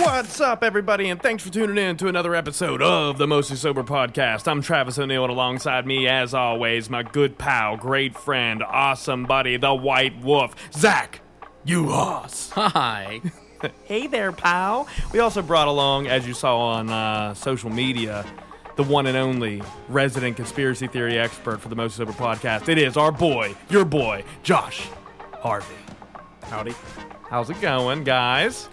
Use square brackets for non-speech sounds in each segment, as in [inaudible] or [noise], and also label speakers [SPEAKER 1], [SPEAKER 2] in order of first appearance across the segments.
[SPEAKER 1] What's up, everybody, and thanks for tuning in to another episode of the Mostly Sober Podcast. I'm Travis O'Neill, and alongside me, as always, my good pal, great friend, awesome buddy, the White Wolf, Zach Uhas.
[SPEAKER 2] Hi.
[SPEAKER 1] [laughs] Hey there, pal. We also brought along, as you saw on uh, social media, the one and only resident conspiracy theory expert for the Mostly Sober Podcast. It is our boy, your boy, Josh Harvey. Howdy. How's it going, guys?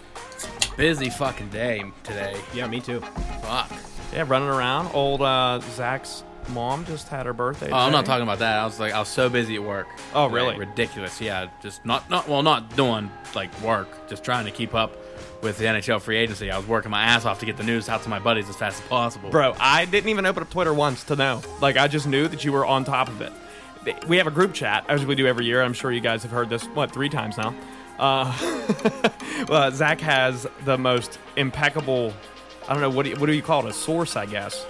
[SPEAKER 2] Busy fucking day today.
[SPEAKER 3] Yeah, me too.
[SPEAKER 2] Fuck.
[SPEAKER 1] Yeah, running around. Old uh, Zach's mom just had her birthday.
[SPEAKER 2] Oh, I'm not
[SPEAKER 1] today.
[SPEAKER 2] talking about that. I was like, I was so busy at work.
[SPEAKER 1] Oh,
[SPEAKER 2] Like,
[SPEAKER 1] really?
[SPEAKER 2] ridiculous. Yeah. Just not, not, well, not doing like work, just trying to keep up with the NHL free agency. I was working my ass off to get the news out to my buddies as fast as possible.
[SPEAKER 1] Bro, I didn't even open up Twitter once to know. Like, I just knew that you were on top of it. Th- We have a group chat, as we do every year. I'm sure you guys have heard this, what, three times now. Uh, [laughs] well, Zach has the most impeccable, I don't know, what do you, what do you call it? A source, I guess.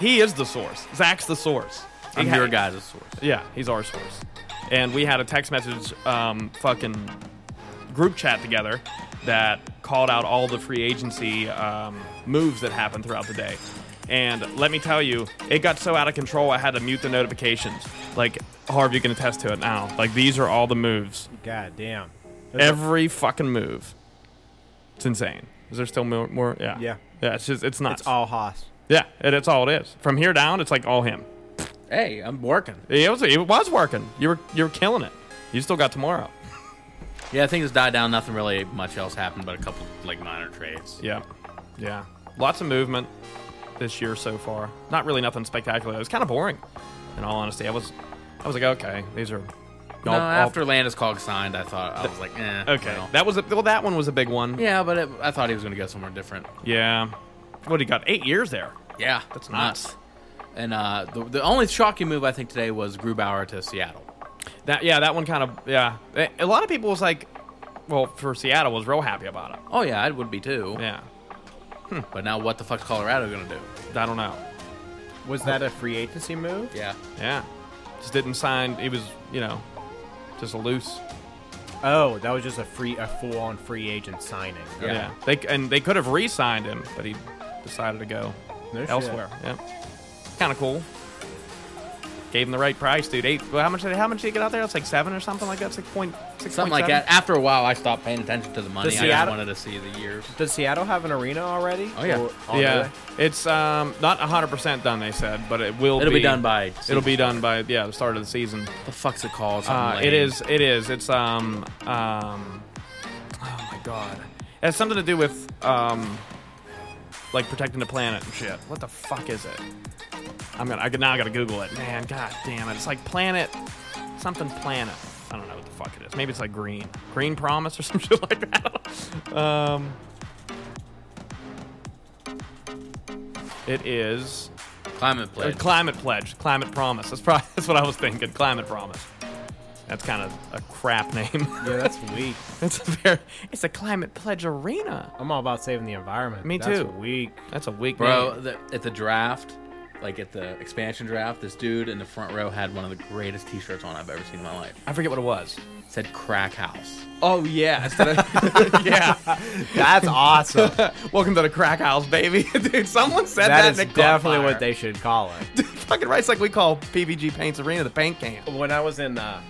[SPEAKER 1] He is the source. Zach's the source.
[SPEAKER 2] I'm
[SPEAKER 1] He ha-
[SPEAKER 2] your guys' source.
[SPEAKER 1] Yeah, he's our source. And we had a text message um, fucking group chat together that called out all the free agency um, moves that happened throughout the day. And let me tell you, it got so out of control I had to mute the notifications. Like, Harv, you can attest to it now. Like, these are all the moves.
[SPEAKER 3] God damn.
[SPEAKER 1] Every fucking move. It's insane. Is there still more? more? Yeah.
[SPEAKER 3] Yeah.
[SPEAKER 1] Yeah, it's just, it's nuts.
[SPEAKER 3] It's all Haas.
[SPEAKER 1] yeah, it, it's all it is. From here down, it's like all him.
[SPEAKER 2] Hey, I'm working.
[SPEAKER 1] It was, it was working. You were you were killing it. You still got tomorrow.
[SPEAKER 2] Yeah, things died down. Nothing really much else happened but a couple like minor trades.
[SPEAKER 1] Yeah, yeah. Lots of movement this year so far. Not really nothing spectacular. It was kind of boring. In all honesty, I was I was like, okay, these are.
[SPEAKER 2] No,
[SPEAKER 1] all- all-
[SPEAKER 2] after Landis Cog signed, I thought, I was like, eh.
[SPEAKER 1] Okay,
[SPEAKER 2] well.
[SPEAKER 1] that was a, well. That one was a big one.
[SPEAKER 2] yeah, but it, I thought he was going to go somewhere different.
[SPEAKER 1] Yeah. What he got? Eight years there.
[SPEAKER 2] Yeah,
[SPEAKER 1] That's nuts.
[SPEAKER 2] And uh, the, the only shocking move I think today was Grubauer to Seattle.
[SPEAKER 1] That yeah. That one kind of yeah. A- A lot of people was like, well, for Seattle was real happy about it.
[SPEAKER 2] Oh yeah, I would be too.
[SPEAKER 1] Yeah.
[SPEAKER 2] But now what the fuck's Colorado gonna do?
[SPEAKER 1] I don't know.
[SPEAKER 3] Was that a free agency move?
[SPEAKER 2] Yeah.
[SPEAKER 1] Yeah. Just didn't sign. He was you know, just a loose.
[SPEAKER 3] Oh, that was just a free, a full-on free agent signing.
[SPEAKER 2] Yeah.
[SPEAKER 1] Yeah. They and they could have re-signed him, but he decided to go
[SPEAKER 3] No shit.
[SPEAKER 1] elsewhere. Yeah. Kind of cool. Gave him the right price, dude. Eight. Well, how much? Did, how much did he get out there? It's like seven or something like that. Six point six.
[SPEAKER 2] Something like that. After a while, I stopped paying attention to the money. I just
[SPEAKER 3] Seattle-
[SPEAKER 2] wanted to see the years.
[SPEAKER 3] Does Seattle have an arena already?
[SPEAKER 2] Oh, yeah.
[SPEAKER 3] oh,
[SPEAKER 1] yeah,
[SPEAKER 3] do
[SPEAKER 1] it's um not hundred percent done. They said, but it will.
[SPEAKER 2] It'll
[SPEAKER 1] be,
[SPEAKER 2] be done by
[SPEAKER 1] It'll
[SPEAKER 2] season.
[SPEAKER 1] be done by yeah the start of the season.
[SPEAKER 2] What the fuck's it called? Something
[SPEAKER 1] Uh,
[SPEAKER 2] lame.
[SPEAKER 1] it is. It is. It's um um. Oh my god. It has something to do with um, like protecting the planet and shit. What the fuck is it? I'm gonna. I could now. I gotta Google it. Man, god damn it. It's like planet something planet. I don't know what the fuck it is. Maybe it's like green, green promise or [laughs] some shit like that. um. It is
[SPEAKER 2] climate
[SPEAKER 1] or
[SPEAKER 2] pledge.
[SPEAKER 1] Uh, climate pledge, climate promise. That's probably [laughs] that's what I was thinking. Climate promise. That's kind of a crap name. [laughs]
[SPEAKER 3] it? Yeah, that's weak.
[SPEAKER 1] it's a very, it's a climate pledge arena.
[SPEAKER 3] I'm all about saving the environment.
[SPEAKER 1] Me
[SPEAKER 3] that's
[SPEAKER 1] too.
[SPEAKER 3] Weak.
[SPEAKER 1] That's a weak
[SPEAKER 2] Bro,
[SPEAKER 1] name.
[SPEAKER 2] the, at the draft, like at the expansion draft, this dude in the front row had one of the greatest T-shirts on I've ever seen in my life.
[SPEAKER 1] I forget what it was.
[SPEAKER 2] It said "Crack House."
[SPEAKER 1] Oh yeah, yeah.
[SPEAKER 3] That's awesome.
[SPEAKER 1] [laughs] Welcome to the crack house, baby. [laughs] Dude, someone said that.
[SPEAKER 3] that is
[SPEAKER 1] and it caught
[SPEAKER 3] definitely what
[SPEAKER 1] fire.
[SPEAKER 3] they should call it.
[SPEAKER 1] [laughs] fucking right. It's like we call PVG Paints Arena the paint can.
[SPEAKER 3] when I was in uh,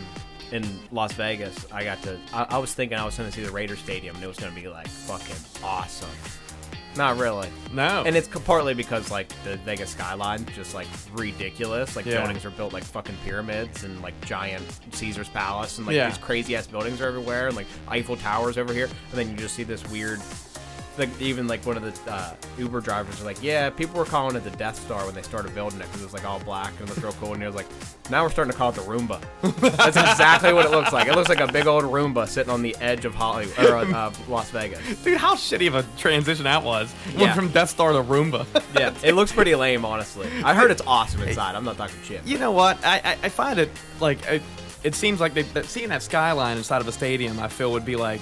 [SPEAKER 3] [clears throat] in Las Vegas, I got to. I, I was thinking I was going to see the Raider Stadium, and it was going to be like fucking awesome. Not really.
[SPEAKER 1] No.
[SPEAKER 3] And it's c- partly because like the Vegas skyline just like ridiculous. Like
[SPEAKER 1] Yeah.
[SPEAKER 3] buildings are built like fucking pyramids and like giant Caesar's Palace and like
[SPEAKER 1] Yeah.
[SPEAKER 3] these crazy ass buildings are everywhere and like Eiffel Towers over here. And then you just see this weird like even like one of the uh, Uber drivers was like, yeah, people were calling it the Death Star when they started building it because it was like all black and it looked real cool. And he was like, now we're starting to call it the Roomba. [laughs] That's exactly what it looks like. It looks like a big old Roomba sitting on the edge of Hollywood or uh, Las Vegas.
[SPEAKER 1] Dude, how shitty of a transition that was. Went
[SPEAKER 3] Yeah.
[SPEAKER 1] from Death Star to Roomba. [laughs]
[SPEAKER 3] Yeah, it looks pretty lame, honestly. I heard it's awesome inside. I'm not talking shit.
[SPEAKER 1] you know what? I, I, I find it like I, it seems like they, that seeing that skyline inside of a stadium, I feel would be like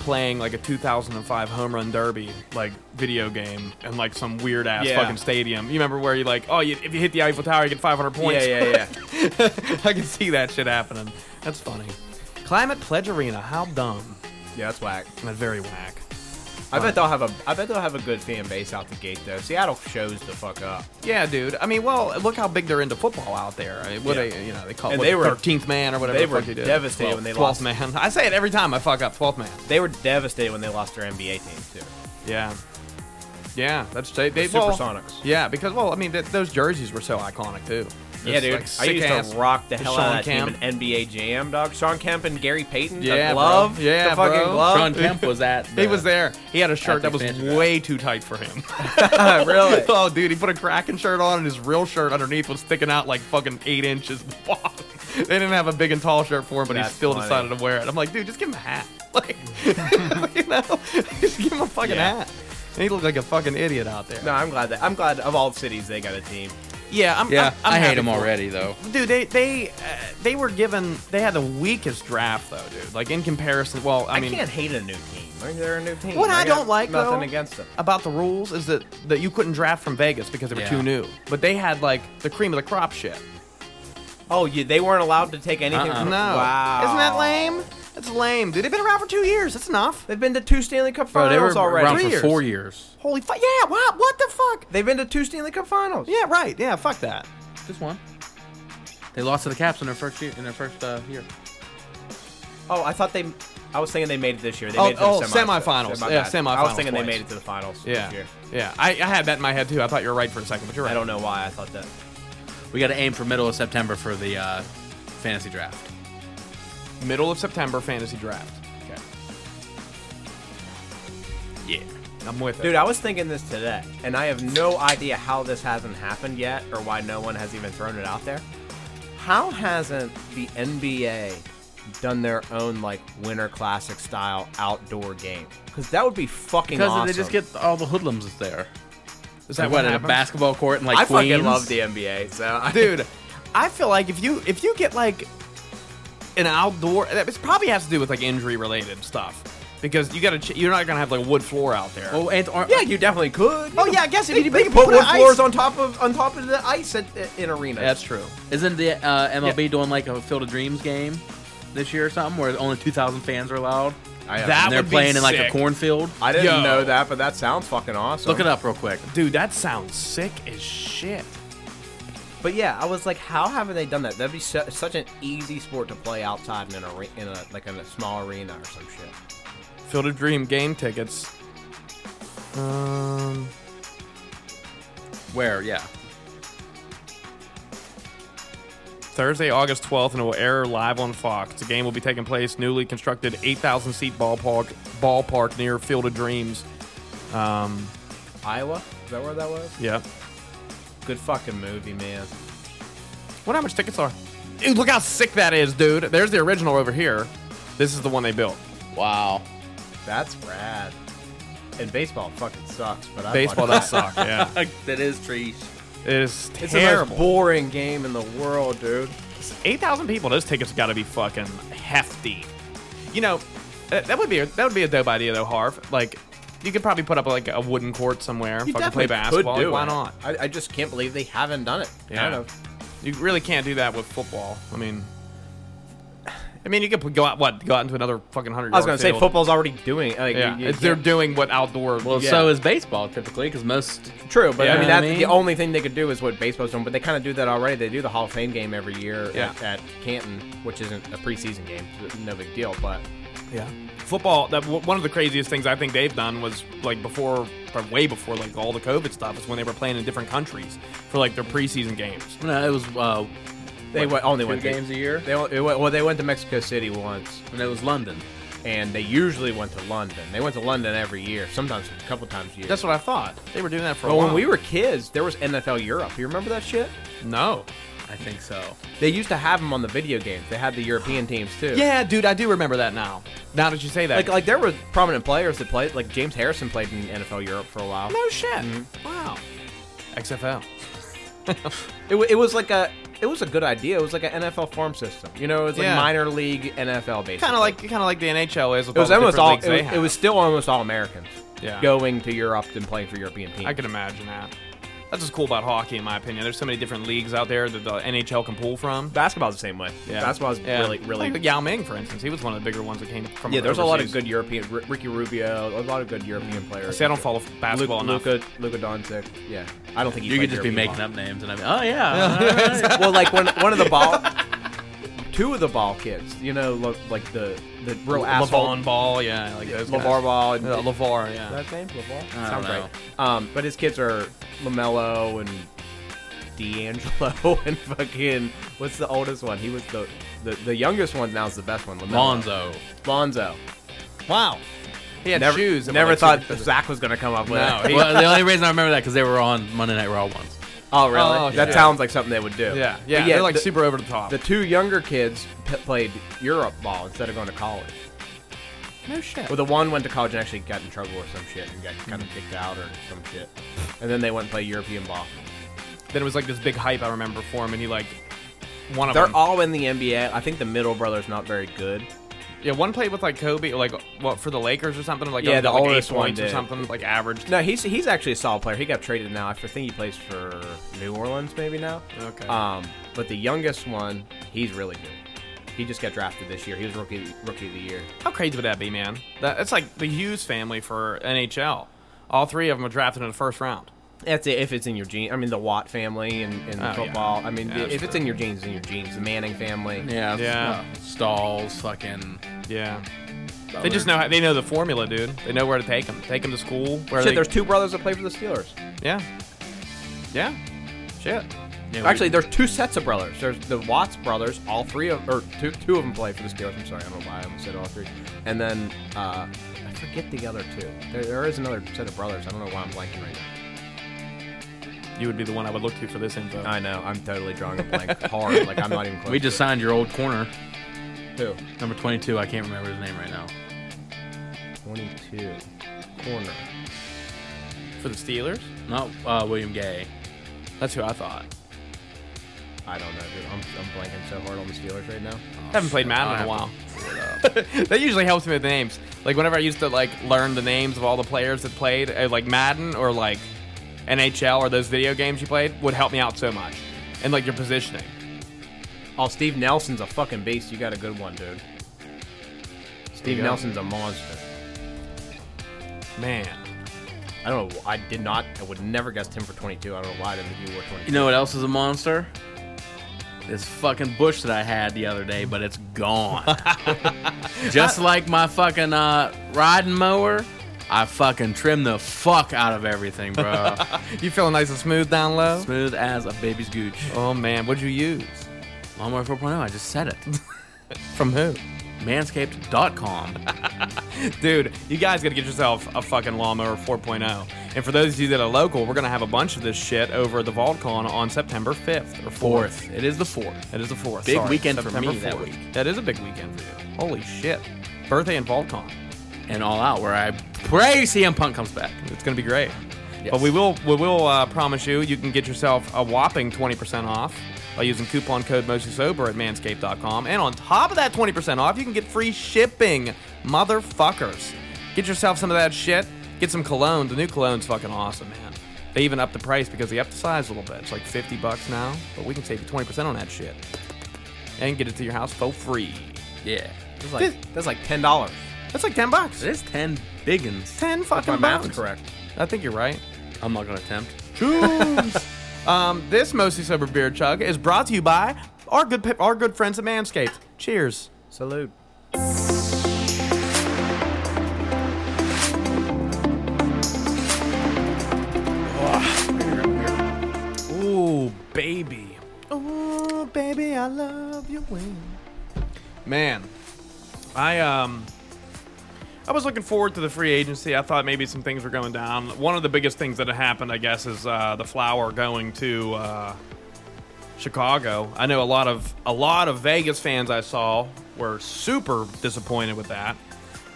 [SPEAKER 1] playing like a 2005 home run derby like video game and like some weird ass
[SPEAKER 3] Yeah.
[SPEAKER 1] fucking stadium. You remember where you like, oh, you, if you hit the Eiffel Tower, you get 500 points.
[SPEAKER 3] Yeah, yeah,
[SPEAKER 1] [laughs] yeah. I can see that shit happening. That's funny. Climate Pledge Arena, how dumb.
[SPEAKER 3] Yeah, that's whack.
[SPEAKER 1] That's very whack.
[SPEAKER 3] I bet they'll have a I bet they'll have a good fan base out the gate though. Seattle shows the fuck up.
[SPEAKER 1] Yeah, dude. I mean, well, look how big they're into football out there. I mean, what they, you know, they call it
[SPEAKER 3] And
[SPEAKER 1] what,
[SPEAKER 3] they were-
[SPEAKER 1] 13th man or whatever.
[SPEAKER 3] they
[SPEAKER 1] the fuck
[SPEAKER 3] were
[SPEAKER 1] you do.
[SPEAKER 3] devastated when they
[SPEAKER 1] 12th
[SPEAKER 3] lost.
[SPEAKER 1] man. [laughs] I say it every time. I fuck up. 12th man.
[SPEAKER 3] They were devastated when they lost their NBA team too.
[SPEAKER 1] Yeah. Yeah, that's they. they
[SPEAKER 3] The
[SPEAKER 1] well,
[SPEAKER 3] Supersonics.
[SPEAKER 1] Yeah, because well, I mean, th- those jerseys were so iconic too.
[SPEAKER 3] Yeah,
[SPEAKER 1] Those,
[SPEAKER 3] dude.
[SPEAKER 1] like,
[SPEAKER 3] I used
[SPEAKER 1] sick-ass-
[SPEAKER 3] to rock the hell out of that
[SPEAKER 1] Sean
[SPEAKER 3] team in NBA Jam, dog. Sean Kemp and Gary Payton.
[SPEAKER 1] Yeah,
[SPEAKER 3] the glove.
[SPEAKER 1] bro. Yeah,
[SPEAKER 3] the fucking
[SPEAKER 1] bro.
[SPEAKER 3] glove.
[SPEAKER 2] Sean Kemp was
[SPEAKER 1] [laughs]
[SPEAKER 2] at.
[SPEAKER 1] He was there. He had a shirt
[SPEAKER 2] the
[SPEAKER 1] that was
[SPEAKER 2] expansion draft.
[SPEAKER 1] way too tight for him.
[SPEAKER 3] [laughs] really?
[SPEAKER 1] [laughs] oh, dude, he put a Kraken shirt on, and his real shirt underneath was sticking out like fucking eight inches. [laughs] at the bottom. they didn't have a big and tall shirt for him, but
[SPEAKER 3] That's
[SPEAKER 1] he still
[SPEAKER 3] funny.
[SPEAKER 1] decided to wear it. I'm like, dude, just give him a hat. [laughs]
[SPEAKER 3] [laughs]
[SPEAKER 1] Like, you know, [laughs] just give him a fucking
[SPEAKER 3] Yeah.
[SPEAKER 1] hat. And he looked like a fucking idiot out there.
[SPEAKER 3] No, I'm glad that I'm glad of all cities they got a team.
[SPEAKER 1] Yeah, I'm,
[SPEAKER 2] Yeah,
[SPEAKER 1] I'm,
[SPEAKER 2] i
[SPEAKER 1] I'm
[SPEAKER 2] hate
[SPEAKER 1] happy
[SPEAKER 2] him
[SPEAKER 1] for
[SPEAKER 2] already though.
[SPEAKER 1] Dude, they they uh, they were given they had the weakest draft though, dude. Like in comparison, well, I,
[SPEAKER 3] I,
[SPEAKER 1] mean,
[SPEAKER 3] can't hate a new team. They're- They're a new team.
[SPEAKER 1] What I
[SPEAKER 3] got
[SPEAKER 1] don't like,
[SPEAKER 3] nothing
[SPEAKER 1] though-
[SPEAKER 3] against them.
[SPEAKER 1] about the rules is that that you couldn't draft from Vegas because they were
[SPEAKER 2] Yeah.
[SPEAKER 1] too new. But they had like the cream of the crop shit.
[SPEAKER 3] Oh, you, they weren't allowed to take anything.
[SPEAKER 2] Uh-uh.
[SPEAKER 3] from
[SPEAKER 1] No,
[SPEAKER 3] Oh. wow,
[SPEAKER 1] isn't that lame? That's lame, dude. They've been around for two years. That's enough.
[SPEAKER 3] They've been to two Stanley Cup
[SPEAKER 2] Bro, they
[SPEAKER 3] finals
[SPEAKER 2] were
[SPEAKER 3] already.
[SPEAKER 2] around
[SPEAKER 1] Three
[SPEAKER 2] for
[SPEAKER 1] years.
[SPEAKER 2] four years.
[SPEAKER 1] Holy fuck! Yeah, what? What the fuck?
[SPEAKER 3] They've been to two Stanley Cup finals.
[SPEAKER 1] Yeah, right. Yeah, fuck that.
[SPEAKER 2] Just one. They lost to the Caps in their first year. In their first uh, year.
[SPEAKER 3] Oh, I thought they. I was thinking they made it this year. They
[SPEAKER 1] Oh,
[SPEAKER 3] made it to the
[SPEAKER 1] oh,
[SPEAKER 3] semis.
[SPEAKER 1] semifinals.
[SPEAKER 3] My
[SPEAKER 1] Yeah,
[SPEAKER 3] bad.
[SPEAKER 1] semifinals
[SPEAKER 3] I was thinking
[SPEAKER 1] twice.
[SPEAKER 3] they made it to the finals.
[SPEAKER 1] Yeah,
[SPEAKER 3] This year.
[SPEAKER 1] yeah. I, I had that in my head too. I thought you were right for a second, but you're right.
[SPEAKER 3] I don't know why I thought that.
[SPEAKER 2] We got to aim for middle of September for the uh, fantasy draft.
[SPEAKER 1] Middle of September fantasy draft. Okay. Yeah, I'm with it.
[SPEAKER 3] Dude, I was thinking this today, and I have no idea how this hasn't happened yet or why no one has even thrown it out there. How hasn't the NBA done their own, like, Winter Classic style outdoor game? Because that would be fucking
[SPEAKER 2] Because
[SPEAKER 3] awesome.
[SPEAKER 2] they just get all the hoodlums that's there.
[SPEAKER 1] Is
[SPEAKER 2] Like, what, in a basketball court in like
[SPEAKER 3] I
[SPEAKER 2] Queens?
[SPEAKER 3] fucking love the NBA, so. I,
[SPEAKER 1] dude? I feel like if you if you get like an outdoor, it probably has to do with like injury related stuff because you got to ch- you're not gonna have like wood floor out there.
[SPEAKER 2] Oh, and, or,
[SPEAKER 3] yeah, you definitely could.
[SPEAKER 1] Oh, yeah, I guess if
[SPEAKER 3] they,
[SPEAKER 1] you-
[SPEAKER 3] they
[SPEAKER 1] you
[SPEAKER 3] could put
[SPEAKER 1] put it
[SPEAKER 3] wood
[SPEAKER 1] ice-
[SPEAKER 3] floors on top of on top of the ice at, in arenas.
[SPEAKER 1] that's true.
[SPEAKER 2] Isn't the uh, MLB doing like a Field of Dreams game this year or something where only 2,000 fans are allowed?
[SPEAKER 3] I,
[SPEAKER 1] That
[SPEAKER 2] and they're
[SPEAKER 1] would be
[SPEAKER 2] playing in like a
[SPEAKER 1] sick.
[SPEAKER 2] cornfield?
[SPEAKER 3] I didn't
[SPEAKER 1] Yo.
[SPEAKER 3] know that, but that sounds fucking awesome.
[SPEAKER 2] Look it up real quick.
[SPEAKER 1] Dude, that sounds sick as shit.
[SPEAKER 3] But yeah, I was like, how haven't they done that? That'd be su- such an easy sport to play outside in an are- in a like in a small arena or some shit.
[SPEAKER 1] Field of Dream game tickets. Um,
[SPEAKER 2] Where? Yeah.
[SPEAKER 1] Thursday, August 12th, and it will air live on Fox. The game will be taking place newly constructed 8,000 seat ballpark ballpark near Field of Dreams. Um,
[SPEAKER 3] Iowa, is that where that was?
[SPEAKER 1] yeah.
[SPEAKER 3] Good fucking movie, man.
[SPEAKER 1] What how much tickets are? Dude, look how sick that is, dude. There's the original over here. This is the one they built.
[SPEAKER 2] Wow.
[SPEAKER 3] That's rad. And baseball fucking sucks, but I
[SPEAKER 1] Baseball
[SPEAKER 3] fucking-
[SPEAKER 1] does suck.
[SPEAKER 3] [laughs]
[SPEAKER 1] Yeah,
[SPEAKER 2] that is trees.
[SPEAKER 1] it is
[SPEAKER 3] It's the most
[SPEAKER 1] terrible.
[SPEAKER 3] boring game in the world, dude.
[SPEAKER 1] Eight thousand people. Those tickets got to be fucking hefty. You know, uh, that, that would be a, that would be a dope idea though, Harv. Like, you could probably put up like a wooden court somewhere. and fucking play basketball. Like, why not?
[SPEAKER 3] I, I just can't believe they haven't done it.
[SPEAKER 1] Yeah.
[SPEAKER 3] Kind of.
[SPEAKER 1] You really can't do that with football. I mean, [sighs] I mean, you could put- go out what go out into another fucking hundred.
[SPEAKER 3] I was gonna say football's already doing. Like,
[SPEAKER 1] Yeah,
[SPEAKER 3] you- you
[SPEAKER 1] it's- they're
[SPEAKER 3] can't-
[SPEAKER 1] doing what outdoor.
[SPEAKER 2] Well,
[SPEAKER 1] yeah.
[SPEAKER 2] so is baseball typically because most.
[SPEAKER 3] True, but
[SPEAKER 1] Yeah.
[SPEAKER 3] I mean
[SPEAKER 1] You know what
[SPEAKER 3] that's
[SPEAKER 2] I
[SPEAKER 3] the
[SPEAKER 2] mean?
[SPEAKER 3] only thing they could do is what baseball's doing, but they kind of do that already. They do the Hall of Fame game every year
[SPEAKER 1] Yeah.
[SPEAKER 3] at, at Canton, which isn't a preseason game, no big deal. But
[SPEAKER 1] Yeah. Football. That w- one of the craziest things I think they've done was like before, or way before like all the COVID stuff is when they were playing in different countries for like their preseason games.
[SPEAKER 2] No, it was. Uh,
[SPEAKER 3] they
[SPEAKER 2] what,
[SPEAKER 3] went, only
[SPEAKER 2] two
[SPEAKER 3] went to-
[SPEAKER 2] games a year?
[SPEAKER 3] They only, well, they went to Mexico City once.
[SPEAKER 2] And it was London.
[SPEAKER 3] and they usually went to London. They went to London every year, sometimes a couple times a year.
[SPEAKER 1] That's what I thought. They were doing that for a
[SPEAKER 3] but
[SPEAKER 1] while.
[SPEAKER 3] when we were kids, there was NFL Europe. You remember that shit?
[SPEAKER 1] no.
[SPEAKER 2] I think so.
[SPEAKER 3] They used to have them on the video games. They had the European teams too.
[SPEAKER 1] Yeah, dude, I do remember that now. Now that you say that,
[SPEAKER 3] Like, like there were prominent players that played. Like James Harrison played in NFL Europe for a while.
[SPEAKER 1] no shit. Wow. XFL.
[SPEAKER 3] [laughs] It, wa- it was like a it was a good idea. It was like an NFL farm system. You know, it was like
[SPEAKER 1] Yeah.
[SPEAKER 3] minor league NFL basically.
[SPEAKER 1] Kind of like, kind of like the NHL is. With
[SPEAKER 3] it was
[SPEAKER 1] all the
[SPEAKER 3] almost
[SPEAKER 1] different
[SPEAKER 3] all
[SPEAKER 1] leagues
[SPEAKER 3] it
[SPEAKER 1] they
[SPEAKER 3] was, it
[SPEAKER 1] have.
[SPEAKER 3] was still almost all Americans.
[SPEAKER 1] Yeah.
[SPEAKER 3] Going to Europe and playing for European teams.
[SPEAKER 1] I can imagine that. That's what's cool about hockey, in my opinion. There's so many different leagues out there that the NHL can pull from.
[SPEAKER 3] Basketball's the same way. Basketball's
[SPEAKER 1] Yeah.
[SPEAKER 3] really really
[SPEAKER 1] Like Yao Ming, for instance, he was one of the bigger ones that came from.
[SPEAKER 3] Yeah, there's a lot of
[SPEAKER 1] overseas.
[SPEAKER 3] good European R- Ricky Rubio, a lot of good European players.
[SPEAKER 1] See, I don't follow basketball enough.
[SPEAKER 3] Luca Luca Doncic. Yeah. I don't think he
[SPEAKER 2] You could
[SPEAKER 3] played
[SPEAKER 2] just be
[SPEAKER 3] European
[SPEAKER 2] making
[SPEAKER 3] ball.
[SPEAKER 2] up names, and I'm oh
[SPEAKER 3] [laughs]
[SPEAKER 2] yeah. all right.
[SPEAKER 3] Well, like one one of the ball two of the ball kids, you know, look like the the real asshole
[SPEAKER 1] LeVon Ball, yeah, like those guys.
[SPEAKER 3] LeVar Ball and
[SPEAKER 1] Yeah, LeVar, yeah.
[SPEAKER 3] That's name? LeVar?
[SPEAKER 2] I don't
[SPEAKER 3] Sounds
[SPEAKER 2] know.
[SPEAKER 3] right. Um, but his kids are LaMelo and D'Angelo [laughs] and fucking what's the oldest one? He was the the, the youngest one now is the best one. LaMelo.
[SPEAKER 2] Lonzo.
[SPEAKER 3] Lonzo.
[SPEAKER 1] Wow. He had
[SPEAKER 3] Never,
[SPEAKER 1] shoes. that were,
[SPEAKER 3] never
[SPEAKER 1] like,
[SPEAKER 3] thought
[SPEAKER 1] super-
[SPEAKER 3] Zach was gonna come up with.
[SPEAKER 2] No,
[SPEAKER 3] that.
[SPEAKER 2] he- well, the only reason I remember that because they were on Monday Night Raw once.
[SPEAKER 3] [laughs] oh really?
[SPEAKER 1] Oh,
[SPEAKER 3] that
[SPEAKER 1] yeah.
[SPEAKER 3] sounds like something they would do.
[SPEAKER 1] Yeah,
[SPEAKER 3] But
[SPEAKER 1] yeah. They're like
[SPEAKER 3] the,
[SPEAKER 1] super over the top.
[SPEAKER 3] the two younger kids p- played Europe ball instead of going to college.
[SPEAKER 1] no shit.
[SPEAKER 3] Well, the one went to college and actually got in trouble or some shit and got kind of kicked out or some shit, and then they went and played European ball.
[SPEAKER 1] then it was like this big hype I remember for him, and he like one of
[SPEAKER 3] They're
[SPEAKER 1] them.
[SPEAKER 3] all in the NBA. I think the middle brother's not very good.
[SPEAKER 1] yeah, one played with like Kobe, like what for the Lakers or something. Like
[SPEAKER 3] Yeah,
[SPEAKER 1] got,
[SPEAKER 3] the
[SPEAKER 1] like, eight
[SPEAKER 3] oldest one
[SPEAKER 1] points or
[SPEAKER 3] did.
[SPEAKER 1] something, like average.
[SPEAKER 3] No, he's he's actually a solid player. He got traded now. I think he plays for New Orleans maybe now.
[SPEAKER 1] Okay.
[SPEAKER 3] Um, but the youngest one, he's really good. He just got drafted this year. He was rookie rookie of the year.
[SPEAKER 1] How crazy would that be, man? That, that's like the Hughes family for NHL. All three of them were drafted in the first round.
[SPEAKER 3] That's it, if it's in your gene. I mean, the Watt family and, and
[SPEAKER 1] Oh, yeah.
[SPEAKER 3] football. I mean,
[SPEAKER 1] Yeah, that's
[SPEAKER 3] if it's in your genes, it's in your genes. The Manning family.
[SPEAKER 2] Yeah.
[SPEAKER 1] Yeah.
[SPEAKER 2] Stalls, fucking.
[SPEAKER 1] Yeah. They just know how, they know the formula, dude. They know where to take them. Take them to school. Where
[SPEAKER 3] Shit,
[SPEAKER 1] they,
[SPEAKER 3] there's two brothers that play for the Steelers.
[SPEAKER 1] yeah, yeah, shit.
[SPEAKER 2] Yeah, we-
[SPEAKER 3] Actually, there's two sets of brothers. There's the Watts brothers. All three of or two two of them play for the Steelers. I'm sorry, I don't know why I almost said all three. And then uh, I forget the other two. There, there is another set of brothers. I don't know why I'm blanking right now.
[SPEAKER 1] You would be the one I would look to for this info.
[SPEAKER 3] I know I'm totally drawing a blank [laughs] hard. Like I'm not even close.
[SPEAKER 2] we just
[SPEAKER 3] to
[SPEAKER 2] signed your old corner,
[SPEAKER 3] it. two
[SPEAKER 2] number 22. I can't remember his name right now.
[SPEAKER 3] twenty two corner.
[SPEAKER 1] for the Steelers,
[SPEAKER 2] Not uh, William Gay.
[SPEAKER 1] that's who I thought.
[SPEAKER 3] I don't know, dude. I'm, I'm blanking so hard on the Steelers right now.
[SPEAKER 1] haven't played Madden in a while. [laughs] that usually helps me with names. Like whenever I used to like learn the names of all the players that played, uh, like Madden or like NHL or those video games you played, would help me out so much. And like your positioning.
[SPEAKER 3] Oh, Steve Nelson's a fucking beast. You got a good one, dude. Steve
[SPEAKER 1] go.
[SPEAKER 3] Nelson's a monster.
[SPEAKER 1] Man,
[SPEAKER 3] I don't know. I did not. I would never guess him for 22. I don't know why I didn't think he wore 22.
[SPEAKER 2] You know what else is a monster? This fucking bush that I had the other day, but it's
[SPEAKER 1] [laughs]
[SPEAKER 2] gone. Just like my fucking uh, riding mower, I fucking trimmed the fuck out of
[SPEAKER 1] [laughs]
[SPEAKER 2] everything, bro.
[SPEAKER 1] you feeling nice and smooth down low?
[SPEAKER 2] Smooth as a baby's gooch.
[SPEAKER 1] Oh man, what'd you use?
[SPEAKER 2] Lawnmower 4.0, I just said it.
[SPEAKER 1] From who?
[SPEAKER 2] Manscaped.com.
[SPEAKER 1] Dude, you guys gotta get yourself a fucking lawnmower 4.0. oh. And for those of you that are local, we're gonna have a bunch of this shit over at the VaultCon on September 5th or 4th.
[SPEAKER 2] Fourth. It is the fourth.
[SPEAKER 1] It is the fourth.
[SPEAKER 2] Big
[SPEAKER 1] Sorry,
[SPEAKER 2] weekend for
[SPEAKER 1] September
[SPEAKER 2] me that
[SPEAKER 1] 4th.
[SPEAKER 2] week.
[SPEAKER 1] That is a big weekend for you. Holy shit! Birthday and VaultCon.
[SPEAKER 2] and All Out, where I pray CM Punk comes back.
[SPEAKER 1] It's gonna be great.
[SPEAKER 2] Yes.
[SPEAKER 1] But we will we will uh, promise you you can get yourself a whopping twenty percent off by using coupon code mostly sober at manscaped.com. And on top of that twenty percent off, you can get free shipping, motherfuckers. Get yourself some of that shit. Get some cologne. The new cologne's fucking awesome, man. They even upped the price because they upped the size a little bit. It's like fifty bucks now, but we can save you twenty percent on that shit. And get it to your house for free.
[SPEAKER 2] Yeah.
[SPEAKER 3] That's like, that's like ten dollars.
[SPEAKER 1] That's like ten bucks.
[SPEAKER 2] It is 10 biggins.
[SPEAKER 1] Ten fucking
[SPEAKER 3] My math's
[SPEAKER 1] bucks.
[SPEAKER 3] correct.
[SPEAKER 1] I think you're right.
[SPEAKER 2] I'm not going to attempt.
[SPEAKER 1] um, this mostly sober beer chug is brought to you by our good pe- our good friends at Manscaped. Cheers.
[SPEAKER 3] Salute.
[SPEAKER 1] Ooh, baby. Ooh, baby, I love you when. Man, I um, I was looking forward to the free agency. I thought maybe some things were going down. One of the biggest things that had happened, I guess, is uh, the flower going to uh, Chicago. I know a lot of a lot of Vegas fans I saw were super disappointed with that,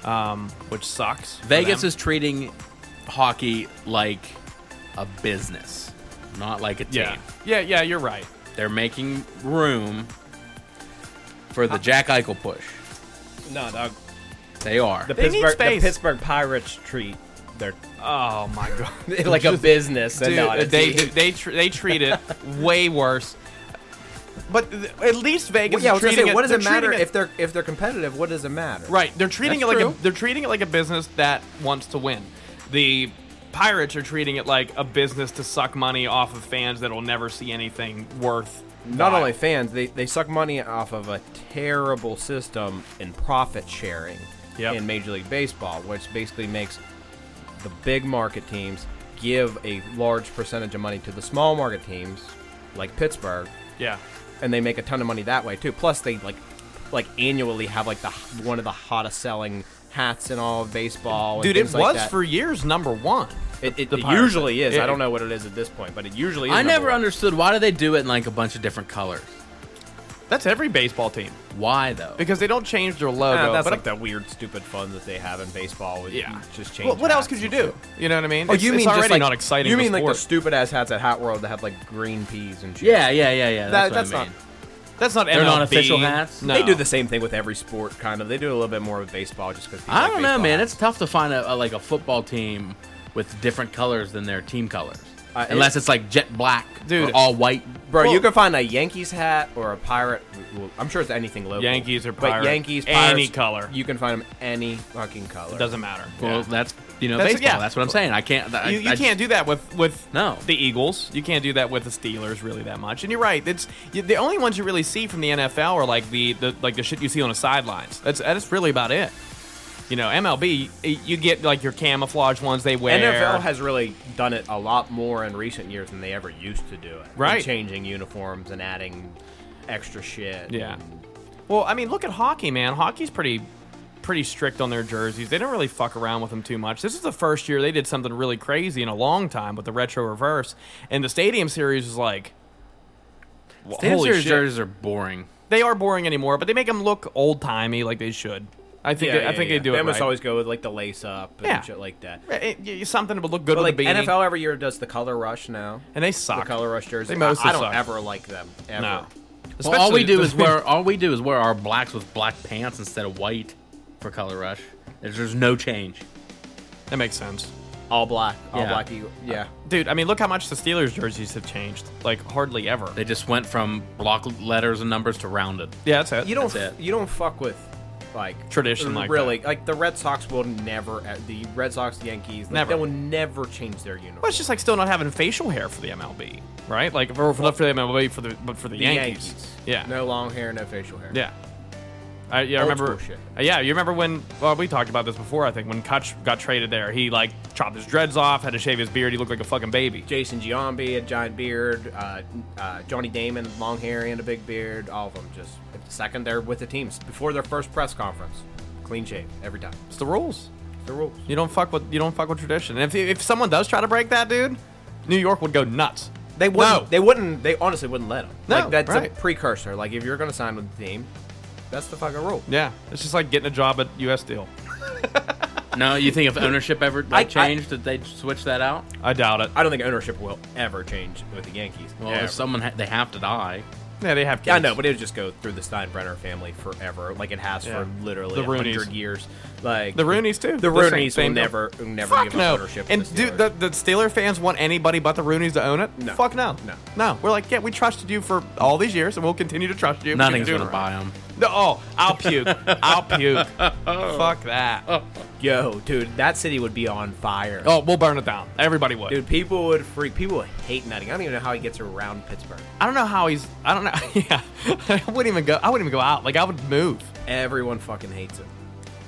[SPEAKER 1] um, which sucks. for
[SPEAKER 2] Vegas
[SPEAKER 1] them.
[SPEAKER 2] is treating hockey like a business, not like a team.
[SPEAKER 1] yeah, yeah, yeah. You're right.
[SPEAKER 2] They're making room for the Jack Eichel push.
[SPEAKER 3] No, dog.
[SPEAKER 2] They are.
[SPEAKER 3] The
[SPEAKER 1] They need
[SPEAKER 3] Pittsburgh, the
[SPEAKER 1] space.
[SPEAKER 3] Pittsburgh Pirates treat [laughs] their
[SPEAKER 1] Oh my [laughs] god.
[SPEAKER 3] like a business and
[SPEAKER 1] Dude,
[SPEAKER 3] not a
[SPEAKER 1] they
[SPEAKER 3] team.
[SPEAKER 1] they tr- they treat it way worse. But th- at least Vegas.
[SPEAKER 3] Well, yeah, I
[SPEAKER 1] is
[SPEAKER 3] was gonna
[SPEAKER 1] treating
[SPEAKER 3] say, what does
[SPEAKER 1] they're
[SPEAKER 3] it matter
[SPEAKER 1] treating
[SPEAKER 3] if they're if they're competitive? What does it matter?
[SPEAKER 1] right? They're treating
[SPEAKER 2] That's
[SPEAKER 1] it like
[SPEAKER 2] true.
[SPEAKER 1] a, they're treating it like a business that wants to win. The Pirates are treating it like a business to suck money off of fans that will never see anything worth.
[SPEAKER 3] Not
[SPEAKER 1] while.
[SPEAKER 3] only fans, they, they suck money off of a terrible system in profit sharing
[SPEAKER 1] Yep.
[SPEAKER 3] in Major League Baseball, which basically makes the big market teams give a large percentage of money to the small market teams, like Pittsburgh,
[SPEAKER 1] yeah,
[SPEAKER 3] and they make a ton of money that way too. Plus, they like like annually have like the one of the hottest selling hats in all of baseball. and
[SPEAKER 1] dude, it
[SPEAKER 3] things
[SPEAKER 1] was
[SPEAKER 3] like that.
[SPEAKER 1] for years number one.
[SPEAKER 3] It, it,
[SPEAKER 1] the
[SPEAKER 3] it
[SPEAKER 1] Pirates.
[SPEAKER 3] usually is.
[SPEAKER 1] It-
[SPEAKER 3] I don't know what it is at this point, but it usually is.
[SPEAKER 2] I
[SPEAKER 3] number
[SPEAKER 2] never
[SPEAKER 3] one.
[SPEAKER 2] understood why do they do it in like a bunch of different colors.
[SPEAKER 1] That's every baseball team
[SPEAKER 2] Why though?
[SPEAKER 1] because they don't change their
[SPEAKER 3] Ah,
[SPEAKER 1] logo.
[SPEAKER 3] that's
[SPEAKER 1] but
[SPEAKER 3] like that weird, stupid fun that they have in baseball. With
[SPEAKER 1] Yeah.
[SPEAKER 3] just change.
[SPEAKER 1] Well, what else
[SPEAKER 3] hats
[SPEAKER 1] could you
[SPEAKER 3] and
[SPEAKER 1] do?
[SPEAKER 3] stuff.
[SPEAKER 1] You know what I mean?
[SPEAKER 3] Oh,
[SPEAKER 1] It's-
[SPEAKER 3] you mean
[SPEAKER 1] it's
[SPEAKER 3] just
[SPEAKER 1] already
[SPEAKER 3] like,
[SPEAKER 1] not exciting?
[SPEAKER 3] You
[SPEAKER 1] to
[SPEAKER 3] mean like the
[SPEAKER 1] sport.
[SPEAKER 3] stupid ass hats at Hot World that have like green peas and shit?
[SPEAKER 2] yeah, yeah, yeah, yeah. That's
[SPEAKER 3] That-
[SPEAKER 2] what
[SPEAKER 3] that's
[SPEAKER 2] I
[SPEAKER 3] not-
[SPEAKER 2] mean.
[SPEAKER 1] That's not
[SPEAKER 2] They're not
[SPEAKER 1] MLB.
[SPEAKER 2] official hats?
[SPEAKER 1] No.
[SPEAKER 3] They do the same thing with every sport, kind of. They do a little bit more with baseball, just because.
[SPEAKER 2] I don't know, man. It's tough to find a, a like a football team with different colors than their team colors,
[SPEAKER 3] Uh, it-
[SPEAKER 2] unless it's like jet black,
[SPEAKER 1] Dude.
[SPEAKER 2] or all white.
[SPEAKER 3] bro.
[SPEAKER 1] Well-
[SPEAKER 3] you can find a Yankees hat or a pirate. Well, I'm sure it's anything local.
[SPEAKER 1] Yankees or
[SPEAKER 3] but
[SPEAKER 1] Pirate.
[SPEAKER 3] Yankees,
[SPEAKER 1] Any
[SPEAKER 3] Pirates,
[SPEAKER 1] color.
[SPEAKER 3] You can find them any fucking color.
[SPEAKER 1] It doesn't matter.
[SPEAKER 2] Well, that's you know
[SPEAKER 1] That's-
[SPEAKER 2] baseball.
[SPEAKER 1] yeah.
[SPEAKER 2] That's what I'm saying. I can't. I,
[SPEAKER 1] you, you
[SPEAKER 2] I-
[SPEAKER 1] can't do that with with
[SPEAKER 2] No.
[SPEAKER 1] the Eagles. You can't do that with the Steelers really that much. And you're right. It's you, the only ones you really see from the NFL are like the, the like the shit you see on the sidelines. That's that's really about it. You know, MLB, y- you get like your camouflage ones they wear.
[SPEAKER 3] NFL has really done it a lot more in recent years than they ever used to do it.
[SPEAKER 1] Right.
[SPEAKER 3] Changing uniforms and adding extra shit.
[SPEAKER 1] Yeah. Well, I mean, look at hockey, man. Hockey's pretty pretty strict on their jerseys. They don't really fuck around with them too much. This is the first year they did something really crazy in a long time with the retro reverse, and the stadium series is like wh-
[SPEAKER 2] Stadium
[SPEAKER 1] holy
[SPEAKER 2] Series
[SPEAKER 1] shit.
[SPEAKER 2] jerseys are boring.
[SPEAKER 1] They are boring anymore, but they make them look old timey like they should. I think
[SPEAKER 3] Yeah,
[SPEAKER 1] they,
[SPEAKER 3] yeah,
[SPEAKER 1] I think
[SPEAKER 3] yeah.
[SPEAKER 1] they do
[SPEAKER 3] They
[SPEAKER 1] it
[SPEAKER 3] almost
[SPEAKER 1] right.
[SPEAKER 3] always go with like the lace up and
[SPEAKER 1] Yeah.
[SPEAKER 3] shit like that.
[SPEAKER 1] Yeah, it- y- something that would look good
[SPEAKER 3] But
[SPEAKER 1] with
[SPEAKER 3] like
[SPEAKER 1] the beanie.
[SPEAKER 3] NFL every year does the color rush now.
[SPEAKER 1] and they
[SPEAKER 3] The
[SPEAKER 1] suck.
[SPEAKER 3] color rush jerseys.
[SPEAKER 1] They mostly
[SPEAKER 3] I, I don't
[SPEAKER 1] suck.
[SPEAKER 3] ever like them. Ever.
[SPEAKER 1] No.
[SPEAKER 2] Well, all we
[SPEAKER 1] Especially- [laughs]
[SPEAKER 2] do [laughs] is wear all we do is wear our blacks with black pants instead of white for color rush. There's, there's no change.
[SPEAKER 1] That makes sense.
[SPEAKER 3] All black. All
[SPEAKER 2] Yeah.
[SPEAKER 3] black. Eagle. Yeah.
[SPEAKER 1] Dude, I mean, look how much the Steelers jerseys have changed. Like hardly ever.
[SPEAKER 2] They just went from block letters and numbers to rounded.
[SPEAKER 1] yeah, that's it.
[SPEAKER 3] You don't.
[SPEAKER 2] That's it.
[SPEAKER 3] You don't fuck with like
[SPEAKER 1] Tradition like
[SPEAKER 3] really
[SPEAKER 1] that.
[SPEAKER 3] like the Red Sox will never. uh, The Red Sox, Yankees, like,
[SPEAKER 1] Never.
[SPEAKER 3] They will never change their uniform.
[SPEAKER 1] Well, it's just like still not having facial hair for the MLB, right? Like for, for, not for the MLB, for the but for the,
[SPEAKER 3] the
[SPEAKER 1] Yankees.
[SPEAKER 3] Yankees.
[SPEAKER 1] Yeah,
[SPEAKER 3] No long hair, no facial hair.
[SPEAKER 1] yeah. I, yeah, I
[SPEAKER 3] Old
[SPEAKER 1] remember.
[SPEAKER 3] school shit.
[SPEAKER 1] uh, yeah, you remember when? Well, we talked about this before. I think when Kutch got traded there, he like chopped his dreads off, had to shave his beard. He looked like a fucking baby.
[SPEAKER 3] Jason Giambi, a giant beard. Uh, uh, Johnny Damon, long hair and a big beard. All of them just second they're with the teams before their first press conference. Clean shave every time.
[SPEAKER 1] It's the rules.
[SPEAKER 3] The rules.
[SPEAKER 1] You don't fuck with you don't fuck with tradition. And if if someone does try to break that, dude, New York would go nuts.
[SPEAKER 3] They wouldn't.
[SPEAKER 1] No.
[SPEAKER 3] They wouldn't. They honestly wouldn't let them.
[SPEAKER 1] No,
[SPEAKER 3] like, that's
[SPEAKER 1] right.
[SPEAKER 3] a precursor. Like if you're gonna sign with the team, that's the fucking rule.
[SPEAKER 1] Yeah, it's just like getting a job at U.S. Steel.
[SPEAKER 2] No, you think if ownership ever like,
[SPEAKER 3] I-
[SPEAKER 2] changed, did they switch that out?
[SPEAKER 1] I doubt it.
[SPEAKER 3] I don't think ownership will ever change with the Yankees.
[SPEAKER 2] Well,
[SPEAKER 3] Ever.
[SPEAKER 2] if someone ha- they have to die.
[SPEAKER 1] Yeah, they have. Kids.
[SPEAKER 3] Yeah, I know, but it would just go through the Steinbrenner family forever, like it has
[SPEAKER 1] Yeah.
[SPEAKER 3] for literally
[SPEAKER 1] The
[SPEAKER 3] a hundred
[SPEAKER 1] Rooneys.
[SPEAKER 3] years. Like
[SPEAKER 1] The Rooneys, too.
[SPEAKER 3] The
[SPEAKER 1] The same-
[SPEAKER 3] Rooneys will
[SPEAKER 1] same-
[SPEAKER 3] never, will never
[SPEAKER 1] Fuck
[SPEAKER 3] give
[SPEAKER 1] no.
[SPEAKER 3] up ownership. to
[SPEAKER 1] And
[SPEAKER 3] the
[SPEAKER 1] do
[SPEAKER 3] Steelers.
[SPEAKER 1] the, the Steeler fans want anybody but the Roonies to own it?
[SPEAKER 3] No.
[SPEAKER 1] Fuck no.
[SPEAKER 3] No.
[SPEAKER 1] No. We're like, yeah, we trusted you for all these years, and we'll continue to trust you.
[SPEAKER 2] Nothing's
[SPEAKER 1] You're doing
[SPEAKER 2] gonna buy them.
[SPEAKER 1] it right. No, oh, I'll puke. I'll puke. Fuck that.
[SPEAKER 3] yo, dude, that city would be on fire.
[SPEAKER 1] Oh, we'll burn it down. Everybody would.
[SPEAKER 3] dude, people would freak. People would hate Nutting. I don't even know how he gets around Pittsburgh.
[SPEAKER 1] I don't know how he's. I don't know. [laughs] yeah, I wouldn't even go. I wouldn't even go out. Like I would move.
[SPEAKER 3] Everyone fucking hates him.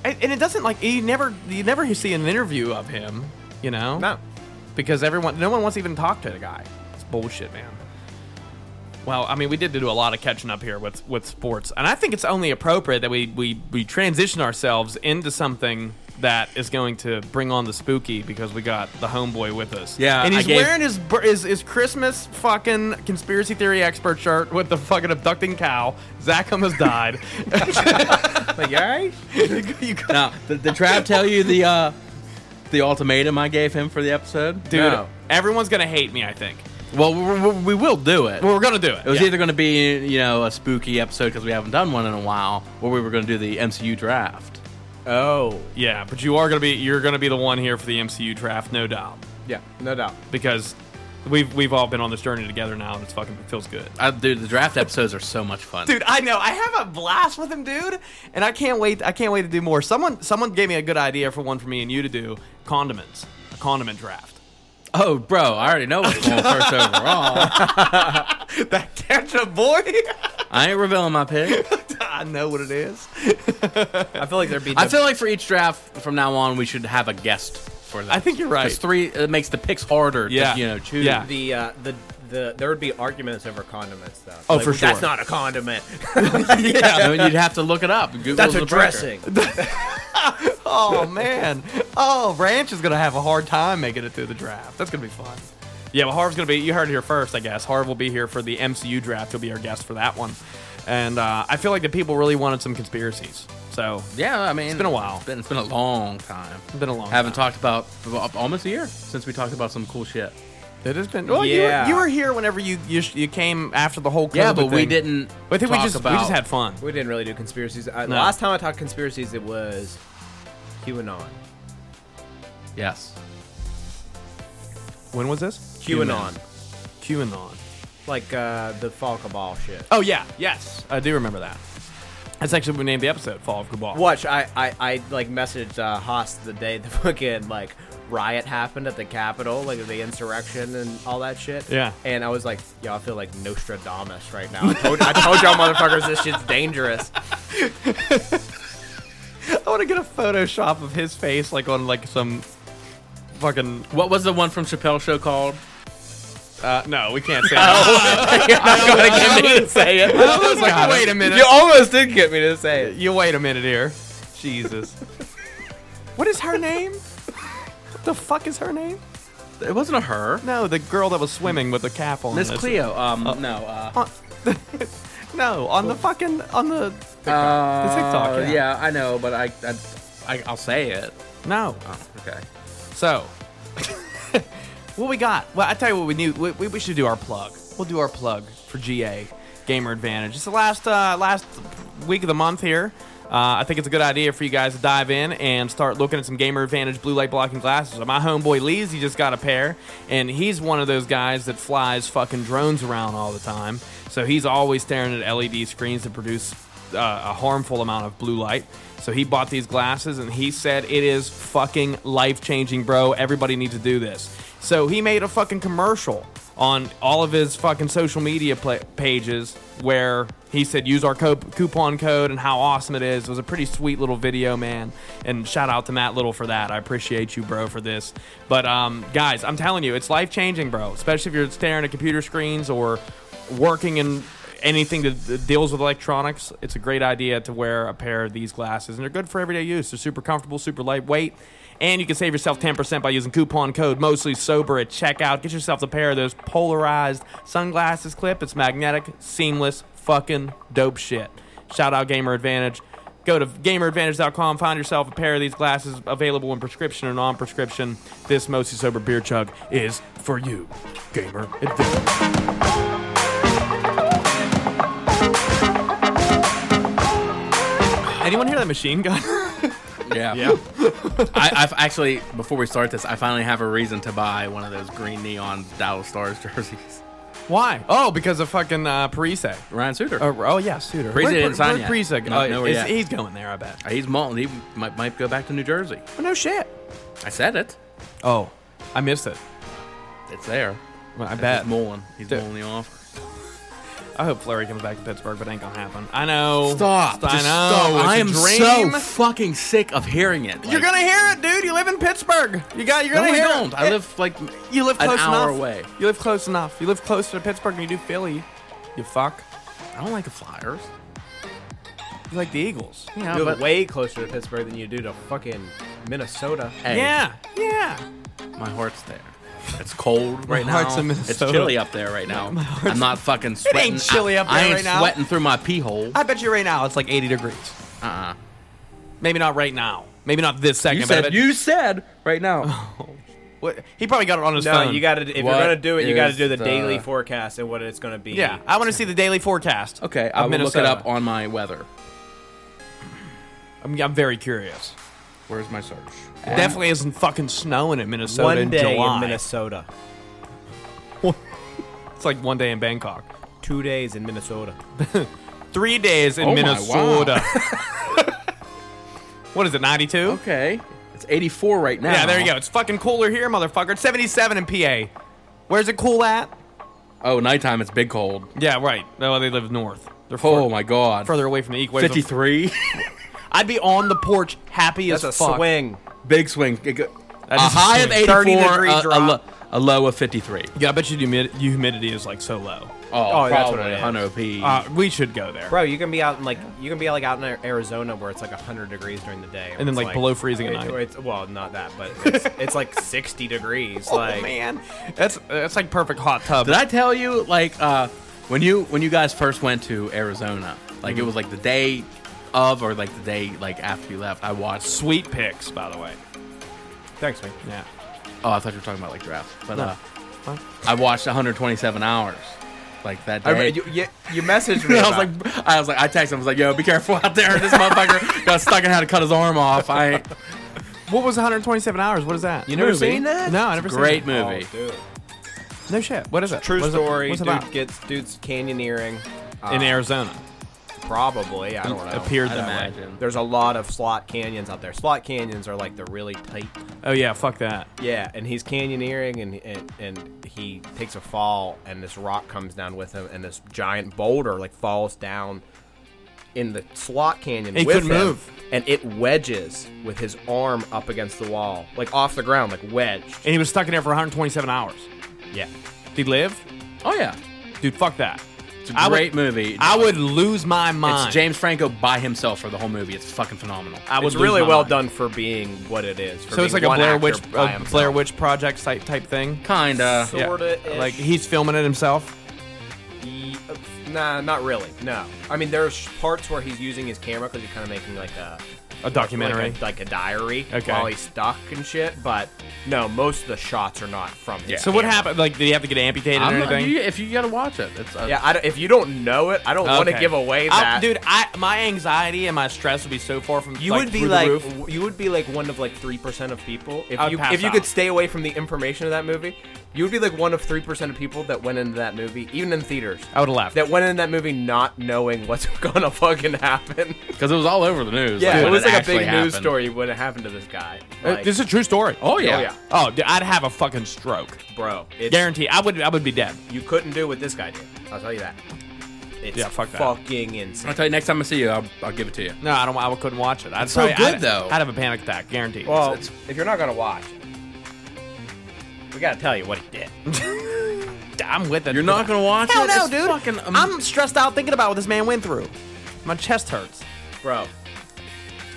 [SPEAKER 1] And, and it doesn't like you never you never see an interview of him. You know.
[SPEAKER 3] No,
[SPEAKER 1] because everyone, no one wants to even talk to the guy. It's bullshit, man. Well, I mean, we did do a lot of catching up here with with sports, and I think it's only appropriate that we we we transition ourselves into something that is going to bring on the spooky because we got the homeboy with us.
[SPEAKER 2] Yeah,
[SPEAKER 1] and
[SPEAKER 2] I
[SPEAKER 1] he's
[SPEAKER 2] gave-
[SPEAKER 1] wearing his, bur- his his Christmas fucking conspiracy theory expert shirt with the fucking abducting cow. Zachem
[SPEAKER 2] [laughs]
[SPEAKER 1] has died.
[SPEAKER 3] Like, you all right?
[SPEAKER 1] you, you go-
[SPEAKER 2] Now, [laughs] did the trap tell you the uh, the ultimatum I gave him for the episode?
[SPEAKER 1] dude,
[SPEAKER 3] No.
[SPEAKER 1] everyone's gonna hate me. I think.
[SPEAKER 2] Well, we, we, we will do it.
[SPEAKER 1] Well, we're gonna do it.
[SPEAKER 2] It was
[SPEAKER 1] yeah.
[SPEAKER 2] either going to be you know a spooky episode because we haven't done one in a while, or we were going to do the MCU draft.
[SPEAKER 3] Oh.
[SPEAKER 1] Yeah, but you are gonna be you're gonna be the one here for the MCU draft, no doubt,
[SPEAKER 3] Yeah, no doubt.
[SPEAKER 1] because we've we've all been on this journey together now, and it's fucking it feels good.
[SPEAKER 2] I, dude, the
[SPEAKER 1] [laughs]
[SPEAKER 2] draft episodes are so much fun.
[SPEAKER 1] Dude, I know. I have a blast with him, dude, and I can't wait. I can't wait to do more. Someone someone gave me a good idea for one for me and you to do condiments, a condiment draft. [laughs]
[SPEAKER 2] Oh, bro, I already know what's going first overall.
[SPEAKER 1] That ketchup boy. [laughs]
[SPEAKER 2] I ain't revealing my pick.
[SPEAKER 1] I know what it is.
[SPEAKER 3] I feel like there'd be.
[SPEAKER 2] I feel like for each draft from now on, we should have a guest for that.
[SPEAKER 1] I think you're right.
[SPEAKER 2] Because three, it makes the picks harder
[SPEAKER 1] Yeah.
[SPEAKER 2] to you know choose.
[SPEAKER 1] Yeah.
[SPEAKER 3] the uh, the the there would be arguments over condiments though.
[SPEAKER 1] Oh, for
[SPEAKER 3] That's
[SPEAKER 1] sure.
[SPEAKER 3] not
[SPEAKER 1] [laughs]
[SPEAKER 3] a condiment. [laughs]
[SPEAKER 2] I mean, you'd have to look it up. Google's
[SPEAKER 3] That's
[SPEAKER 2] the
[SPEAKER 3] a
[SPEAKER 2] breaker.
[SPEAKER 3] dressing.
[SPEAKER 2] [laughs]
[SPEAKER 1] Oh man. Oh, Ranch is gonna have a hard time making it through the draft. That's gonna be fun. Yeah, well, Harv's gonna be. You heard it here first, I guess. Harv will be here for the MCU draft. He'll be our guest for that one. And uh, I feel like the people really wanted some conspiracies. So
[SPEAKER 2] Yeah, I mean,
[SPEAKER 1] It's been a while.
[SPEAKER 2] It's been, it's been a long time.
[SPEAKER 1] it's been a long.
[SPEAKER 2] haven't
[SPEAKER 1] time.
[SPEAKER 2] talked about about almost a year since we talked about some cool shit.
[SPEAKER 1] It has been. Well,
[SPEAKER 3] Yeah.
[SPEAKER 1] you, were, you were here whenever you you, sh- you came after the whole. COVID
[SPEAKER 2] Yeah, but we
[SPEAKER 1] thing.
[SPEAKER 2] didn't.
[SPEAKER 1] But I think we
[SPEAKER 2] talk
[SPEAKER 1] just
[SPEAKER 2] about,
[SPEAKER 1] we just had fun.
[SPEAKER 3] we didn't really do conspiracies. I,
[SPEAKER 1] No.
[SPEAKER 3] Last time I talked conspiracies, it was QAnon.
[SPEAKER 2] yes.
[SPEAKER 1] When was this?
[SPEAKER 3] QAnon,
[SPEAKER 1] QAnon.
[SPEAKER 3] like uh, the fall cabal shit.
[SPEAKER 1] Oh yeah, yes, I do remember that. That's actually what we named the episode "Fall of Cabal."
[SPEAKER 3] Watch, I I, I like messaged uh, Haas the day [laughs] the fucking like riot happened at the Capitol, like the insurrection and all that shit.
[SPEAKER 1] Yeah.
[SPEAKER 3] And I was like, yo, I feel like Nostradamus right
[SPEAKER 2] [laughs]
[SPEAKER 3] now. I told, I told y'all motherfuckers this shit's dangerous.
[SPEAKER 1] I want to get a Photoshop of his face, like on like some fucking.
[SPEAKER 2] What was the one from Chappelle Show called?
[SPEAKER 1] Uh, no, we can't say. that.
[SPEAKER 3] [laughs] I didn't say it.
[SPEAKER 1] I was like, wait a minute.
[SPEAKER 3] You almost did get me to say it.
[SPEAKER 1] You wait a minute here. Jesus. what is her name? the fuck is her name?
[SPEAKER 2] It wasn't a her.
[SPEAKER 1] No, the girl that was swimming with the cap on.
[SPEAKER 2] Miss
[SPEAKER 1] That's-
[SPEAKER 2] Cleo. Um,
[SPEAKER 3] Oh.
[SPEAKER 2] no. Uh,
[SPEAKER 1] On- [laughs] no, on the fucking on the.
[SPEAKER 2] uh,
[SPEAKER 1] TikTok, yeah.
[SPEAKER 2] I know, but I, I, I I'll say it. Oh,
[SPEAKER 1] No.
[SPEAKER 2] Okay.
[SPEAKER 1] So, [laughs] what we got? Well, I tell you what we knew. We, we- we should do our plug. We'll do our plug for GA Gamer Advantage. It's the last uh, last week of the month here. Uh, I think it's a good idea for you guys to dive in and start looking at some Gamer Advantage blue light blocking glasses. My homeboy Lees, he just got a pair, and he's one of those guys that flies fucking drones around all the time. So he's always staring at LED screens that produce uh, a harmful amount of blue light. So he bought these glasses and he said it is fucking life changing, bro. Everybody needs to do this. So he made a fucking commercial on all of his fucking social media pla pages where he said use our co- coupon code and how awesome it is. It was a pretty sweet little video, man. And shout out to Matt Little for that. I appreciate you, bro, for this. But um, guys, I'm telling you, it's life changing, bro. Especially if you're staring at computer screens or working in anything that, that deals with electronics, it's a great idea to wear a pair of these glasses, and they're good for everyday use. They're super comfortable, super lightweight, and you can save yourself 10% by using coupon code mostly sober at checkout. Get yourself a pair of those polarized sunglasses clip. It's magnetic, seamless, fucking dope shit. Shout out Gamer Advantage. Go to gameradvantage.com, find yourself a pair of these glasses available in prescription or non prescription. This mostly sober beer chug is for you, Gamer Advantage. Anyone hear that machine gun?
[SPEAKER 2] Yeah. Yeah. I, I've actually before we start this, I finally have a reason to buy one of those green neon Dallas Stars [laughs] jerseys.
[SPEAKER 1] Why? Oh, because of fucking uh, Parise.
[SPEAKER 2] Ryan Suter.
[SPEAKER 1] Uh, oh yeah, Suter.
[SPEAKER 2] Parise
[SPEAKER 1] Where-
[SPEAKER 2] didn't
[SPEAKER 1] where-
[SPEAKER 2] sign
[SPEAKER 1] where
[SPEAKER 2] yet.
[SPEAKER 1] Parise go-
[SPEAKER 2] No-
[SPEAKER 1] oh,
[SPEAKER 2] nowhere
[SPEAKER 1] is-
[SPEAKER 2] yet.
[SPEAKER 1] he's going there, I bet.
[SPEAKER 2] He's mulling. He might, might go back to New Jersey.
[SPEAKER 1] Oh, no shit.
[SPEAKER 2] I said it.
[SPEAKER 1] Oh, I missed it.
[SPEAKER 2] It's there.
[SPEAKER 1] Well, I
[SPEAKER 2] He's
[SPEAKER 1] bet.
[SPEAKER 2] mulling. He's
[SPEAKER 1] Dude.
[SPEAKER 2] mulling the offer.
[SPEAKER 1] I hope Flurry comes back to Pittsburgh, but it ain't gonna happen. I know.
[SPEAKER 2] Stop.
[SPEAKER 1] I know.
[SPEAKER 2] Just stop.
[SPEAKER 1] It's
[SPEAKER 2] I
[SPEAKER 1] a
[SPEAKER 2] am
[SPEAKER 1] dream.
[SPEAKER 2] so fucking sick of hearing it.
[SPEAKER 1] you're
[SPEAKER 2] Like,
[SPEAKER 1] gonna hear it, dude. You live in Pittsburgh. You got. You're
[SPEAKER 2] No,
[SPEAKER 1] gonna
[SPEAKER 2] I
[SPEAKER 1] hear it.
[SPEAKER 2] don't. I
[SPEAKER 1] It-
[SPEAKER 2] live like
[SPEAKER 1] You live
[SPEAKER 2] an
[SPEAKER 1] close
[SPEAKER 2] hour
[SPEAKER 1] enough.
[SPEAKER 2] away.
[SPEAKER 1] You live close enough. You live closer to Pittsburgh than you do Philly. You fuck.
[SPEAKER 2] I don't like the Flyers.
[SPEAKER 1] like the Eagles. Yeah,
[SPEAKER 3] You
[SPEAKER 1] but
[SPEAKER 3] live way closer to Pittsburgh than you do to fucking Minnesota.
[SPEAKER 2] Hey,
[SPEAKER 1] yeah, yeah.
[SPEAKER 2] my heart's there. It's cold right now.
[SPEAKER 1] heart's in
[SPEAKER 2] it's
[SPEAKER 1] Minnesota.
[SPEAKER 2] chilly up there right now. I'm
[SPEAKER 1] [laughs]
[SPEAKER 2] not fucking sweating.
[SPEAKER 1] ain't chilly
[SPEAKER 2] I,
[SPEAKER 1] up there
[SPEAKER 2] I ain't
[SPEAKER 1] right now.
[SPEAKER 2] sweating through my pee hole.
[SPEAKER 1] I bet you right now it's like 80 degrees.
[SPEAKER 2] Uh-uh.
[SPEAKER 1] Maybe not right now. Maybe not this second.
[SPEAKER 2] You
[SPEAKER 1] but I bet-
[SPEAKER 2] said you said right [laughs] now.
[SPEAKER 1] What- he probably got it on his
[SPEAKER 3] No,
[SPEAKER 1] phone.
[SPEAKER 3] you got to. If
[SPEAKER 2] What
[SPEAKER 3] you're gonna do it, you got to
[SPEAKER 2] is
[SPEAKER 3] do the,
[SPEAKER 2] the-
[SPEAKER 3] daily forecast and what it's gonna be.
[SPEAKER 1] Yeah, I want to see the daily forecast.
[SPEAKER 2] Okay,
[SPEAKER 1] of
[SPEAKER 2] I will look it
[SPEAKER 1] Minnesota.
[SPEAKER 2] up on my weather.
[SPEAKER 1] I'm, I'm very curious.
[SPEAKER 2] Where's my search?
[SPEAKER 1] Definitely isn't fucking snowing in Minnesota
[SPEAKER 3] one
[SPEAKER 1] in
[SPEAKER 3] day
[SPEAKER 1] July.
[SPEAKER 3] in Minnesota,
[SPEAKER 1] It's like one day in Bangkok.
[SPEAKER 3] two days in Minnesota.
[SPEAKER 1] Three days in
[SPEAKER 2] Oh my, wow.
[SPEAKER 1] Minnesota.
[SPEAKER 2] [laughs]
[SPEAKER 1] what is it, 92?
[SPEAKER 2] Okay, it's 84 right now.
[SPEAKER 1] Yeah, there you go. It's fucking cooler here, motherfucker. It's 77 in PA. Where's it cool at?
[SPEAKER 2] Oh, nighttime it's big cold.
[SPEAKER 1] Yeah, right. No, they live north. They're far-
[SPEAKER 2] Oh my god.
[SPEAKER 1] further away from the equator. [laughs]
[SPEAKER 2] 53.
[SPEAKER 1] I'd be on the porch happy
[SPEAKER 3] That's a
[SPEAKER 1] as fuck.
[SPEAKER 3] swing.
[SPEAKER 2] big swing. It go- A
[SPEAKER 1] That is a
[SPEAKER 2] high of
[SPEAKER 1] swing.
[SPEAKER 2] 84,
[SPEAKER 1] 30 degree
[SPEAKER 2] a, a,
[SPEAKER 1] drop.
[SPEAKER 2] lo- a low of 53.
[SPEAKER 1] Yeah, I bet you the humid- the humidity is like so low.
[SPEAKER 2] Oh,
[SPEAKER 3] Oh,
[SPEAKER 2] probably
[SPEAKER 3] that's what it is.
[SPEAKER 2] 100 p.
[SPEAKER 1] Uh, we should go there.
[SPEAKER 3] Bro, you can be out in like you can be like out in Arizona where it's like 100 degrees during the day,
[SPEAKER 1] And then,
[SPEAKER 3] It's,
[SPEAKER 1] like, below freezing at
[SPEAKER 3] it-
[SPEAKER 1] night.
[SPEAKER 3] It's, well, not that, but
[SPEAKER 1] [laughs]
[SPEAKER 3] it's, it's like 60 degrees. like
[SPEAKER 1] oh man, that's that's like perfect hot tub.
[SPEAKER 2] Did I tell you like uh, when you when you guys first went to Arizona, like
[SPEAKER 1] Mm-hmm.
[SPEAKER 2] it was like the day of or like the day like after you left, I watched
[SPEAKER 1] Sweet picks, by the way.
[SPEAKER 3] thanks, man.
[SPEAKER 1] Yeah.
[SPEAKER 2] Oh, I thought you were talking about like drafts. But
[SPEAKER 1] No.
[SPEAKER 2] uh, I watched 127 hours like that day.
[SPEAKER 3] I mean, you, you, you messaged me.
[SPEAKER 2] [laughs] I was
[SPEAKER 3] about-
[SPEAKER 2] like, I was like, I texted him. I was like, "Yo, be careful out there! This motherfucker got stuck and had to cut his arm off." I ain't-
[SPEAKER 1] What was 127 hours? What is that? You
[SPEAKER 2] never seen Oh, that?
[SPEAKER 1] No, I never seen
[SPEAKER 2] great
[SPEAKER 1] that.
[SPEAKER 2] movie.
[SPEAKER 3] oh, dude.
[SPEAKER 1] No shit. What is it?
[SPEAKER 3] True
[SPEAKER 1] What is it-
[SPEAKER 3] story.
[SPEAKER 1] what's it about?
[SPEAKER 3] dude gets dude's canyoneering.
[SPEAKER 1] in Arizona.
[SPEAKER 3] Probably, I don't know.
[SPEAKER 1] Appeared
[SPEAKER 2] I'd
[SPEAKER 1] that way.
[SPEAKER 2] imagine.
[SPEAKER 3] There's a lot of slot canyons out there. Slot canyons are like the really tight.
[SPEAKER 1] Oh yeah, fuck that.
[SPEAKER 3] Yeah, and he's canyoneering, and and, and he takes a fall, and this rock comes down with him, and this giant boulder like falls down in the slot canyon.
[SPEAKER 1] He
[SPEAKER 3] with
[SPEAKER 1] couldn't
[SPEAKER 3] him,
[SPEAKER 1] move.
[SPEAKER 3] and it wedges with his arm up against the wall, like off the ground, like wedged.
[SPEAKER 1] And he was stuck in there for 127 hours.
[SPEAKER 3] Yeah,
[SPEAKER 1] Did he live?
[SPEAKER 2] Oh yeah,
[SPEAKER 1] Dude, fuck that.
[SPEAKER 2] it's a
[SPEAKER 1] I would-
[SPEAKER 2] great movie.
[SPEAKER 1] I would lose my mind.
[SPEAKER 2] It's James Franco by himself for the whole movie. It's fucking phenomenal.
[SPEAKER 1] I would
[SPEAKER 3] it's
[SPEAKER 1] lose
[SPEAKER 3] really
[SPEAKER 1] my
[SPEAKER 3] well
[SPEAKER 1] mind.
[SPEAKER 3] done for being what it is. for
[SPEAKER 1] So it's like
[SPEAKER 3] being
[SPEAKER 1] a
[SPEAKER 3] one
[SPEAKER 1] Blair
[SPEAKER 3] actor
[SPEAKER 1] Witch,
[SPEAKER 3] by
[SPEAKER 1] uh,
[SPEAKER 3] himself.
[SPEAKER 1] Blair Witch project type type thing.
[SPEAKER 2] Kinda.
[SPEAKER 3] So- Sorta-ish.
[SPEAKER 1] Like he's filming it himself.
[SPEAKER 3] Ye- uh, Nah, not really. No, I mean there's parts where he's using his camera because he's kind of making like a
[SPEAKER 1] A documentary.
[SPEAKER 3] like a, like a diary,
[SPEAKER 1] Okay.
[SPEAKER 3] while he's stuck and shit. But no, most of the shots are not from. His
[SPEAKER 1] so what
[SPEAKER 3] camera.
[SPEAKER 1] happened? Like, did he have to get amputated
[SPEAKER 2] I'm
[SPEAKER 1] or
[SPEAKER 2] not-
[SPEAKER 1] anything?
[SPEAKER 2] you- if you gotta watch it, it's uh,
[SPEAKER 3] Yeah, I don't- if you don't know it, I don't want to
[SPEAKER 1] Okay.
[SPEAKER 3] give away
[SPEAKER 1] I'll-
[SPEAKER 3] that.
[SPEAKER 1] dude. I my anxiety and my stress would be so far from
[SPEAKER 3] you
[SPEAKER 1] like,
[SPEAKER 3] would be
[SPEAKER 1] through the
[SPEAKER 3] like
[SPEAKER 1] roof.
[SPEAKER 3] you would be like one of like three percent of people if
[SPEAKER 1] I would
[SPEAKER 3] you
[SPEAKER 1] pass
[SPEAKER 3] if you could
[SPEAKER 1] out.
[SPEAKER 3] stay away from the information of that movie. You would be like one of three percent of people that went into that movie, even in theaters.
[SPEAKER 1] I would have laughed.
[SPEAKER 3] That went in that movie not knowing what's [laughs] gonna fucking happen.
[SPEAKER 2] because it was all over the news.
[SPEAKER 3] Yeah, it
[SPEAKER 2] when
[SPEAKER 3] was like a
[SPEAKER 2] actually
[SPEAKER 3] big
[SPEAKER 2] happened.
[SPEAKER 3] news story when it happened to this guy.
[SPEAKER 1] Uh,
[SPEAKER 3] Like,
[SPEAKER 1] this is a true story.
[SPEAKER 2] Oh yeah.
[SPEAKER 3] Oh, yeah.
[SPEAKER 1] Oh, dude, I'd have a fucking stroke.
[SPEAKER 3] bro, it's,
[SPEAKER 1] Guarantee. I would. I would be dead.
[SPEAKER 3] you couldn't do what this guy did. I'll tell you that. It's
[SPEAKER 1] Yeah, fuck that.
[SPEAKER 3] fucking
[SPEAKER 2] I'll
[SPEAKER 3] insane.
[SPEAKER 2] tell you next time I see you, I'll, I'll give it to you.
[SPEAKER 1] No, I don't. I couldn't watch it. I'd
[SPEAKER 2] It's so
[SPEAKER 1] probably- I'd-
[SPEAKER 2] good, though.
[SPEAKER 1] I'd have a panic attack. Guaranteed.
[SPEAKER 3] Well,
[SPEAKER 2] it's-
[SPEAKER 3] if you're not gonna watch, we gotta tell you what he did.
[SPEAKER 1] I'm with it.
[SPEAKER 2] You're not gonna watch
[SPEAKER 1] Hell
[SPEAKER 2] it.
[SPEAKER 1] no,
[SPEAKER 2] It's
[SPEAKER 1] dude.
[SPEAKER 2] Fucking, um, am-
[SPEAKER 1] I'm stressed out thinking about what this man went through. My chest hurts.
[SPEAKER 3] bro.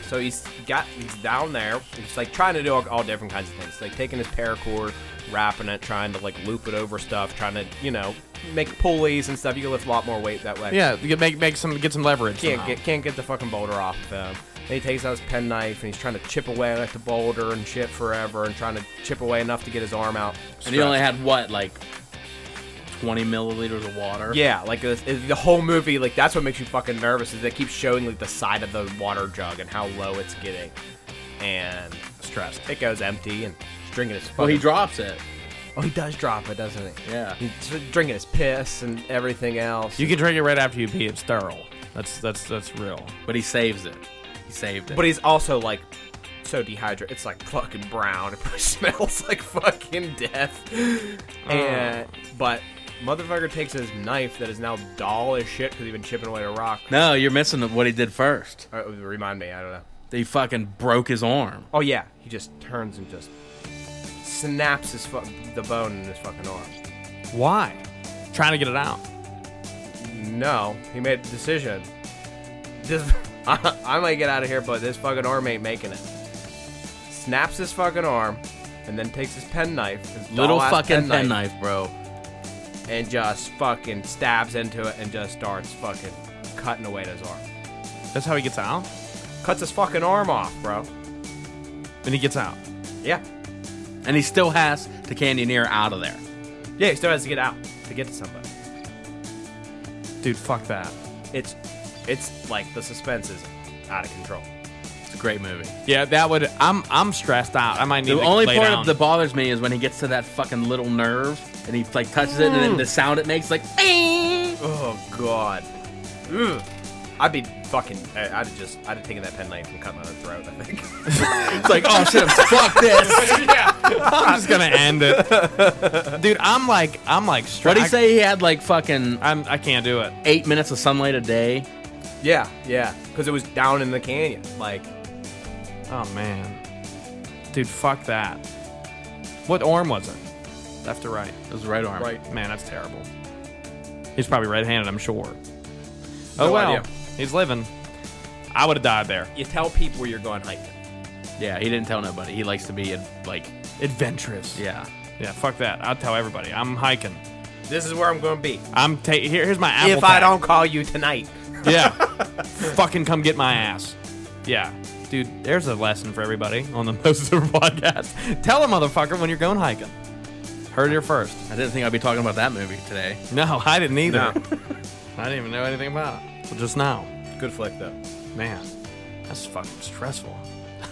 [SPEAKER 3] So he's got he's down there. He's like trying to do all, all different kinds of things, like taking his paracord, wrapping it, trying to like loop it over stuff, trying to you know make pulleys and stuff. You can lift a lot more weight that way.
[SPEAKER 1] Yeah, you could make make some get some leverage.
[SPEAKER 3] can't
[SPEAKER 1] somehow.
[SPEAKER 3] get can't get the fucking boulder off of him. Then he takes out his penknife and he's trying to chip away at the boulder and shit forever, and trying to chip away enough to get his arm out.
[SPEAKER 2] and you only had what like 20 milliliters of water.
[SPEAKER 3] Yeah, like this, it- the whole movie, like that's what makes you fucking nervous is they keep showing like the side of the water jug and how low it's getting, and stressed. It goes empty and he's drinking his. Fucking,
[SPEAKER 2] Well, he drops it.
[SPEAKER 3] Oh, he does drop it, doesn't he?
[SPEAKER 2] Yeah.
[SPEAKER 3] He's drinking his piss and everything else.
[SPEAKER 1] You can drink it right after you pee. It's sterile. That's that's that's real.
[SPEAKER 2] But he saves it. He saved it.
[SPEAKER 3] but he's also like so dehydrated. It's like fucking brown. It probably [laughs] smells like fucking death. And but motherfucker takes his knife that is now dull as shit because he's been chipping away at a rock.
[SPEAKER 2] no, you're missing what he did first.
[SPEAKER 3] Uh, remind me, I don't know.
[SPEAKER 2] He fucking broke his arm.
[SPEAKER 3] Oh yeah, he just turns and just snaps his fu- the bone in his fucking arm.
[SPEAKER 1] Why? Trying to get it out.
[SPEAKER 3] No, he made a decision. This [laughs] I, I might get out of here, but this fucking arm ain't making it. Snaps his fucking arm, and then takes his penknife, his
[SPEAKER 2] Little
[SPEAKER 3] dull-ass
[SPEAKER 2] fucking
[SPEAKER 3] penknife,
[SPEAKER 2] penknife, bro.
[SPEAKER 3] and just fucking stabs into it and just starts fucking cutting away at his arm.
[SPEAKER 1] That's how he gets out.
[SPEAKER 3] Cuts his fucking arm off, bro.
[SPEAKER 1] Then he gets out.
[SPEAKER 3] Yeah.
[SPEAKER 2] And he still has to Canyoneer out of there.
[SPEAKER 3] Yeah, he still has to get out to get to somebody.
[SPEAKER 1] Dude, fuck that.
[SPEAKER 3] It's, it's like the suspense is out of control.
[SPEAKER 2] It's a great movie.
[SPEAKER 1] Yeah, that would. I'm I'm stressed out. I might need.
[SPEAKER 2] The
[SPEAKER 1] to
[SPEAKER 2] only
[SPEAKER 1] lay
[SPEAKER 2] part
[SPEAKER 1] down. [laughs]
[SPEAKER 2] that bothers me is when he gets to that fucking little nerve and he like touches it and then the sound it makes like "Bing!"
[SPEAKER 3] Oh God. Ugh. I'd be fucking. I- I'd have just. I'd have taken that penknife and cut my own throat. I think. [laughs]
[SPEAKER 2] it's like oh shit fuck this.
[SPEAKER 1] I'm just gonna end it, [laughs] dude. I'm like I'm like
[SPEAKER 2] What
[SPEAKER 1] stressed.
[SPEAKER 2] did he say? He had like fucking
[SPEAKER 1] I'm I can't do it.
[SPEAKER 2] eight minutes of sunlight a day.
[SPEAKER 3] yeah, yeah. Because it was down in the canyon. Like,
[SPEAKER 1] Oh man, dude, fuck that. What arm was it? Left or right?
[SPEAKER 2] It was right arm.
[SPEAKER 3] Right.
[SPEAKER 1] Man, that's terrible. He's probably red-handed, I'm sure. oh well,
[SPEAKER 3] idea.
[SPEAKER 1] he's living. I would have died there.
[SPEAKER 3] you tell people you're going hiking.
[SPEAKER 2] Yeah, he didn't tell nobody. He likes to be like
[SPEAKER 1] Adventurous. Yeah,
[SPEAKER 2] yeah.
[SPEAKER 1] yeah. Fuck that. I'll tell everybody. I'm hiking.
[SPEAKER 3] This is where I'm going to be.
[SPEAKER 1] I'm ta- here. Here's my apple.
[SPEAKER 3] if
[SPEAKER 1] tag.
[SPEAKER 3] I don't call you tonight. [laughs]
[SPEAKER 1] Yeah. Fucking come get my ass. Yeah. Dude, there's a lesson for everybody on the [laughs] Most Super Podcast. Tell a motherfucker when you're going hiking. Heard it here first.
[SPEAKER 2] I didn't think I'd be talking about that movie today.
[SPEAKER 1] No, I didn't either. [laughs] I didn't even know anything about it. Well, just now.
[SPEAKER 3] Good flick though.
[SPEAKER 1] Man, that's fucking stressful.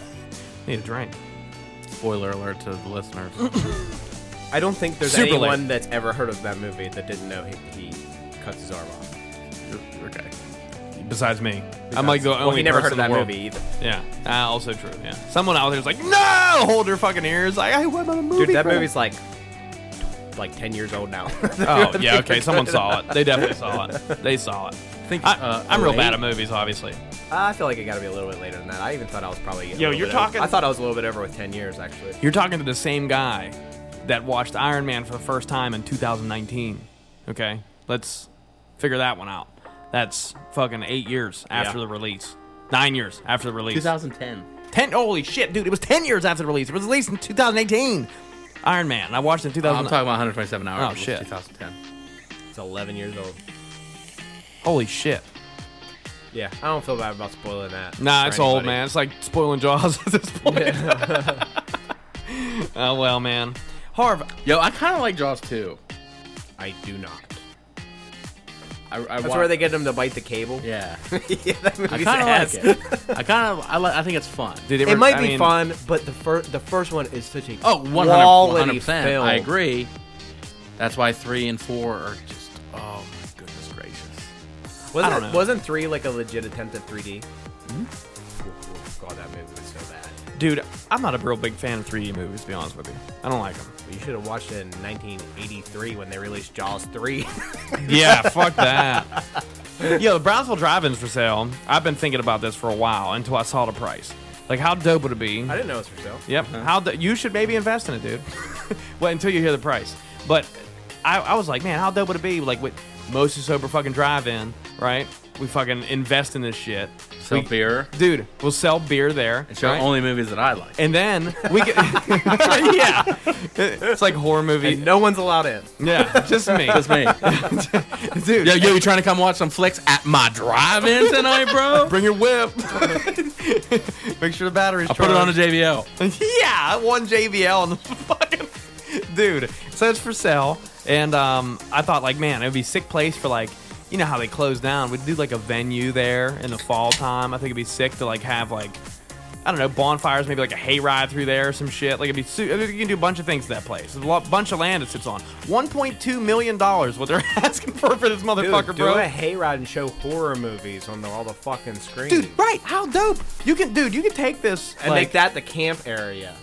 [SPEAKER 1] [laughs] Need a drink.
[SPEAKER 2] Spoiler alert to the listeners.
[SPEAKER 3] I don't think there's
[SPEAKER 1] Super
[SPEAKER 3] anyone that's ever heard of that movie that didn't know he, he cuts his arm off.
[SPEAKER 2] okay.
[SPEAKER 1] Besides me. I'm like the only
[SPEAKER 3] Well, he never heard of
[SPEAKER 1] person in the
[SPEAKER 3] that
[SPEAKER 1] world.
[SPEAKER 3] movie either.
[SPEAKER 1] Yeah. Ah, also true. Yeah. Someone out there's like, no! Hold her fucking ears. Like, I want a movie.
[SPEAKER 3] Dude, that
[SPEAKER 1] bro."
[SPEAKER 3] movie's like tw- like 10 years old [laughs] now.
[SPEAKER 1] [laughs] Oh yeah, okay. Someone saw it. They definitely saw it. They saw it.
[SPEAKER 2] Think,
[SPEAKER 1] I,
[SPEAKER 2] uh,
[SPEAKER 1] I'm real
[SPEAKER 2] 08?
[SPEAKER 1] bad at movies, obviously.
[SPEAKER 3] I feel like it got to be a little bit later than that. I even thought I was probably.
[SPEAKER 1] Yo,
[SPEAKER 3] a little
[SPEAKER 1] you're
[SPEAKER 3] bit
[SPEAKER 1] talking-
[SPEAKER 3] Over. I thought I was a little bit over with ten years actually.
[SPEAKER 1] You're talking to the same guy that watched Iron Man for the first time in 2019. Okay, let's figure that one out. That's fucking eight years after
[SPEAKER 3] Yeah.
[SPEAKER 1] the release. Nine years after the release.
[SPEAKER 2] 2010.
[SPEAKER 1] Ten. Holy shit, dude! It was ten years after the release. It was released in 2018. Iron Man. and I watched it in 2000.
[SPEAKER 2] I'm talking about 127 hours.
[SPEAKER 1] Oh,
[SPEAKER 2] It was
[SPEAKER 1] shit.
[SPEAKER 2] 2010.
[SPEAKER 3] It's eleven years old.
[SPEAKER 1] Holy shit.
[SPEAKER 3] Yeah, I don't feel bad about spoiling that.
[SPEAKER 1] Nah,
[SPEAKER 3] for
[SPEAKER 1] it's old,
[SPEAKER 3] anybody.
[SPEAKER 1] man. It's like spoiling Jaws [laughs] at this point. [laughs] oh well, man. Harv,
[SPEAKER 2] Yo, I kind of like Jaws too.
[SPEAKER 3] I do not.
[SPEAKER 2] I, I
[SPEAKER 3] That's where they get him to bite the cable. [laughs]
[SPEAKER 2] Yeah.
[SPEAKER 3] yeah that
[SPEAKER 2] I
[SPEAKER 3] movie's
[SPEAKER 2] kind
[SPEAKER 3] ass.
[SPEAKER 2] of like it. I kind of. I, li- I think it's fun.
[SPEAKER 1] did
[SPEAKER 3] It
[SPEAKER 1] ever-
[SPEAKER 3] might
[SPEAKER 1] I
[SPEAKER 3] be
[SPEAKER 1] mean,
[SPEAKER 3] fun, but the first the first one is such a
[SPEAKER 2] Oh, 100
[SPEAKER 3] quality
[SPEAKER 2] percent.
[SPEAKER 3] film.
[SPEAKER 2] I agree. That's why three and four are just. Oh my goodness gracious.
[SPEAKER 3] Wasn't
[SPEAKER 1] I don't know. Hmm?
[SPEAKER 3] wasn't three like a legit attempt at 3D? Ooh, God, that movie was so bad.
[SPEAKER 1] Dude, I'm not a real big fan of 3D movies, to be honest with you. I don't like them.
[SPEAKER 3] [laughs] But you should have watched it in 1983 when they released Jaws 3.
[SPEAKER 1] Yeah, fuck that. Yo, the Brownsville Drive-In's for sale. I've been thinking about this for a while until I saw the price. Like, how dope would it be?
[SPEAKER 3] [laughs] I didn't know it was for sale.
[SPEAKER 1] Yep.
[SPEAKER 2] Uh-huh.
[SPEAKER 1] How do, you should maybe invest in it, dude. [laughs] well, until you hear the price. But I, I was like, man, how dope would it be? Like with mostly sober fucking drive-in, right? We fucking invest in this shit,
[SPEAKER 2] Sell
[SPEAKER 1] We-
[SPEAKER 2] beer.
[SPEAKER 1] dude. We'll sell beer there.
[SPEAKER 2] And show
[SPEAKER 1] right?
[SPEAKER 2] only movies that I like.
[SPEAKER 1] and then we
[SPEAKER 2] [laughs]
[SPEAKER 1] get, [laughs] yeah, it's like horror movie.
[SPEAKER 3] And no one's allowed in.
[SPEAKER 1] Yeah, just me.
[SPEAKER 2] That's me.
[SPEAKER 1] Dude,
[SPEAKER 2] [laughs] Yo, yo, you trying to come watch some flicks at my drive-in tonight, bro?
[SPEAKER 1] [laughs] bring your
[SPEAKER 2] [laughs]
[SPEAKER 1] whip. Make sure the battery's
[SPEAKER 2] I put it on a JBL.
[SPEAKER 1] [laughs] yeah, one JBL on the [laughs] fucking dude. So it's for sale, and um, I thought like, man, it would be a sick place for like, you know how they close down. We'd do like a venue there in the fall time. I think it'd be sick to like have like, I don't know, bonfires, maybe like a hayride through there or some shit. Like it'd be su- I mean, you can do a bunch of things to that place. There's a lot, bunch of land it sits on. 1.2 million dollars what they're [laughs] asking for for this
[SPEAKER 3] Dude,
[SPEAKER 1] motherfucker,
[SPEAKER 3] do
[SPEAKER 1] bro.
[SPEAKER 3] a hayride and show horror movies on the, all the fucking screens.
[SPEAKER 1] Dude, right? How dope! You can, dude. You can take this
[SPEAKER 3] And
[SPEAKER 1] like,
[SPEAKER 3] make that the camp area.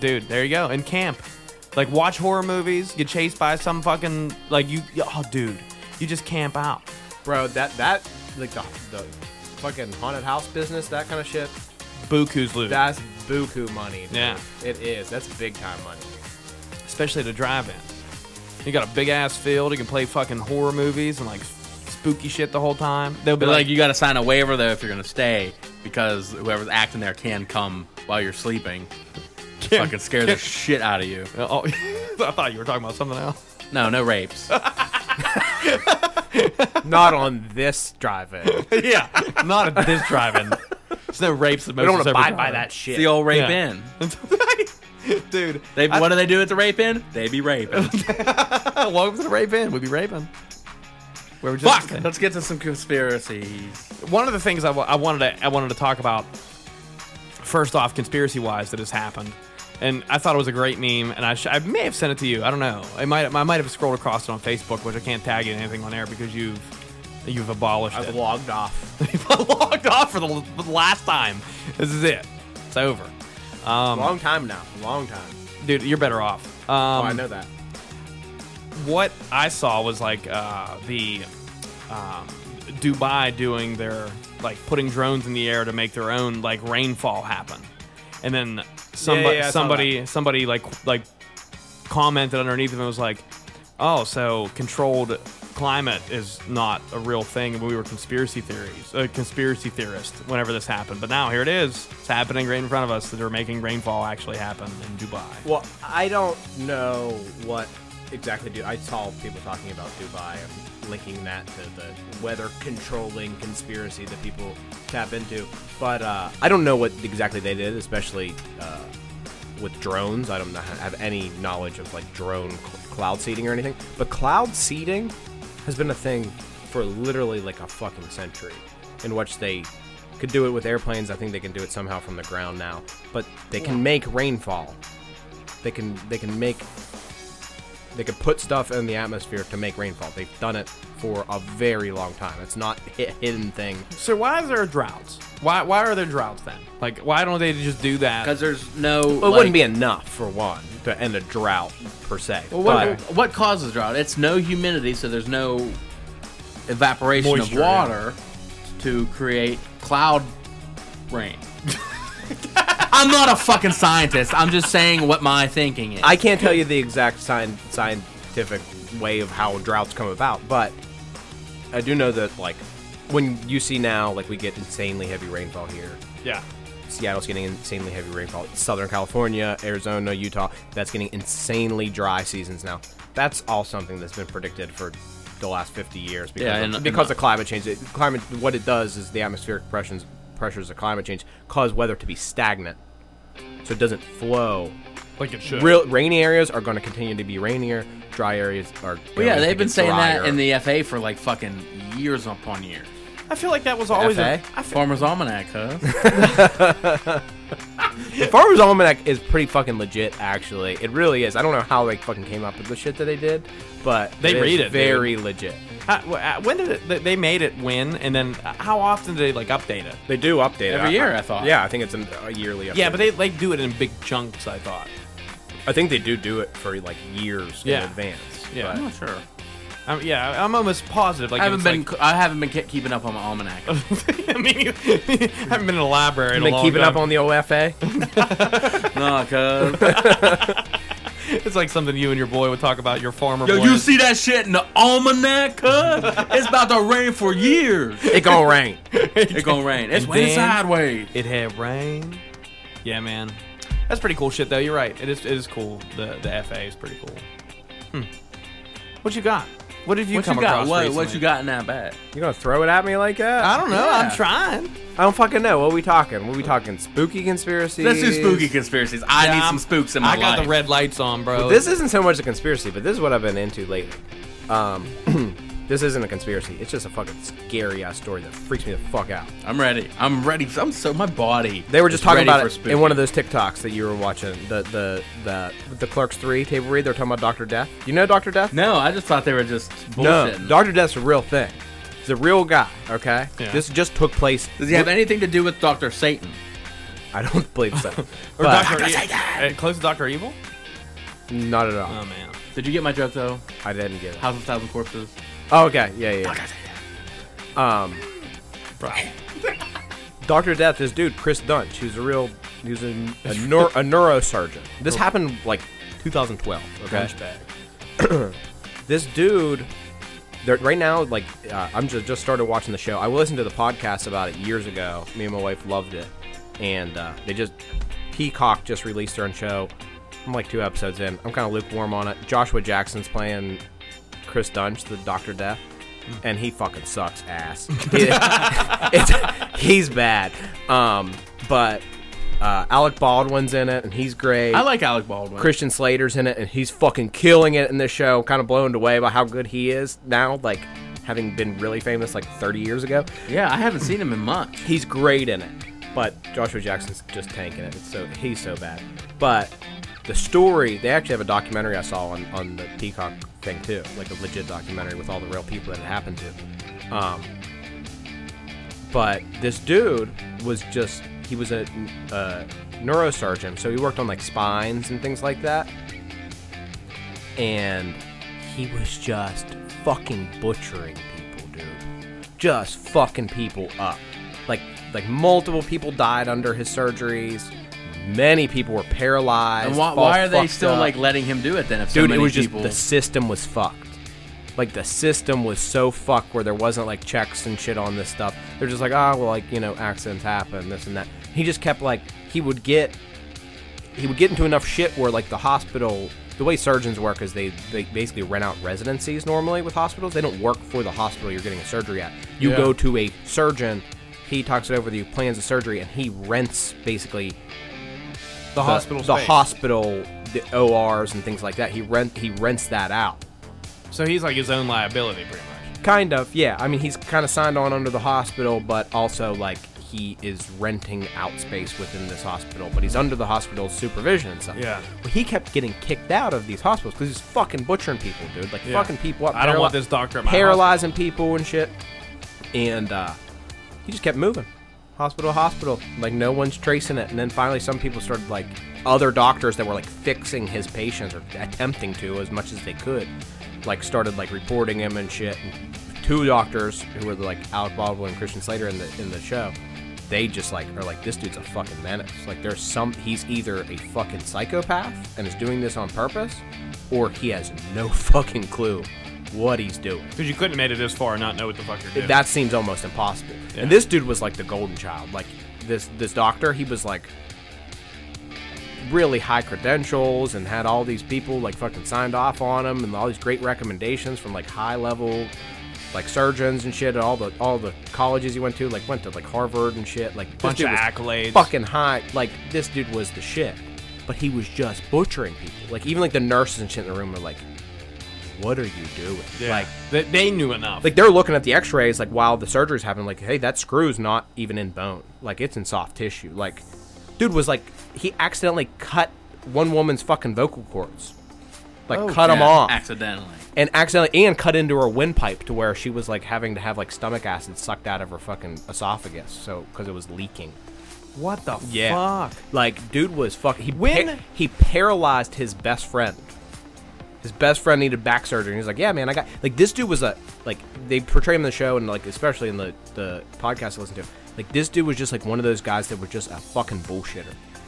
[SPEAKER 1] dude there you go and camp like watch horror movies get chased by some fucking like you oh dude you just camp out
[SPEAKER 3] Bro, that, that, like the, the fucking haunted house business, that kind of shit,
[SPEAKER 1] buku's loot
[SPEAKER 3] that's buku money. dude.
[SPEAKER 1] Yeah.
[SPEAKER 3] It is. That's big time money.
[SPEAKER 1] especially the drive-in you got a big ass field you can play fucking horror movies and like s- spooky shit the whole time. They'll be
[SPEAKER 2] But
[SPEAKER 1] like,
[SPEAKER 2] like, you got to sign a waiver though if you're gonna stay because whoever's acting there can come while you're sleeping. Fucking scare the shit out of you.
[SPEAKER 1] oh, [laughs] I thought you were talking about something else.
[SPEAKER 2] No, no rapes.
[SPEAKER 3] Not on this drive-in. [laughs]
[SPEAKER 1] [laughs]
[SPEAKER 3] we
[SPEAKER 1] yeah, not at this driving. There's no rapes. We
[SPEAKER 3] don't want to abide by that shit.
[SPEAKER 2] the old rape
[SPEAKER 1] Yeah.
[SPEAKER 2] in.
[SPEAKER 1] [laughs] dude.
[SPEAKER 2] They, what do they do at the rape in? They be raping.
[SPEAKER 1] Welcome to the rape in. We'd be raping. We were just
[SPEAKER 2] Fuck. [laughs] Let's get to some conspiracies.
[SPEAKER 1] one of the things I wa- I wanted to I wanted to talk about first off conspiracy wise that has happened, and I thought it was a great meme, and I, sh- I may have sent it to you. I don't know. I might I might have scrolled across it on Facebook, which I can't tag you in anything on there because you've you've abolished
[SPEAKER 3] I've
[SPEAKER 1] it. [laughs]
[SPEAKER 3] logged off.
[SPEAKER 1] logged off for the, l- for the last time. This is it. It's over,
[SPEAKER 3] Long time now. Long time.
[SPEAKER 1] dude. You're better off.
[SPEAKER 3] Oh,
[SPEAKER 1] Um,
[SPEAKER 3] I know that.
[SPEAKER 1] what I saw was like uh, the um, Dubai doing their like putting drones in the air to make their own like rainfall happen, and then
[SPEAKER 3] Yeah,
[SPEAKER 1] somebody
[SPEAKER 3] yeah, yeah, I saw
[SPEAKER 1] somebody somebody like like commented underneath them and was like, "Oh, so controlled climate is not a real thing." We were conspiracy theories, uh, conspiracy theorists whenever this happened, but now here it is. It's happening right in front of us. That they're making rainfall actually happen in Dubai.
[SPEAKER 3] Well, I don't know what exactly do. I saw people talking about Dubai and linking that to the weather controlling conspiracy that people tap into. But uh, I don't know what exactly they did, especially uh, with drones. I don't know- have any knowledge of like drone cl- cloud seeding or anything. But cloud seeding has been a thing for literally like a fucking century, in which they could do it with airplanes. I think they can do it somehow from the ground now. But they can make rainfall they can they can make they can put stuff in the atmosphere to make rainfall. They've done it for a very long time. It's not [laughs] a hidden thing.
[SPEAKER 1] So why is there droughts? Why why are there droughts then? Like why don't they just do that?
[SPEAKER 2] Because there's no.
[SPEAKER 3] Well, it wouldn't be enough for one to end a drought per se.
[SPEAKER 2] Well, what, what causes drought? It's no humidity, so there's no evaporation
[SPEAKER 1] Moisture,
[SPEAKER 2] of water to create cloud rain. [laughs] I'm not a fucking scientist. I'm just saying what my thinking is.
[SPEAKER 3] I can't tell you the exact sci- scientific way of how droughts come about, but I do know that like when you see now like we get insanely heavy rainfall here
[SPEAKER 1] yeah.
[SPEAKER 3] Seattle's getting insanely heavy rainfall. Southern California, Arizona, Utah, that's getting insanely dry seasons now. That's all something that's been predicted for the last 50 years because,
[SPEAKER 2] Yeah,
[SPEAKER 3] of,
[SPEAKER 2] and- and-
[SPEAKER 3] because of climate change. It, climate, what it does is the atmospheric pressures, pressures of climate change cause weather to be stagnant, so it doesn't flow.
[SPEAKER 1] Like it should.
[SPEAKER 3] Real rainy areas are going to continue to be rainier. Dry areas are.
[SPEAKER 2] Well, yeah,
[SPEAKER 3] going to
[SPEAKER 2] they've been
[SPEAKER 3] get
[SPEAKER 2] saying
[SPEAKER 3] drier.
[SPEAKER 2] that in the FA for like fucking years upon years.
[SPEAKER 1] I feel like that was always a,
[SPEAKER 3] FA?
[SPEAKER 1] I feel,
[SPEAKER 2] Farmer's Almanac, [laughs] huh?
[SPEAKER 3] The Farmer's Almanac is pretty fucking legit, actually. It really is. I don't know how they fucking came up with the shit that they did, but
[SPEAKER 1] They
[SPEAKER 3] is
[SPEAKER 1] read it,
[SPEAKER 3] Very legit.
[SPEAKER 1] I- w- I- uh, when did it, they- they made it win and then uh, how often do they like update it?
[SPEAKER 3] They do update
[SPEAKER 2] Every
[SPEAKER 3] it.
[SPEAKER 2] year, I thought.
[SPEAKER 3] Yeah, I think it's an, a yearly. Update.
[SPEAKER 1] Yeah, but they like do it in big chunks, I thought.
[SPEAKER 3] I think they do do it for like years
[SPEAKER 1] Yeah.
[SPEAKER 3] in advance.
[SPEAKER 1] Yeah.
[SPEAKER 2] I'm not sure.
[SPEAKER 1] I'm, yeah, I'm almost positive like
[SPEAKER 2] I haven't
[SPEAKER 1] it's,
[SPEAKER 2] been.
[SPEAKER 1] like-
[SPEAKER 2] I haven't been ke- keeping up on my [laughs] almanac.
[SPEAKER 1] [laughs] I mean, I haven't been in a library in
[SPEAKER 3] But
[SPEAKER 1] a
[SPEAKER 3] they
[SPEAKER 1] long
[SPEAKER 3] keep it
[SPEAKER 1] time.
[SPEAKER 3] up on the OFA.
[SPEAKER 2] no, cuz.
[SPEAKER 1] It's like something you and your boy would talk about your farmer
[SPEAKER 2] Yo,
[SPEAKER 1] boy.
[SPEAKER 2] you see that shit in the almanac? Cuz? It's about to rain for years.
[SPEAKER 3] [laughs]
[SPEAKER 2] [laughs]
[SPEAKER 3] it gonna rain.
[SPEAKER 2] It's gonna rain. It's
[SPEAKER 1] And
[SPEAKER 2] raining
[SPEAKER 1] then-
[SPEAKER 2] sideways.
[SPEAKER 1] It had rain. Yeah, man. That's pretty cool shit, though. You're right. It is, it is cool. The the FA is pretty cool. Hmm. What you got? What have you
[SPEAKER 2] what
[SPEAKER 1] come
[SPEAKER 2] you got?
[SPEAKER 1] across
[SPEAKER 2] What,
[SPEAKER 1] recently?
[SPEAKER 2] what you got in that bag?
[SPEAKER 3] You gonna throw it at me like that?
[SPEAKER 1] I don't know. I'm
[SPEAKER 2] Yeah.
[SPEAKER 1] trying.
[SPEAKER 3] I don't fucking know. What we talking? What we talking? Spooky conspiracy.
[SPEAKER 2] Let's do spooky conspiracies. I need
[SPEAKER 1] I'm-
[SPEAKER 2] some spooks in my
[SPEAKER 1] I got
[SPEAKER 2] life.
[SPEAKER 1] the red lights on, bro.
[SPEAKER 3] This isn't so much a conspiracy, but this is what I've been into lately. Um, [clears throat] this isn't a conspiracy. It's just a fucking scary ass story that freaks me the fuck out.
[SPEAKER 2] I'm ready. I'm ready. I'm so my body.
[SPEAKER 3] They were just
[SPEAKER 2] is
[SPEAKER 3] talking
[SPEAKER 2] ready
[SPEAKER 3] about
[SPEAKER 2] for
[SPEAKER 3] it
[SPEAKER 2] spooky.
[SPEAKER 3] in one of those TikToks that you were watching. The the the the Clerks Three table read. They're talking about Doctor Death. You know Doctor Death?
[SPEAKER 2] No, I just thought they were just
[SPEAKER 3] No,
[SPEAKER 2] bullshitting.
[SPEAKER 3] Doctor Death's a real thing. He's a real guy. Okay,
[SPEAKER 1] Yeah.
[SPEAKER 3] this just took place.
[SPEAKER 2] Does he have anything to do with Doctor Satan?
[SPEAKER 3] I don't [laughs] believe
[SPEAKER 2] [laughs]
[SPEAKER 3] so.
[SPEAKER 1] or
[SPEAKER 3] But-
[SPEAKER 1] Doctor
[SPEAKER 2] E.
[SPEAKER 1] Evil. Close to Doctor Evil.
[SPEAKER 3] Not at all.
[SPEAKER 1] Oh man.
[SPEAKER 2] Did you get my joke though?
[SPEAKER 3] I didn't get it.
[SPEAKER 2] House of Thousand Corpses.
[SPEAKER 3] Oh, okay. Yeah, yeah. yeah. Um, Doctor Death. This dude, Chris Dunch, who's a real, who's a, a, neur- a neurosurgeon. This happened like 2012. Okay.
[SPEAKER 1] Punch bag.
[SPEAKER 3] this dude there, right now, like uh, I'm just just started watching the show. I listened to the podcast about it years ago. Me and my wife loved it, and uh, they just Peacock just released their own show. I'm like two episodes in. I'm kind of lukewarm on it. Joshua Jackson's playing Chris Dunch, the Doctor Death, and he fucking sucks ass. [laughs] He- it's, he's bad. Um, but uh, Alec Baldwin's in it, and he's great.
[SPEAKER 2] I like Alec Baldwin.
[SPEAKER 3] Christian Slater's in it, and he's fucking killing it in this show. Kind of blown away by how good he is now, like having been really famous like 30 years ago.
[SPEAKER 2] Yeah, I haven't seen him in months.
[SPEAKER 3] He's great in it, but Joshua Jackson's just tanking it. It's so he's so bad. But the story, they actually have a documentary I saw on on the Peacock thing too, like a legit documentary with all the real people that it happened to. Um, but this dude was just he was a, a neurosurgeon so he worked on like spines and things like that and he was just fucking butchering people dude just fucking people up like like multiple people died under his surgeries many people were paralyzed
[SPEAKER 2] And why,
[SPEAKER 3] fall
[SPEAKER 2] why are they
[SPEAKER 3] fucked
[SPEAKER 2] still
[SPEAKER 3] up
[SPEAKER 2] like letting him do it then? If so
[SPEAKER 3] dude
[SPEAKER 2] many
[SPEAKER 3] it was just
[SPEAKER 2] people,
[SPEAKER 3] the system was fucked like the system was so fucked where there wasn't like checks and shit on this stuff they're just like ah well like you know accidents happen this and that he just kept like he would get he would get into enough shit where like the hospital the way surgeons work is they, they basically rent out residencies normally with hospitals they don't work for the hospital you're getting a surgery at you
[SPEAKER 1] Yeah.
[SPEAKER 3] go to a surgeon he talks it over with you plans a surgery and he rents basically
[SPEAKER 1] The hospital
[SPEAKER 3] the
[SPEAKER 1] space.
[SPEAKER 3] hospital the ORs and things like that. He rent he rents that out.
[SPEAKER 1] So he's like his own liability, pretty much.
[SPEAKER 3] Kind of, yeah. I mean, he's kind of signed on under the hospital, but also like he is renting out space within this hospital, but he's under the hospital's supervision and stuff.
[SPEAKER 1] Yeah.
[SPEAKER 3] Well, he kept getting kicked out of these hospitals because he's fucking butchering people, dude. Like
[SPEAKER 1] Yeah.
[SPEAKER 3] fucking people up.
[SPEAKER 1] I don't want
[SPEAKER 3] paraly-
[SPEAKER 1] this doctor at my
[SPEAKER 3] paralyzing people and shit. And uh, he just kept moving, hospital to hospital. Like no one's tracing it. And then finally, some people started like other doctors that were like fixing his patients or attempting to as much as they could, like started like reporting him and shit. And two doctors who were like Alec Baldwin and Christian Slater in the in the show. They just like are like this dude's a fucking menace. Like there's some he's either a fucking psychopath and is doing this on purpose, or he has no [laughs] fucking clue what he's doing.
[SPEAKER 1] Because you couldn't have made it this far and not know what the fuck you're doing.
[SPEAKER 3] That seems almost impossible.
[SPEAKER 1] Yeah.
[SPEAKER 3] And this dude was like the golden child. Like this this doctor, he was like really high credentials and had all these people like fucking signed off on him and all these great recommendations from like high level like surgeons and shit at all the all the colleges he went to like went to like Harvard and shit like this
[SPEAKER 1] Bunch
[SPEAKER 3] dude
[SPEAKER 1] of
[SPEAKER 3] was
[SPEAKER 1] accolades.
[SPEAKER 3] fucking high like this dude was the shit but he was just butchering people like even like the nurses and shit in the room were like what are you doing
[SPEAKER 1] Yeah.
[SPEAKER 3] like
[SPEAKER 1] they, they knew enough.
[SPEAKER 3] like they're looking at the x-rays like while the surgery's happening like hey that screw's not even in bone like it's in soft tissue like dude was like he accidentally cut one woman's fucking vocal cords like cut 'em cut them
[SPEAKER 2] Yeah,
[SPEAKER 3] off
[SPEAKER 2] accidentally.
[SPEAKER 3] and accidentally and cut into her windpipe to where she was like having to have like stomach acid sucked out of her fucking esophagus so because it was leaking
[SPEAKER 1] what the
[SPEAKER 3] yeah.
[SPEAKER 1] fuck?
[SPEAKER 3] Like, dude was fucking. He
[SPEAKER 1] When-
[SPEAKER 3] par- he paralyzed his best friend. His best friend needed back surgery. And he's like, yeah, man, I got like this dude was a like they portray him in the show and like especially in the the podcast I listened to. Like this dude was just like one of those guys that was just a fucking bullshitter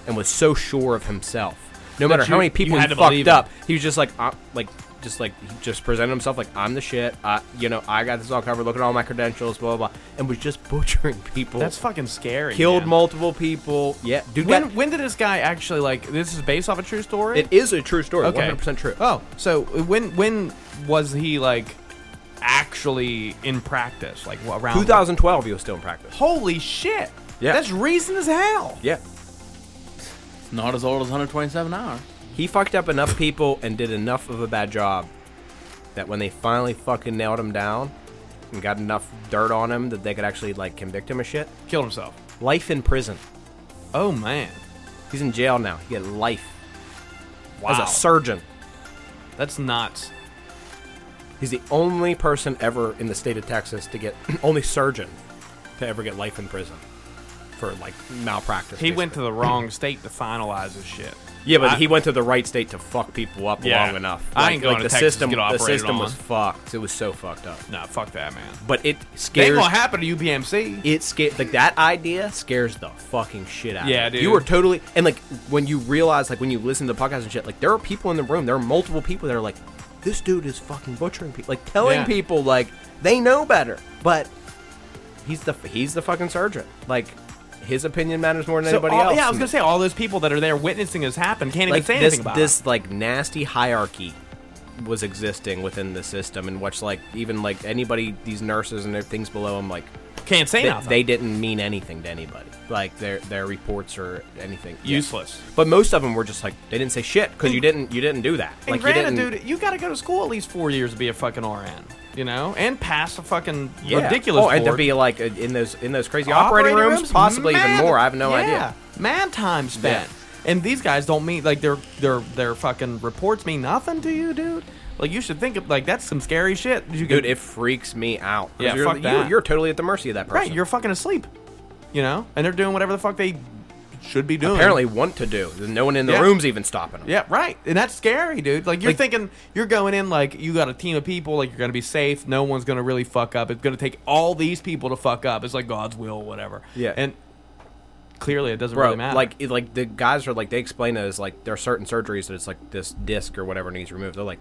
[SPEAKER 3] and was so sure of himself. No matter how
[SPEAKER 1] you-
[SPEAKER 3] many people
[SPEAKER 1] you
[SPEAKER 3] he
[SPEAKER 1] had to
[SPEAKER 3] fucked
[SPEAKER 1] believe him.
[SPEAKER 3] up, he was just like, i like just like he just presented himself like I'm the shit. I, you know, I got this all covered. Look at all my credentials, blah blah, blah and was just [laughs] butchering people.
[SPEAKER 1] That's fucking scary.
[SPEAKER 3] killed
[SPEAKER 1] man.
[SPEAKER 3] multiple people. Yeah, dude.
[SPEAKER 1] When
[SPEAKER 3] got-
[SPEAKER 1] when did this guy actually like? This is based off a true story.
[SPEAKER 3] It is a true story.
[SPEAKER 1] Okay.
[SPEAKER 3] 100% true.
[SPEAKER 1] Oh, so when when was he like actually in practice? Like wh- around
[SPEAKER 3] 2012, he was still in practice.
[SPEAKER 1] Holy shit!
[SPEAKER 3] Yeah.
[SPEAKER 1] that's recent as hell.
[SPEAKER 3] Yeah.
[SPEAKER 2] It's not as old as 127 hours.
[SPEAKER 3] He fucked up enough people and did enough of a bad job that when they finally fucking nailed him down and got enough dirt on him that they could actually, like, convict him of shit,
[SPEAKER 1] Killed himself.
[SPEAKER 3] life in prison.
[SPEAKER 1] Oh man,
[SPEAKER 3] He's in jail now. He had life
[SPEAKER 1] wow,
[SPEAKER 3] as a surgeon.
[SPEAKER 1] that's nuts.
[SPEAKER 3] He's the only person ever in the state of Texas to get, [clears throat] only surgeon to ever get life in prison for, like, malpractice.
[SPEAKER 1] He went to the wrong state to finalize his shit.
[SPEAKER 3] Yeah, but
[SPEAKER 1] I-
[SPEAKER 3] he went to the right state to fuck people up
[SPEAKER 1] Yeah.
[SPEAKER 3] long enough.
[SPEAKER 1] I ain't going to
[SPEAKER 3] the
[SPEAKER 1] Texas to
[SPEAKER 3] system.
[SPEAKER 1] get
[SPEAKER 3] the
[SPEAKER 1] operated
[SPEAKER 3] system
[SPEAKER 1] on.
[SPEAKER 3] was fucked. It was so fucked up.
[SPEAKER 1] Nah, fuck that man.
[SPEAKER 3] But it
[SPEAKER 1] They ain't
[SPEAKER 3] scares.
[SPEAKER 1] gonna happen to UPMC.
[SPEAKER 3] It scares. Like that idea scares the fucking shit out.
[SPEAKER 1] Yeah,
[SPEAKER 3] of
[SPEAKER 1] dude.
[SPEAKER 3] You were totally and like when you realize, like when you listen to the podcast and shit, like there are people in the room. There are multiple people that are like, this dude is fucking butchering people, like telling
[SPEAKER 2] Yeah.
[SPEAKER 3] people like they know better, but he's the he's the fucking surgeon. Like his opinion matters more than
[SPEAKER 1] So
[SPEAKER 3] anybody
[SPEAKER 1] all-
[SPEAKER 3] else.
[SPEAKER 1] Yeah, I was gonna say all those people that are there witnessing this happen can't
[SPEAKER 3] like
[SPEAKER 1] even say
[SPEAKER 3] this
[SPEAKER 1] anything about
[SPEAKER 3] this like nasty hierarchy was existing within the system, and which like even like anybody, these nurses and their things below them, like
[SPEAKER 1] it. Can't say
[SPEAKER 3] they,
[SPEAKER 1] nothing.
[SPEAKER 3] they didn't mean anything to anybody. Like their their reports or anything Yeah.
[SPEAKER 1] useless.
[SPEAKER 3] But most of them were just like they didn't say shit because you didn't you didn't do that.
[SPEAKER 1] And
[SPEAKER 3] like you
[SPEAKER 1] granted,
[SPEAKER 3] didn't,
[SPEAKER 1] dude, you got to go to school at least four years to be a fucking RN, you know, and pass a fucking
[SPEAKER 3] Yeah.
[SPEAKER 1] ridiculous.
[SPEAKER 3] Oh, and to
[SPEAKER 1] board.
[SPEAKER 3] be like uh, in those in those crazy operating, rooms, possibly even
[SPEAKER 1] mad-
[SPEAKER 3] more. I have no
[SPEAKER 1] yeah,
[SPEAKER 3] idea.
[SPEAKER 1] Mad time spent. And these guys don't mean like their their their fucking reports mean nothing to you, dude. Like you should think of like that's some scary shit. You could-
[SPEAKER 3] Dude, it freaks me out. 'Cause
[SPEAKER 1] Yeah,
[SPEAKER 3] you're,
[SPEAKER 1] fuck
[SPEAKER 3] you-
[SPEAKER 1] that.
[SPEAKER 3] you're totally at the mercy of that person.
[SPEAKER 1] right, you're fucking asleep, you know, and they're doing whatever the fuck they should be doing.
[SPEAKER 3] apparently want to do. There's No one in the
[SPEAKER 1] Yeah.
[SPEAKER 3] room's even stopping them.
[SPEAKER 1] Yeah, right. And that's scary, dude. Like you're
[SPEAKER 3] Like-
[SPEAKER 1] thinking you're going in like you got a team of people, like you're gonna be safe, no one's gonna really fuck up. It's gonna take all these people to fuck up. It's like God's will, whatever.
[SPEAKER 3] Yeah.
[SPEAKER 1] And clearly it doesn't
[SPEAKER 3] Bro,
[SPEAKER 1] really matter.
[SPEAKER 3] like, it- like the guys are like they explain it as like there are certain surgeries that it's like this disc or whatever needs removed. They're like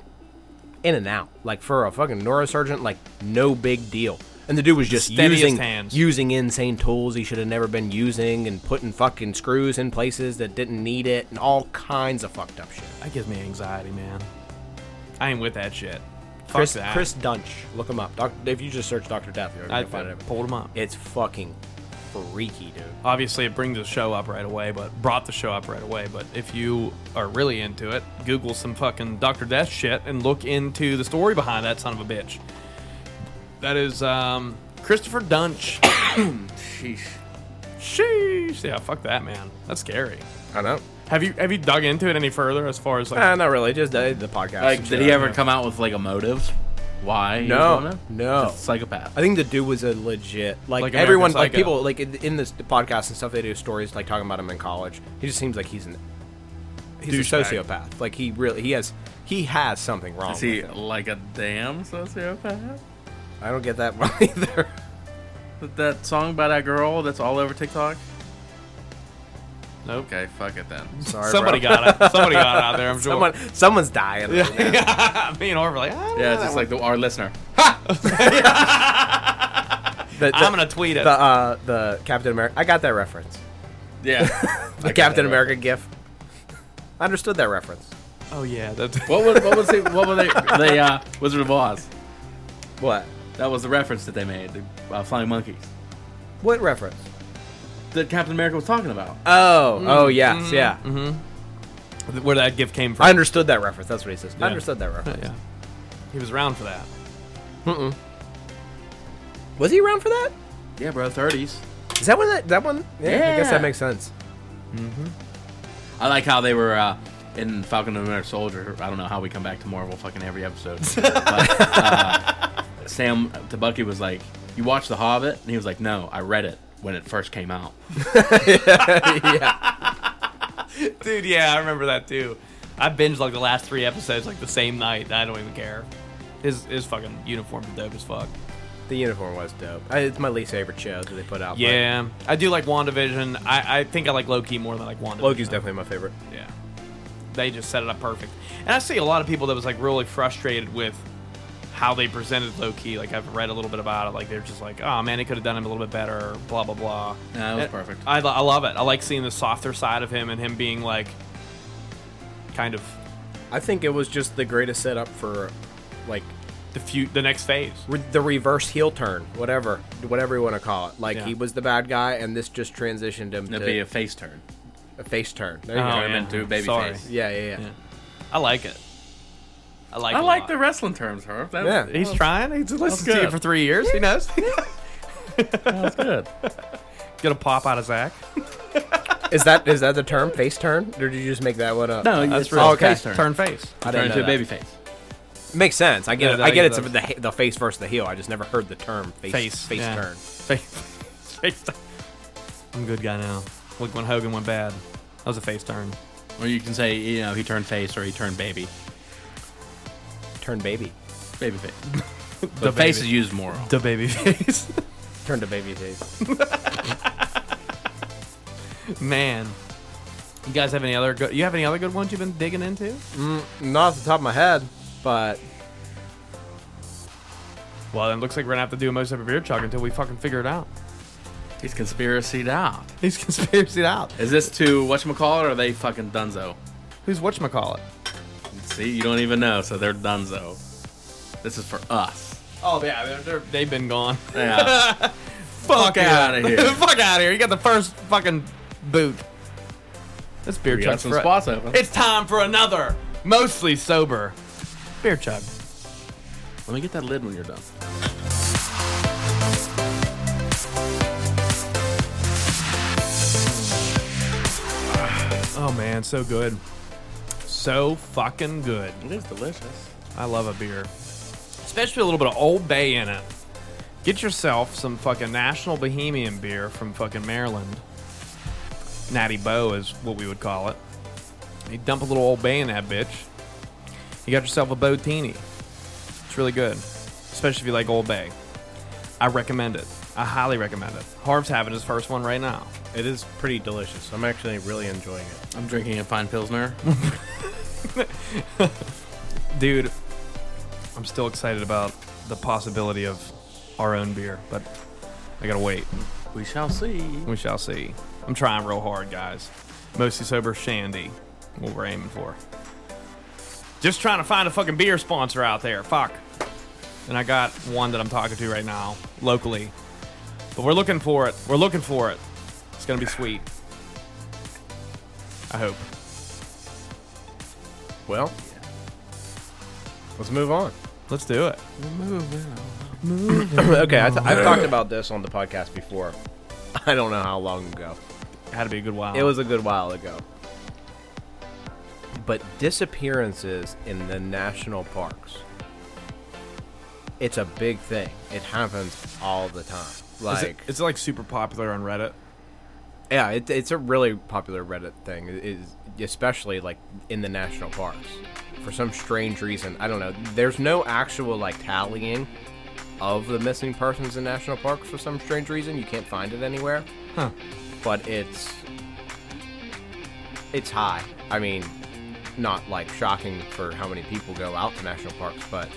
[SPEAKER 3] in and out. Like for a fucking neurosurgeon, like no big deal. And the dude was just
[SPEAKER 1] Steadiest
[SPEAKER 3] using
[SPEAKER 1] hands.
[SPEAKER 3] using insane tools he should have never been using and putting fucking screws in places that didn't need it and all kinds of fucked up shit.
[SPEAKER 1] that gives me anxiety, man. I ain't with that shit. Fuck
[SPEAKER 3] Chris
[SPEAKER 1] that.
[SPEAKER 3] Chris Dunch, look him up. Doc, if you just search Doctor Death, you're
[SPEAKER 1] I
[SPEAKER 3] gonna find it.
[SPEAKER 1] pulled him up.
[SPEAKER 3] It's fucking freaky, dude.
[SPEAKER 1] Obviously, it brings the show up right away, but brought the show up right away. But if you are really into it, Google some fucking Doctor Death shit and look into the story behind that son of a bitch. That is um, Christopher Dunch.
[SPEAKER 2] Sheesh.
[SPEAKER 1] Sheesh. Yeah, fuck that, man. That's scary.
[SPEAKER 3] I know.
[SPEAKER 1] Have you have you dug into it any further as far as like?
[SPEAKER 3] Uh, not really. Just the, the podcast.
[SPEAKER 2] Like,
[SPEAKER 3] and
[SPEAKER 2] did
[SPEAKER 3] shit.
[SPEAKER 2] he ever come out with like a motive? Why? he was
[SPEAKER 3] No,
[SPEAKER 2] doing it?
[SPEAKER 3] no.
[SPEAKER 2] He's a psychopath.
[SPEAKER 3] I think the dude was a legit like,
[SPEAKER 1] Like American
[SPEAKER 3] everyone like
[SPEAKER 1] Psycho.
[SPEAKER 3] people like in, in this podcast and stuff they do stories like talking about him in college. He just seems like he's an he's a
[SPEAKER 1] Douchebag.
[SPEAKER 3] sociopath. Like he really he has he has something wrong.
[SPEAKER 2] Is he
[SPEAKER 3] with him.
[SPEAKER 2] like a damn sociopath?
[SPEAKER 3] I don't get that [laughs] one either.
[SPEAKER 2] That- That song by that girl that's all over TikTok?
[SPEAKER 1] Nope.
[SPEAKER 2] Okay, fuck it [laughs] then.
[SPEAKER 3] Sorry,
[SPEAKER 1] Somebody
[SPEAKER 3] bro.
[SPEAKER 1] got it. Somebody got it out there. I'm sure. [laughs]
[SPEAKER 3] someone someone's dying. right now.
[SPEAKER 1] Me and Orv are like, "Ah, I don't
[SPEAKER 2] Yeah,
[SPEAKER 1] know
[SPEAKER 2] it's
[SPEAKER 1] that
[SPEAKER 2] just like the, our listener.
[SPEAKER 3] [laughs] The, the,
[SPEAKER 1] one. I'm gonna tweet it.
[SPEAKER 3] the uh the Captain America. I got that reference.
[SPEAKER 2] Yeah.
[SPEAKER 3] The Captain America gif. I understood that reference.
[SPEAKER 1] oh yeah, that's
[SPEAKER 2] [laughs]
[SPEAKER 3] [laughs]
[SPEAKER 2] What was what was they what were they they uh Wizard of Oz.
[SPEAKER 3] What?
[SPEAKER 2] That was the reference that they made, the uh, flying monkeys.
[SPEAKER 3] What reference?
[SPEAKER 2] That Captain America was talking about.
[SPEAKER 3] Oh, oh yes,
[SPEAKER 1] Mm-hmm. [laughs]
[SPEAKER 3] yeah.
[SPEAKER 1] where that gift came from.
[SPEAKER 3] I understood that reference. That's what he says.
[SPEAKER 1] Yeah.
[SPEAKER 3] I understood that reference.
[SPEAKER 1] yeah, he was around for that.
[SPEAKER 3] Was he around for that?
[SPEAKER 2] Yeah, bro, thirties.
[SPEAKER 3] Is that one? That, that one? Yeah, I guess
[SPEAKER 2] Yeah.
[SPEAKER 3] that makes sense.
[SPEAKER 2] I like how they were uh, in Falcon and the Winter Soldier. I don't know how we come back to Marvel fucking every
[SPEAKER 3] [laughs]
[SPEAKER 2] episode. but, uh, Sam to Bucky was like, "You watched The Hobbit?" And he was like, "No, I read it when it first came out."
[SPEAKER 1] Dude, yeah, I remember that too. I binged like the last three episodes like the same night. and I don't even care. His his fucking uniform's dope as fuck.
[SPEAKER 3] The uniform was dope. I, it's my least favorite show that they put out. but
[SPEAKER 1] Yeah, I do like WandaVision. I, I think I like Loki more than I like WandaVision.
[SPEAKER 3] Loki's definitely my favorite.
[SPEAKER 1] Yeah, they just set it up perfect. And I see a lot of people that was like really frustrated with how they presented Loki. Like I've read a little bit about it. Like they're just like, oh man, they could have done him a little bit better. Blah blah blah.
[SPEAKER 2] Nah, it was
[SPEAKER 1] And
[SPEAKER 2] perfect.
[SPEAKER 1] I, lo- I love it. I like seeing the softer side of him and him being like, kind of
[SPEAKER 3] I think it was just the greatest setup for, like,
[SPEAKER 1] the few the next phase.
[SPEAKER 3] re- the reverse heel turn, whatever, whatever you want to call it. Like
[SPEAKER 1] Yeah.
[SPEAKER 3] he was the bad guy, and this just transitioned him
[SPEAKER 2] It'd
[SPEAKER 3] to
[SPEAKER 2] be a face turn.
[SPEAKER 3] a face turn. There you
[SPEAKER 1] Oh,
[SPEAKER 3] go.
[SPEAKER 2] I
[SPEAKER 1] yeah.
[SPEAKER 2] meant to baby
[SPEAKER 1] Sorry.
[SPEAKER 2] face.
[SPEAKER 3] Yeah, yeah, yeah.
[SPEAKER 1] Yeah. I like it. I like. oh.
[SPEAKER 2] I
[SPEAKER 1] it a
[SPEAKER 2] like
[SPEAKER 1] lot.
[SPEAKER 2] the wrestling terms, Herb. That
[SPEAKER 3] Yeah.
[SPEAKER 2] was,
[SPEAKER 1] He's trying. He's listened to you
[SPEAKER 2] good.
[SPEAKER 1] for three years. He knows.
[SPEAKER 2] That's good.
[SPEAKER 1] Gonna pop out of Zach.
[SPEAKER 3] [laughs] Is that is that the term face turn, or did you just make that one up? Uh, oh,
[SPEAKER 2] No,
[SPEAKER 1] That's
[SPEAKER 2] that's
[SPEAKER 1] real.
[SPEAKER 2] real.
[SPEAKER 3] Okay.
[SPEAKER 2] Face turn.
[SPEAKER 1] Turn face.
[SPEAKER 2] turn
[SPEAKER 3] I didn't
[SPEAKER 2] into
[SPEAKER 3] know
[SPEAKER 2] a
[SPEAKER 3] that.
[SPEAKER 2] baby face.
[SPEAKER 3] Makes sense. I get
[SPEAKER 1] Yeah,
[SPEAKER 3] it.
[SPEAKER 1] that
[SPEAKER 3] I get it's
[SPEAKER 1] makes
[SPEAKER 3] the, he- the face versus the heel. I just never heard the term face
[SPEAKER 1] Face,
[SPEAKER 3] face,
[SPEAKER 1] yeah.
[SPEAKER 3] turn.
[SPEAKER 1] Face. face turn. I'm a good guy now. Like when Hogan went bad. That was a face turn.
[SPEAKER 2] Or you can say, you know, he turned face or he turned baby.
[SPEAKER 3] Turn baby.
[SPEAKER 2] Baby face.
[SPEAKER 3] [laughs]
[SPEAKER 2] the face is used more.
[SPEAKER 1] The baby [laughs] face.
[SPEAKER 3] Turn to baby face.
[SPEAKER 1] Man. You guys have any other good? You have any other good ones you've been digging into?
[SPEAKER 3] Not off the top of my head. But
[SPEAKER 1] Well, then it looks like we're gonna have to do a most ever beer chug until we fucking figure it [laughs] out.
[SPEAKER 2] He's conspiracied out.
[SPEAKER 1] He's conspiracy out.
[SPEAKER 2] Is this to whatchamacallit or are they fucking dunzo?
[SPEAKER 1] Who's whatchamacallit?
[SPEAKER 2] See, you don't even know, so they're dunzo. This is for us.
[SPEAKER 1] Oh yeah, they're, they're, they've been [laughs] gone.
[SPEAKER 2] [laughs] Yeah. Fuck
[SPEAKER 1] yeah.
[SPEAKER 2] outta
[SPEAKER 1] [laughs]
[SPEAKER 2] here.
[SPEAKER 1] Fuck out of here. You got the first fucking boot. That's beer
[SPEAKER 2] we
[SPEAKER 1] chug.
[SPEAKER 2] got some
[SPEAKER 1] for-
[SPEAKER 2] spots open.
[SPEAKER 1] It's time for another mostly sober beer chug.
[SPEAKER 2] Let me get that lid when you're done.
[SPEAKER 1] Oh man, so good. So fucking good.
[SPEAKER 2] It is delicious.
[SPEAKER 1] I love a beer, especially a little bit of Old Bay in it. Get yourself some fucking National Bohemian beer from fucking Maryland. Natty Bo is what we would call it. You dump a little Old Bay in that bitch. You got yourself a Botini. It's really good, especially if you like Old Bay. I recommend it. I highly recommend it. Harv's having his first one right now.
[SPEAKER 3] it is pretty delicious. I'm actually really enjoying it.
[SPEAKER 2] I'm drinking a fine [laughs] pilsner.
[SPEAKER 1] Dude, I'm still excited about the possibility of our own beer, but I gotta wait.
[SPEAKER 2] we shall see.
[SPEAKER 1] We shall see. I'm trying real hard, guys. Mostly sober shandy. What we're aiming for. Just trying to find a fucking beer sponsor out there. Fuck. And I got one that I'm talking to right now, locally. But we're looking for it. We're looking for it. It's gonna be sweet. I hope.
[SPEAKER 3] Well, let's
[SPEAKER 1] [clears throat]
[SPEAKER 3] move on.
[SPEAKER 1] Let's do it.
[SPEAKER 3] okay, I th- I've [clears throat] talked about this on the podcast before. I don't know how long ago.
[SPEAKER 1] Had to be a good while.
[SPEAKER 3] It was a good while ago. But disappearances in the national parks. It's a big thing. It happens all the time.
[SPEAKER 1] Is
[SPEAKER 3] Like,
[SPEAKER 1] it, is it like super popular on Reddit?
[SPEAKER 3] yeah, it, it's a really popular Reddit thing, it is especially like in the national parks. For some strange reason, I don't know. There's no actual like tallying of the missing persons in national parks for some strange reason. You can't find it anywhere.
[SPEAKER 1] Huh.
[SPEAKER 3] but it's it's high. I mean, not like shocking for how many people go out to national parks, but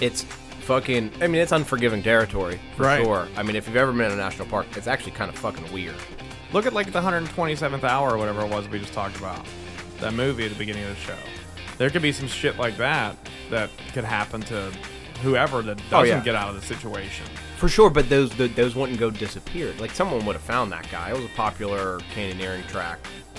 [SPEAKER 3] it's fucking. I mean, it's unforgiving territory for
[SPEAKER 1] Right.
[SPEAKER 3] sure. I mean, if you've ever been in a national park, it's actually kind of fucking weird.
[SPEAKER 1] Look at like the 127th hour or whatever it was we just talked about. That movie at the beginning of the show. There could be some shit like that that could happen to whoever that doesn't
[SPEAKER 3] Oh, yeah.
[SPEAKER 1] get out of the situation.
[SPEAKER 3] For sure, but those th those wouldn't go disappeared. Like someone would have found that guy. It was a popular canyoneering track.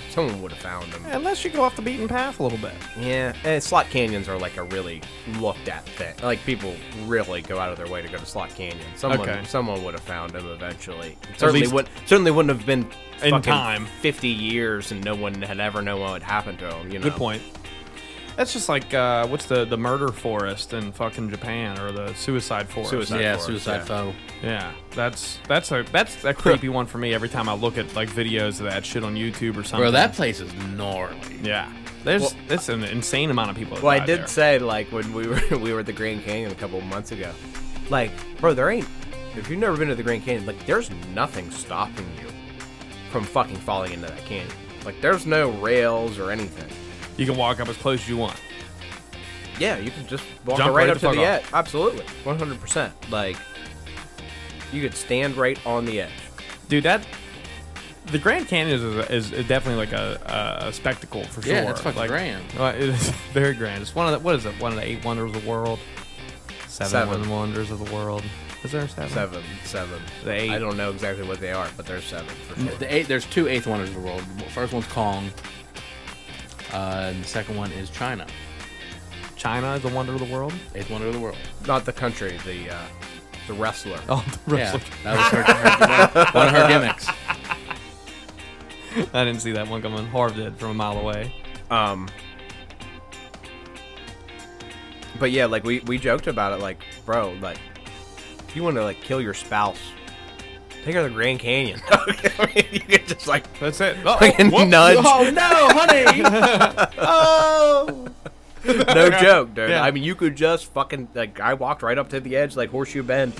[SPEAKER 3] Someone would have found him.
[SPEAKER 1] Unless you go off the beaten path a little bit.
[SPEAKER 3] Yeah, and slot canyons are like a really looked at thing. Like people really go out of their way to go to slot canyons. Someone,
[SPEAKER 1] Okay.
[SPEAKER 3] someone would have found him eventually. Certainly
[SPEAKER 1] least-
[SPEAKER 3] would. Certainly wouldn't have been
[SPEAKER 1] In
[SPEAKER 3] fucking
[SPEAKER 1] time.
[SPEAKER 3] Fifty years, and no one had ever known what had happened to him. You know.
[SPEAKER 1] Good point. That's just like uh, what's the the murder forest in fucking Japan or the suicide forest.
[SPEAKER 3] Suicide.
[SPEAKER 2] Yeah,
[SPEAKER 3] for us,
[SPEAKER 2] suicide
[SPEAKER 3] yeah.
[SPEAKER 2] foe.
[SPEAKER 1] Yeah, that's that's a that's
[SPEAKER 3] [laughs]
[SPEAKER 1] a creepy one for me every time I look at like videos of that shit on YouTube or something.
[SPEAKER 2] Bro, that place is gnarly.
[SPEAKER 1] yeah. There's
[SPEAKER 3] Well-
[SPEAKER 1] that's an insane amount of people. that
[SPEAKER 3] Well, I
[SPEAKER 1] die
[SPEAKER 3] did
[SPEAKER 1] there.
[SPEAKER 3] say like when we were [laughs] we were at the Grand Canyon a couple months ago, like bro, there ain't. If you've never been to the Grand Canyon, like there's nothing stopping you from fucking falling into that canyon. Like there's no rails or anything.
[SPEAKER 1] you can walk up as close as you want.
[SPEAKER 3] Yeah, you can just walk
[SPEAKER 1] Jump
[SPEAKER 3] right,
[SPEAKER 1] right
[SPEAKER 3] up
[SPEAKER 1] the fuck
[SPEAKER 3] to the
[SPEAKER 1] off.
[SPEAKER 3] edge. Absolutely, one hundred percent. Like you could stand right on the edge.
[SPEAKER 1] dude that the grand canyon is, is, is definitely like a, a spectacle for sure
[SPEAKER 2] Yeah, it's fucking
[SPEAKER 1] like,
[SPEAKER 2] grand.
[SPEAKER 1] well, it is [laughs] very grand it's one of the what is it one of the eight wonders of the world seven,
[SPEAKER 3] Seven.
[SPEAKER 1] wonders of the world is there seven?
[SPEAKER 3] Seven, seven.
[SPEAKER 1] The eight.
[SPEAKER 3] I don't know exactly what they are, but there's seven for sure.
[SPEAKER 2] The eight, there's two eighth wonders of the world. First one's Kong, uh, and the second one is China.
[SPEAKER 1] china is a wonder of the world [laughs]
[SPEAKER 2] Eighth wonder of [laughs] the world.
[SPEAKER 3] Not the country, the uh, the wrestler.
[SPEAKER 1] oh the
[SPEAKER 2] Yeah,
[SPEAKER 1] wrestler.
[SPEAKER 2] that was her, her- one of her gimmicks.
[SPEAKER 1] i didn't see that one coming harv did from a mile away
[SPEAKER 3] Um, but yeah, like we we joked about it, like bro, like if you want to like kill your spouse, take her to the Grand Canyon. [laughs] I mean, you could just like
[SPEAKER 1] that's it oh,
[SPEAKER 3] fucking
[SPEAKER 1] whoop.
[SPEAKER 3] nudge.
[SPEAKER 2] Oh no, honey!
[SPEAKER 3] no joke, dude.
[SPEAKER 1] Yeah.
[SPEAKER 3] I mean, you could just fucking like I walked right up to the edge, like horseshoe bend,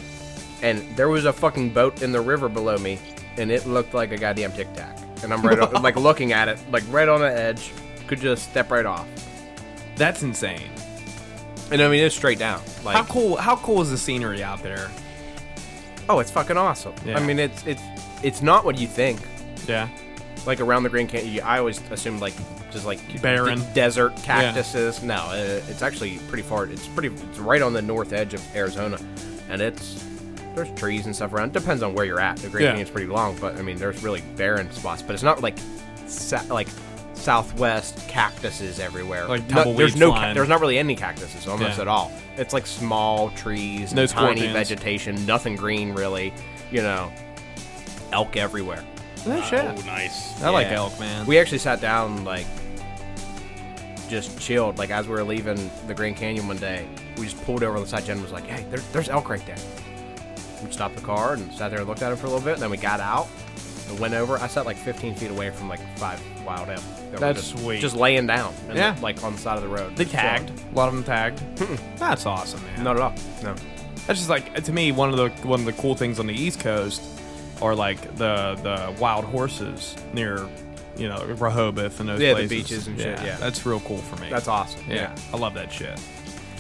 [SPEAKER 3] and there was a fucking boat in the river below me, and it looked like a goddamn tic [laughs] tac. And I'm right, up, like looking at it, like right on the edge, could just step right off.
[SPEAKER 1] [laughs] That's insane.
[SPEAKER 3] And I mean, it's straight down. Like,
[SPEAKER 1] How cool? How cool is the scenery out there?
[SPEAKER 3] oh, it's fucking awesome.
[SPEAKER 1] Yeah.
[SPEAKER 3] I mean, it's it's it's not what you think.
[SPEAKER 1] Yeah.
[SPEAKER 3] Like around the Grand Canyon, you- I always assumed like just like
[SPEAKER 1] Barren.
[SPEAKER 3] d- desert cactuses. No, uh, it's actually pretty far. It's pretty. It's right on the north edge of Arizona, and it's there's trees and stuff around. Depends on where you're at. The Grand
[SPEAKER 1] Yeah.
[SPEAKER 3] Canyon's pretty long, but I mean, there's really barren spots. But it's not like sa- like southwest cactuses everywhere.
[SPEAKER 1] Like
[SPEAKER 3] No-
[SPEAKER 1] tumbleweed
[SPEAKER 3] there's no ca-
[SPEAKER 1] flying.
[SPEAKER 3] there's not really any cactuses almost
[SPEAKER 1] Yeah.
[SPEAKER 3] at all. It's like small trees,
[SPEAKER 1] No
[SPEAKER 3] tiny
[SPEAKER 1] scorpions.
[SPEAKER 3] vegetation, nothing green really. You know, elk everywhere.
[SPEAKER 1] No
[SPEAKER 2] Oh, nice.
[SPEAKER 1] I like
[SPEAKER 3] Yeah.
[SPEAKER 1] elk, man.
[SPEAKER 3] We actually sat down, like, just chilled. Like, as we were leaving the Grand Canyon one day, we just pulled over on the side. Jen was like, hey, there, there's elk right there. We stopped the car and sat there and looked at it for a little bit. And then we got out and went over. I sat like 15 feet away from like five wild elk. that were
[SPEAKER 1] That's
[SPEAKER 3] just,
[SPEAKER 1] sweet.
[SPEAKER 3] Just laying down. And,
[SPEAKER 1] Yeah.
[SPEAKER 3] Like, on the side of the road.
[SPEAKER 1] they
[SPEAKER 3] Just
[SPEAKER 1] tagged.
[SPEAKER 3] chilling.
[SPEAKER 1] A lot of them
[SPEAKER 3] [laughs]
[SPEAKER 1] tagged. That's awesome, man.
[SPEAKER 3] Not at all. No.
[SPEAKER 1] That's just like to me one of the one of the cool things on the East Coast are like the the wild horses near you know Rehoboth and those
[SPEAKER 3] Yeah, the
[SPEAKER 1] places.
[SPEAKER 3] beaches and shit, yeah.
[SPEAKER 1] that's real cool for me.
[SPEAKER 3] That's awesome.
[SPEAKER 1] Yeah,
[SPEAKER 3] Yeah.
[SPEAKER 1] I love that shit.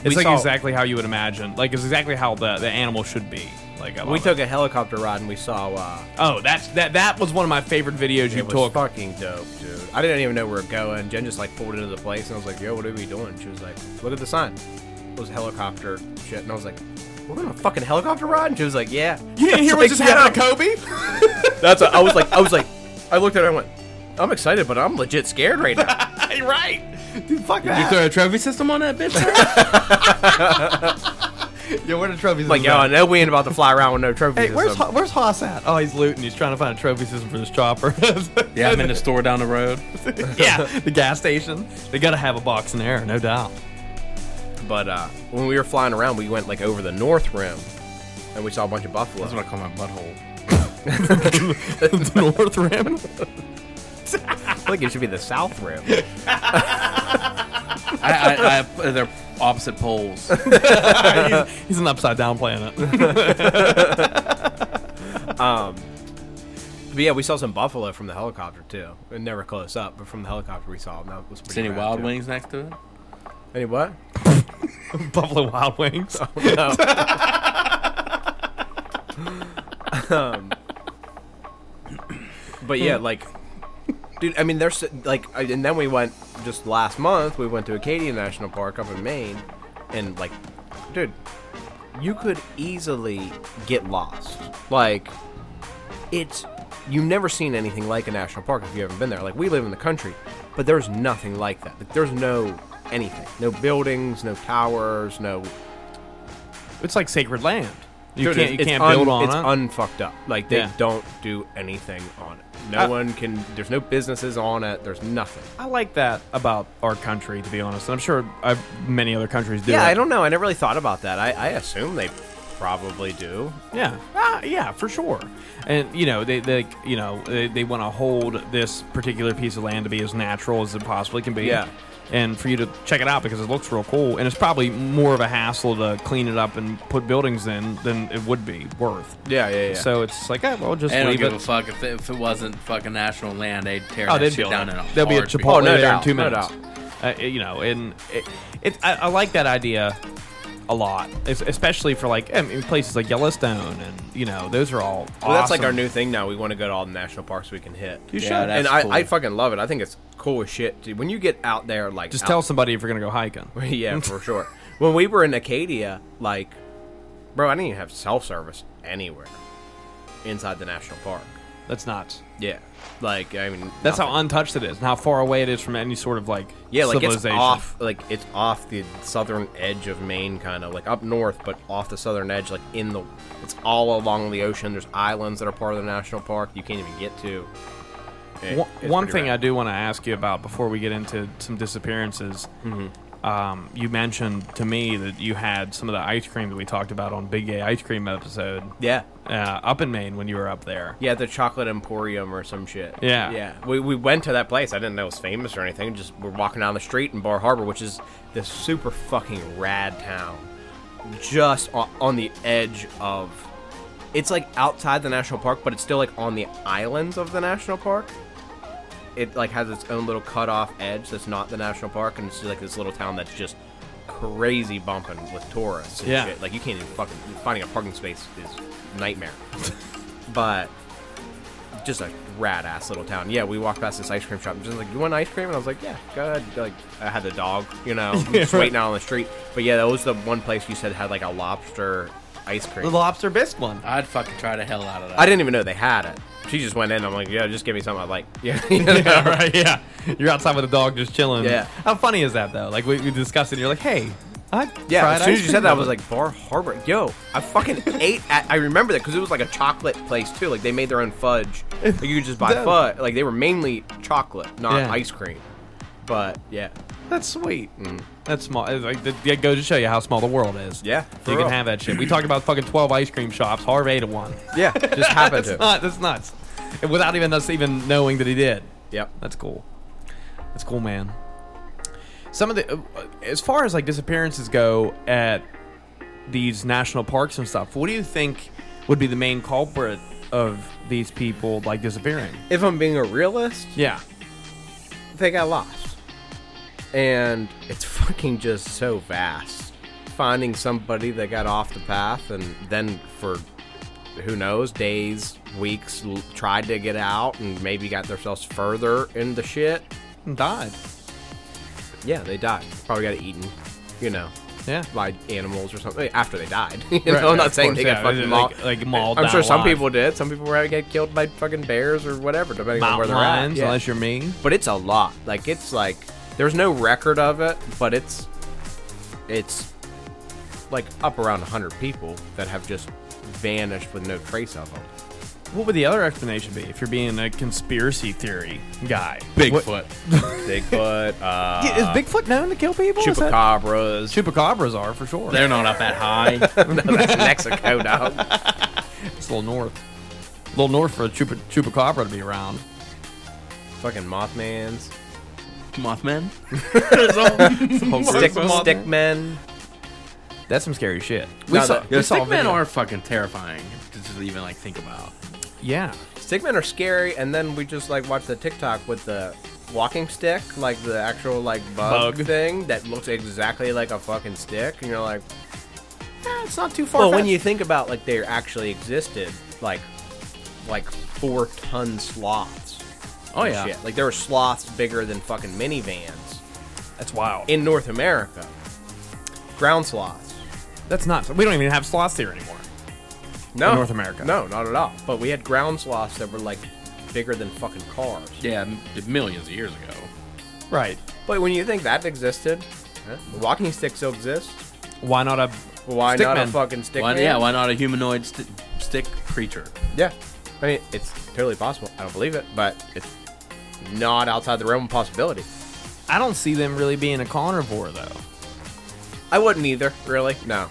[SPEAKER 3] We
[SPEAKER 1] It's like
[SPEAKER 3] saw-
[SPEAKER 1] exactly how you would imagine. Like it's exactly how the, the animal should be. Like I
[SPEAKER 3] We
[SPEAKER 1] love
[SPEAKER 3] took
[SPEAKER 1] it.
[SPEAKER 3] a helicopter ride and we saw. Uh,
[SPEAKER 1] Oh, that's that. That was one of my favorite videos you
[SPEAKER 3] It was
[SPEAKER 1] took.
[SPEAKER 3] fucking dope, dude. I didn't even know we were going. Jen just like pulled into the place, and I was like, "Yo, what are we doing?" She was like, "Look at the sign. It was helicopter shit." And I was like, "We're going on a fucking helicopter ride?" And she was like, "Yeah."
[SPEAKER 1] You
[SPEAKER 3] [laughs]
[SPEAKER 1] didn't hear
[SPEAKER 3] I was
[SPEAKER 1] what just
[SPEAKER 3] like,
[SPEAKER 1] happened to
[SPEAKER 3] "Yeah."
[SPEAKER 1] Kobe?
[SPEAKER 3] [laughs] That's. What, I was like, I was like, I looked at her and went, "I'm excited, but I'm legit scared right now."
[SPEAKER 1] right, dude. Fuck
[SPEAKER 2] You throw a trophy system on that bitch?
[SPEAKER 1] Yo, where the trophies?
[SPEAKER 3] like, yo, I know we ain't about to fly around with no trophies.
[SPEAKER 1] Hey, where's
[SPEAKER 3] system.
[SPEAKER 1] Ho- where's Haas at? Oh, he's looting. He's trying to find a trophy system for this chopper. [laughs]
[SPEAKER 2] yeah, I'm in the store down the road.
[SPEAKER 1] yeah, the gas station. They gotta have a box in there, no doubt.
[SPEAKER 3] [laughs] but uh, when we were flying around, we went like over the north rim, and we saw a bunch of buffalo.
[SPEAKER 2] That's what I call my butthole.
[SPEAKER 1] the North Rim.
[SPEAKER 3] I think it should be the south rim.
[SPEAKER 2] I, I, I, they're opposite [laughs] poles.
[SPEAKER 1] he's, he's an upside down planet. [laughs]
[SPEAKER 3] But yeah, we saw some buffalo from the helicopter too. And never close up, but from the helicopter we saw them. That was
[SPEAKER 2] Is
[SPEAKER 3] pretty
[SPEAKER 2] any
[SPEAKER 3] rad,
[SPEAKER 2] Wild
[SPEAKER 3] too.
[SPEAKER 2] Wings next to it? [laughs]
[SPEAKER 3] Any what?
[SPEAKER 1] Buffalo Wild Wings.
[SPEAKER 3] No. um, but
[SPEAKER 1] Hmm.
[SPEAKER 3] yeah, like, dude, I mean, there's like, I- and then we went just last month. We went to Acadia National Park up in Maine, and like, dude, you could easily get lost. Like, it's you've never seen anything like a national park if you haven't been there. Like we live in the country, but there's nothing like that. Like, there's no anything, no buildings, no towers, no.
[SPEAKER 1] It's like sacred land. You can't
[SPEAKER 3] Dude, it's-
[SPEAKER 1] you
[SPEAKER 3] it's
[SPEAKER 1] can't
[SPEAKER 3] un-
[SPEAKER 1] build on
[SPEAKER 3] it's
[SPEAKER 1] it.
[SPEAKER 3] unfucked up. Like they
[SPEAKER 1] Yeah.
[SPEAKER 3] don't do anything on it. No
[SPEAKER 1] I-
[SPEAKER 3] one can. There's no businesses on it. There's nothing.
[SPEAKER 1] [laughs] I like that about our country, to be honest. And I'm sure i many other countries do.
[SPEAKER 3] Yeah,
[SPEAKER 1] it.
[SPEAKER 3] I don't know. I never really thought about that. I, I assume they probably do.
[SPEAKER 1] Yeah, uh, yeah, for sure. And you know, they, they you know, they, they want to hold this particular piece of land to be as natural as it possibly can be.
[SPEAKER 3] Yeah.
[SPEAKER 1] And for you to check it out because it looks real cool, and it's probably more of a hassle to clean it up and put buildings in than it would be worth.
[SPEAKER 3] Yeah, yeah, yeah.
[SPEAKER 1] So it's like, eh, well, just
[SPEAKER 2] I don't
[SPEAKER 1] leave
[SPEAKER 2] give
[SPEAKER 1] it.
[SPEAKER 2] a fuck if it, if it wasn't fucking national land. They'd tear
[SPEAKER 1] Oh,
[SPEAKER 2] that
[SPEAKER 1] they'd
[SPEAKER 2] shit
[SPEAKER 1] build
[SPEAKER 2] down
[SPEAKER 1] it.
[SPEAKER 2] in a
[SPEAKER 1] There'll be a
[SPEAKER 2] heartbeat.
[SPEAKER 1] Chipotle
[SPEAKER 3] Oh, no
[SPEAKER 1] there
[SPEAKER 3] doubt,
[SPEAKER 1] in two
[SPEAKER 3] no
[SPEAKER 1] minutes. Uh, it- you know, and it, it, I, I like that idea a lot, es- especially for like I mean, places like Yellowstone, and you know, those are all.
[SPEAKER 3] Well, that's like
[SPEAKER 1] awesome.
[SPEAKER 3] our new thing now. We want to go to all the national parks we can hit.
[SPEAKER 1] You
[SPEAKER 2] Yeah,
[SPEAKER 1] should.
[SPEAKER 2] that's
[SPEAKER 3] and I,
[SPEAKER 2] cool.
[SPEAKER 3] I fucking love it. I think it's cool as shit, dude. When you get out there, like
[SPEAKER 1] Just
[SPEAKER 3] out-
[SPEAKER 1] tell somebody if you're gonna go hiking.
[SPEAKER 3] [laughs] yeah,
[SPEAKER 2] [laughs]
[SPEAKER 3] for sure. When we were in Acadia, like, bro, I didn't even have cell service anywhere inside the national park.
[SPEAKER 1] That's nuts.
[SPEAKER 3] Yeah, like I mean,
[SPEAKER 1] That's
[SPEAKER 3] nothing.
[SPEAKER 1] how untouched it is, and how far away it is from any sort of like
[SPEAKER 3] Yeah, like it's
[SPEAKER 1] civilization.
[SPEAKER 3] off, like it's off the southern edge of Maine, kind of like up north, but off the southern edge, like in the. It's all along the ocean. There's islands that are part of the national park you can't even get to. It-
[SPEAKER 1] One,
[SPEAKER 3] it's
[SPEAKER 1] one
[SPEAKER 3] pretty
[SPEAKER 1] thing I
[SPEAKER 3] rad.
[SPEAKER 1] do want to ask you about before we get into some disappearances,
[SPEAKER 3] Mm-hmm.
[SPEAKER 1] um, you mentioned to me that you had some of the ice cream that we talked about on Big Gay Ice Cream episode
[SPEAKER 3] Yeah,
[SPEAKER 1] uh, up in Maine when you were up there.
[SPEAKER 3] yeah, the Chocolate Emporium or some shit.
[SPEAKER 1] Yeah.
[SPEAKER 3] yeah. We, we went to that place. I didn't know it was famous or anything. Just we're walking down the street in Bar Harbor, which is this super fucking rad town, just on, on the edge of. It's like outside the national park, but it's still like on the islands of the national park. it like has its own little cut off edge that's not the national park, and it's just, like this little town that's just crazy bumping with tourists. And
[SPEAKER 1] Yeah.
[SPEAKER 3] shit. like you can't even fucking finding a parking space
[SPEAKER 1] [laughs]
[SPEAKER 3] is nightmare. but just a rad ass little town. Yeah, we walked past this ice cream shop and just like, you want ice cream? And I was like, yeah, go ahead. Like, I had the dog, you know,
[SPEAKER 1] [laughs]
[SPEAKER 3] just waiting out on the street. But yeah, that was the one place you said had like a lobster ice
[SPEAKER 1] The
[SPEAKER 3] cream.
[SPEAKER 1] lobster bisque one.
[SPEAKER 2] I'd fucking try the hell out of that.
[SPEAKER 3] I didn't even know they had it. She just went in. I'm like, yeah, just give me something I like. [laughs] [laughs] Yeah, you know?
[SPEAKER 1] yeah, right. Yeah, [laughs] you're outside with a dog just chilling.
[SPEAKER 3] Yeah.
[SPEAKER 1] How funny is that though? Like we, we discussed it. You're like, hey, I
[SPEAKER 3] Yeah,
[SPEAKER 1] Fried
[SPEAKER 3] as
[SPEAKER 1] ice
[SPEAKER 3] soon as you
[SPEAKER 1] cream
[SPEAKER 3] said that, I
[SPEAKER 1] oven.
[SPEAKER 3] was like, Bar Harbor. Yo, I fucking [laughs] ate at. I remember that because it was like a chocolate place too. Like they made their own fudge. Like you could just [laughs] buy
[SPEAKER 1] Dope.
[SPEAKER 3] fudge. Like they were mainly chocolate, not
[SPEAKER 1] Yeah.
[SPEAKER 3] ice cream. But yeah,
[SPEAKER 1] that's sweet.
[SPEAKER 3] Mm.
[SPEAKER 1] That's small. It's Like that, that goes to show you how small the world is.
[SPEAKER 3] Yeah, for
[SPEAKER 1] you
[SPEAKER 3] real.
[SPEAKER 1] can have that shit. We talked about fucking twelve ice cream shops. Harv ate at
[SPEAKER 3] [laughs]
[SPEAKER 1] one.
[SPEAKER 3] yeah, just [laughs] happened
[SPEAKER 1] that's
[SPEAKER 3] to.
[SPEAKER 1] not. That's nuts. And without even us even knowing that he did.
[SPEAKER 3] yep.
[SPEAKER 1] That's cool. That's cool, man. Some of the, uh, as far as like disappearances go at these national parks and stuff, what do you think would be the main culprit of these people like disappearing?
[SPEAKER 3] If I'm being a realist,
[SPEAKER 1] Yeah,
[SPEAKER 3] they got lost. And it's [laughs] fucking just so vast. Finding somebody that got off the path and then for who knows, days, weeks, l- tried to get out and maybe got themselves further in the shit.
[SPEAKER 1] and died.
[SPEAKER 3] Yeah, they died. Probably got eaten, you know,
[SPEAKER 1] Yeah,
[SPEAKER 3] by animals or something after they died. [laughs] you
[SPEAKER 1] Right,
[SPEAKER 3] know, I'm
[SPEAKER 1] right,
[SPEAKER 3] not
[SPEAKER 1] of
[SPEAKER 3] saying
[SPEAKER 1] course,
[SPEAKER 3] they
[SPEAKER 1] yeah,
[SPEAKER 3] got fucking
[SPEAKER 1] like-
[SPEAKER 3] mauled.
[SPEAKER 1] like mauled
[SPEAKER 3] I'm
[SPEAKER 1] down
[SPEAKER 3] sure some
[SPEAKER 1] alive.
[SPEAKER 3] people did. Some people probably got killed by fucking bears or whatever, depending on
[SPEAKER 1] mountain
[SPEAKER 3] where they're at.
[SPEAKER 1] lions.
[SPEAKER 3] Yeah
[SPEAKER 1] Unless you're me.
[SPEAKER 3] but it's a lot. Like it's like there's no record of it, but it's it's like up around 100 people that have just vanished with no trace of them.
[SPEAKER 1] What would the other explanation be if you're being a conspiracy theory guy?
[SPEAKER 2] Bigfoot.
[SPEAKER 3] Bigfoot, uh,
[SPEAKER 1] Yeah, is Bigfoot known to kill people? Is that-
[SPEAKER 3] chupacabras,
[SPEAKER 1] Chupacabras are for sure.
[SPEAKER 2] They're not up that high.
[SPEAKER 3] that's [laughs] Mexico dog.
[SPEAKER 1] It's a little north, a little north for a chupa, chupacabra to be around.
[SPEAKER 3] Fucking Mothmans,
[SPEAKER 2] Mothman. There's [laughs] a whole
[SPEAKER 3] stick,
[SPEAKER 2] Mothman.
[SPEAKER 3] stickmen.
[SPEAKER 1] That's some scary shit.
[SPEAKER 3] No,
[SPEAKER 1] saw-
[SPEAKER 3] that-
[SPEAKER 2] Yo,
[SPEAKER 1] we saw a
[SPEAKER 2] stickmen
[SPEAKER 1] video.
[SPEAKER 2] are fucking terrifying to just even like think about.
[SPEAKER 1] Yeah.
[SPEAKER 3] Stickmen are scary, and then we just like watch the TikTok with the walking stick, like the actual like bug,
[SPEAKER 1] Bug.
[SPEAKER 3] thing that looks exactly like a fucking stick, and you're like, eh, it's not too far.
[SPEAKER 1] Well,
[SPEAKER 3] Well,
[SPEAKER 1] when
[SPEAKER 3] when you think about like they actually existed, like like four ton sloths.
[SPEAKER 2] Oh
[SPEAKER 3] and
[SPEAKER 2] yeah.
[SPEAKER 3] shit. like there were sloths bigger than fucking minivans
[SPEAKER 1] That's wild.
[SPEAKER 3] in North America. Ground sloths.
[SPEAKER 1] That's not. We don't even have sloths here anymore.
[SPEAKER 3] No,
[SPEAKER 1] In North America.
[SPEAKER 3] No, not at all. But we had ground sloths that were like bigger than fucking cars.
[SPEAKER 2] Yeah, m- millions of years ago.
[SPEAKER 1] Right.
[SPEAKER 3] But when you think that existed, the walking stick still exists.
[SPEAKER 1] Why not a?
[SPEAKER 3] Why not a
[SPEAKER 1] Stickman.
[SPEAKER 3] fucking stick?
[SPEAKER 2] Why,
[SPEAKER 3] man?
[SPEAKER 2] yeah, why not a humanoid st- stick creature?
[SPEAKER 3] yeah. I mean, it's totally possible. I don't believe it, but it's not outside the realm of possibility.
[SPEAKER 1] I don't see them really being a carnivore though.
[SPEAKER 3] I wouldn't either, really. No.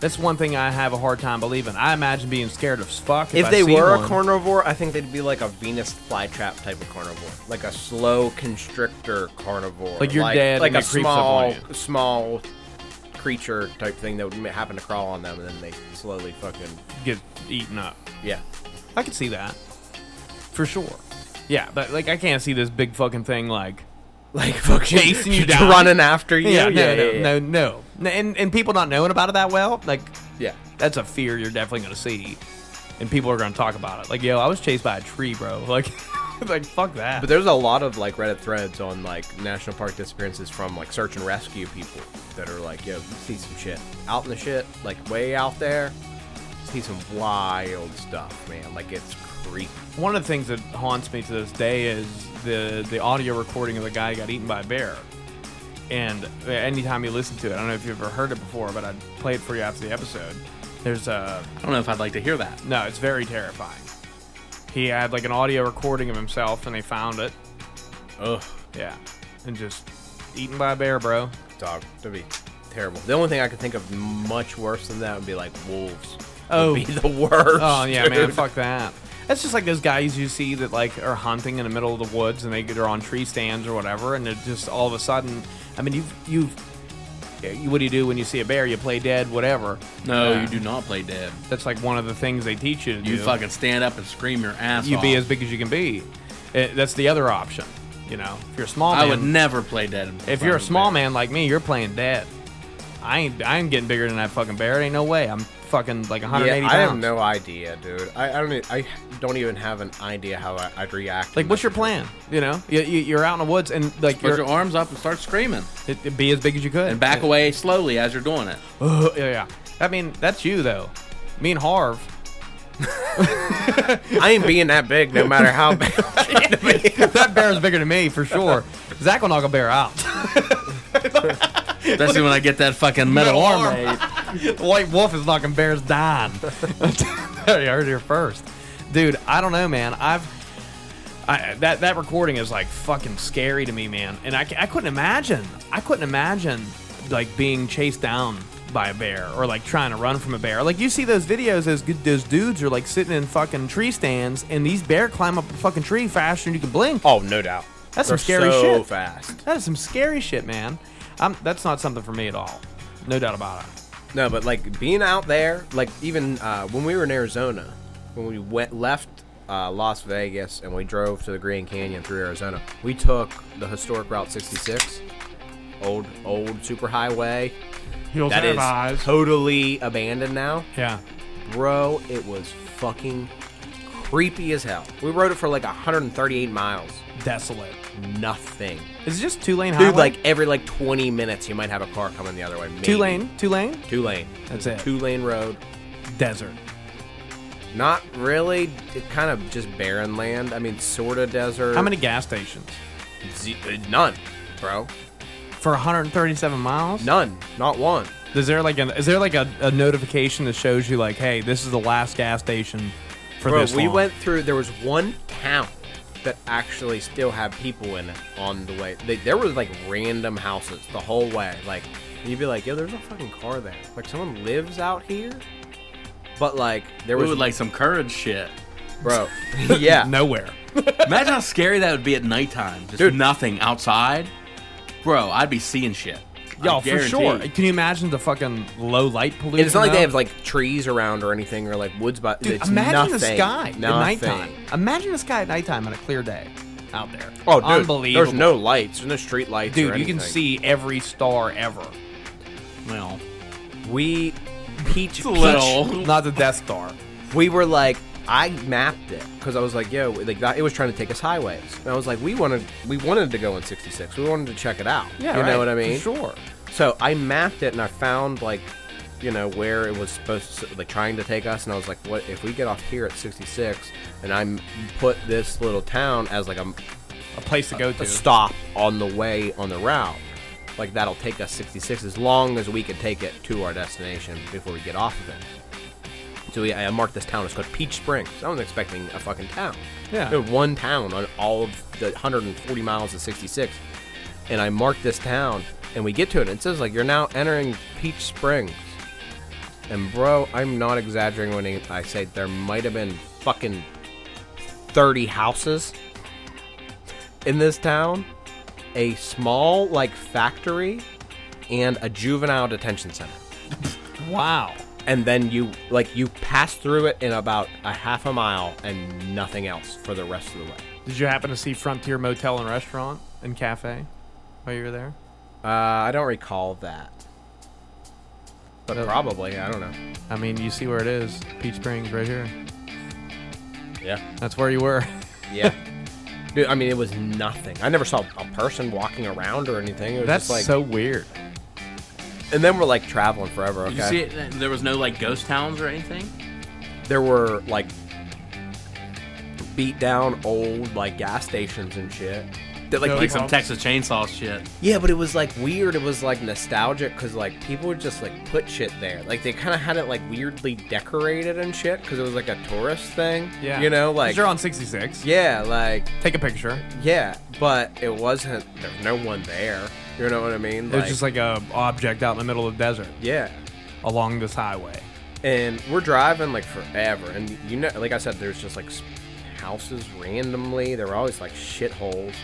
[SPEAKER 1] That's one thing I have a hard time believing. I imagine being scared of fuck. If,
[SPEAKER 3] If,
[SPEAKER 1] I
[SPEAKER 3] they
[SPEAKER 1] see
[SPEAKER 3] were
[SPEAKER 1] one.
[SPEAKER 3] a carnivore, I think they'd be like a Venus flytrap type of carnivore, like a slow constrictor carnivore,
[SPEAKER 1] Like you're dead
[SPEAKER 3] like
[SPEAKER 1] and
[SPEAKER 3] a
[SPEAKER 1] it creeps up on
[SPEAKER 3] small,
[SPEAKER 1] you.
[SPEAKER 3] small creature type thing that would happen to crawl on them, and then they slowly fucking
[SPEAKER 1] get eaten up.
[SPEAKER 3] yeah.
[SPEAKER 1] I could see that, for sure. Yeah, but like I can't see this big fucking thing like [laughs]
[SPEAKER 3] like fucking
[SPEAKER 1] Chasing
[SPEAKER 3] [laughs]
[SPEAKER 1] [laughs] you down.
[SPEAKER 3] running after
[SPEAKER 1] [laughs]
[SPEAKER 3] you.
[SPEAKER 1] yeah, no, no, no, no, no, and and people not knowing about it that well, like
[SPEAKER 3] Yeah.
[SPEAKER 1] that's a fear you're definitely gonna see, and people are gonna talk about it. Like, yo, I was chased by a tree, bro. [laughs] Like, like fuck that.
[SPEAKER 3] But there's a lot of like Reddit threads on like national park disappearances from like search and rescue people that are like, yo, we see some shit out in the shit, like way out there. See some wild stuff, man. Like it's creepy.
[SPEAKER 1] One of the things that haunts me to this day is the the audio recording of the guy who got eaten by a bear. And uh, anytime you listen to it, I don't know if you've ever heard it before, but I'd play it for you after the episode. There's a
[SPEAKER 2] I don't know if I'd like to hear that.
[SPEAKER 1] No, it's very terrifying. He had like an audio recording of himself, and they found it.
[SPEAKER 2] Ugh.
[SPEAKER 1] Yeah, and just eaten by a bear, bro.
[SPEAKER 3] Dog, that'd be terrible. The only thing I could think of much worse than that would be like wolves.
[SPEAKER 1] Oh.
[SPEAKER 3] would be the worst.
[SPEAKER 1] Oh yeah, man,
[SPEAKER 3] dude.
[SPEAKER 1] fuck that. That's just like those guys you see that like are hunting in the middle of the woods, and they get are on tree stands or whatever, and they're just all of a sudden. I mean, you've you've. yeah, you- What do you do when you see a bear? You play dead, whatever.
[SPEAKER 2] No,
[SPEAKER 1] Yeah.
[SPEAKER 2] you do not play dead.
[SPEAKER 1] That's like one of the things they teach you to do.
[SPEAKER 2] You fucking stand up and scream your ass
[SPEAKER 1] you
[SPEAKER 2] off.
[SPEAKER 1] be as big as you can be. Eh, that's the other option. You know, if you're a small Oh, man,
[SPEAKER 2] I would never play dead. in
[SPEAKER 1] if
[SPEAKER 2] front
[SPEAKER 1] you're a
[SPEAKER 2] of
[SPEAKER 1] small
[SPEAKER 2] bear.
[SPEAKER 1] man like me, you're playing dead. I ain't I ain't getting bigger than that fucking bear. It ain't no way. I'm fucking like 180
[SPEAKER 3] I
[SPEAKER 1] pounds.
[SPEAKER 3] have no idea, dude. I, I don't. e- I don't even have an idea how I, I'd react.
[SPEAKER 1] like, what's your plan? You know, you, you, you're out in the woods and like
[SPEAKER 2] put
[SPEAKER 1] you're
[SPEAKER 2] your arms up and start screaming
[SPEAKER 1] it, it be as big as you could
[SPEAKER 2] and back
[SPEAKER 1] Yeah.
[SPEAKER 2] away slowly as you're
[SPEAKER 1] [laughs]
[SPEAKER 2] doing it.
[SPEAKER 1] Ugh, yeah, yeah. I mean, that's you though. Me and
[SPEAKER 2] [laughs]
[SPEAKER 1] Harv.
[SPEAKER 3] [laughs] I ain't being that big, no matter
[SPEAKER 1] [laughs]
[SPEAKER 3] how. big.
[SPEAKER 1] that bear's bigger than me for
[SPEAKER 2] [laughs]
[SPEAKER 1] sure. Zach will knock a bear out.
[SPEAKER 2] Especially when I get that fucking metal
[SPEAKER 1] Metal
[SPEAKER 2] armor.
[SPEAKER 1] The White Wolf is knocking bears [laughs] down. there you heard it here first, dude. I don't know, man. I've I, that that recording is like fucking scary to me, man. And I, ca- I couldn't imagine. I couldn't imagine like being chased down by a bear or like trying to run from a bear. Like you see those videos, those good- those dudes are like sitting in fucking tree stands, and these bear climb up a fucking tree faster than you can blink.
[SPEAKER 3] oh, no doubt.
[SPEAKER 1] That's some
[SPEAKER 3] They're
[SPEAKER 1] scary
[SPEAKER 3] so
[SPEAKER 1] shit.
[SPEAKER 3] fast.
[SPEAKER 1] That is some scary shit, man. i that's not something for me at all. No doubt about it.
[SPEAKER 3] No, but like being out there, like even uh, when we were in Arizona, when we went left uh, Las Vegas and we drove to the Grand Canyon through Arizona, we took the historic Route 66, old old superhighway that is totally abandoned now.
[SPEAKER 1] Yeah.
[SPEAKER 3] Bro, it was fucking creepy as hell. We rode it for like 138 miles,
[SPEAKER 1] Desolate.
[SPEAKER 3] nothing.
[SPEAKER 1] Is it just two lane highway?
[SPEAKER 3] Dude, like every like 20 minutes, you might have a car coming the other way. maybe.
[SPEAKER 1] two lane, two lane,
[SPEAKER 3] two lane.
[SPEAKER 1] That's it.
[SPEAKER 3] Two lane road.
[SPEAKER 1] desert.
[SPEAKER 3] Not really. It kind of just barren land. I mean, sort of desert.
[SPEAKER 1] How many gas stations
[SPEAKER 3] Z- uh, none, bro.
[SPEAKER 1] for 137 miles?
[SPEAKER 3] None. Not one.
[SPEAKER 1] Is there like an is there like a, a notification that shows you like, hey, this is the last gas station for
[SPEAKER 3] Bro,
[SPEAKER 1] this?
[SPEAKER 3] we
[SPEAKER 1] long?
[SPEAKER 3] went through. There was one town that actually still had people in it on the way. They, there was like random houses the whole way. Like you'd be like, yo, there's a fucking car there. Like someone lives out here. But like there
[SPEAKER 2] We
[SPEAKER 3] was
[SPEAKER 2] would like some courage shit.
[SPEAKER 1] [laughs]
[SPEAKER 3] bro, [laughs] yeah.
[SPEAKER 1] nowhere.
[SPEAKER 2] Imagine how scary that would be at nighttime. Just
[SPEAKER 3] Dude.
[SPEAKER 2] nothing outside. Bro, I'd be seeing shit. I
[SPEAKER 1] Y'all for
[SPEAKER 2] guarantee.
[SPEAKER 1] sure. Can you imagine the fucking low light pollution?
[SPEAKER 3] And it's not like they
[SPEAKER 1] though?
[SPEAKER 3] have like trees around or anything or like woods, but
[SPEAKER 1] Dude,
[SPEAKER 3] it's
[SPEAKER 1] imagine
[SPEAKER 3] nothing,
[SPEAKER 1] the sky
[SPEAKER 3] nothing.
[SPEAKER 1] at nighttime. Imagine the sky at nighttime on a clear day out there.
[SPEAKER 3] Oh, dude,
[SPEAKER 1] unbelievable!
[SPEAKER 3] There's no lights. There's no street lights.
[SPEAKER 1] dude.
[SPEAKER 3] or
[SPEAKER 1] You can
[SPEAKER 3] anything.
[SPEAKER 1] see every star ever.
[SPEAKER 2] Well,
[SPEAKER 3] we peach, peach
[SPEAKER 2] little.
[SPEAKER 1] Not the Death Star.
[SPEAKER 3] We were like, I mapped it because I was like, yo, like that, it was trying to take us highways, and I was like, we wanted, we wanted to go on 66. We wanted to check it out.
[SPEAKER 1] Yeah,
[SPEAKER 3] you
[SPEAKER 1] right,
[SPEAKER 3] know what I
[SPEAKER 1] for
[SPEAKER 3] mean?
[SPEAKER 1] sure.
[SPEAKER 3] So I mapped it and I found like, you know, where it was supposed to like trying to take us, and I was like, what if we get off here at 66 and I m- put this little town as like a
[SPEAKER 1] A place to go to.
[SPEAKER 3] a stop on the way on the route. Like that'll take us 66 as long as we can take it to our destination before we get off of it. So we, I marked this town. It's called Peach Springs. I was expecting a fucking town.
[SPEAKER 1] Yeah.
[SPEAKER 3] There was one town on all of the 140 miles of 66, and I marked this town. And we get to it. And it says like you're now entering Peach Springs. And bro, I'm not exaggerating when I say there might have been fucking 30 houses in this town, a small like factory, and a juvenile detention center.
[SPEAKER 1] wow.
[SPEAKER 3] And then you like you pass through it in about a half a mile and nothing else for the rest of the way.
[SPEAKER 1] Did you happen to see Frontier Motel and Restaurant and Cafe while you were there?
[SPEAKER 3] Uh, I don't recall that, but probably
[SPEAKER 1] [laughs]
[SPEAKER 3] I don't know.
[SPEAKER 1] I mean, you see where it is. Peach Springs, right here.
[SPEAKER 3] Yeah,
[SPEAKER 1] That's where you were.
[SPEAKER 3] yeah. Dude, I mean, it was nothing. I never saw a person walking around or anything. It was
[SPEAKER 1] That's
[SPEAKER 3] just like,
[SPEAKER 1] so weird.
[SPEAKER 3] and then we're like traveling forever. Okay,
[SPEAKER 2] Did you see it? There was no like ghost towns or anything.
[SPEAKER 3] there were like beat down old like gas stations and shit. That like,
[SPEAKER 2] Like
[SPEAKER 3] people-
[SPEAKER 2] some Texas chainsaw shit.
[SPEAKER 3] yeah, but it was like weird. It was like nostalgic because like people would just like put shit there. Like they kind of had it like weirdly decorated and shit because it was like a tourist thing. you know, like
[SPEAKER 1] you're on 66.
[SPEAKER 3] yeah, like
[SPEAKER 1] Take a picture.
[SPEAKER 3] yeah, but it wasn't. There was no one there. You know what I mean?
[SPEAKER 1] It was just like a object out in the middle of the desert
[SPEAKER 3] yeah.
[SPEAKER 1] along this highway.
[SPEAKER 3] and we're driving like forever and you know like i said there's just like s- houses randomly there were always like shitholes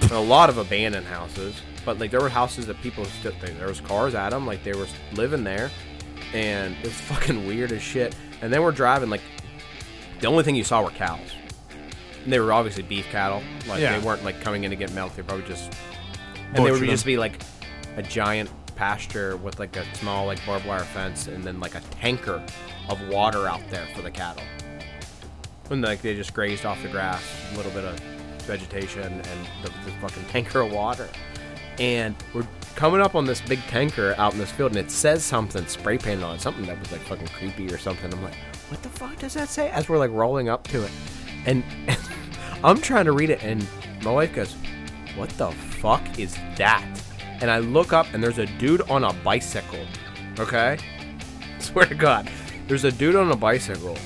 [SPEAKER 3] and a lot of abandoned houses but like there were houses that people still there was cars at them like they were living there and it was fucking weird as shit and then we're driving like the only thing you saw were cows And they were obviously beef cattle. Like
[SPEAKER 1] Yeah.
[SPEAKER 3] they weren't like coming in to get milk. They probably just and they would
[SPEAKER 1] Butcher
[SPEAKER 3] just
[SPEAKER 1] them.
[SPEAKER 3] be like a giant pasture with like a small like barbed wire fence and then like a tanker of water out there for the cattle. And like they just grazed off the grass, a little bit of vegetation, and the, the fucking tanker of water. And we're coming up on this big tanker out in this field, and it says something spray painted on it, something that was like fucking creepy or something. I'm like, what the fuck does that say? As we're like rolling up to it, and [laughs] I'm trying to read it, and my wife goes, "What the fuck is that?" And I look up, and there's a dude on a bicycle. Okay, [laughs] swear to God, there's a dude on a bicycle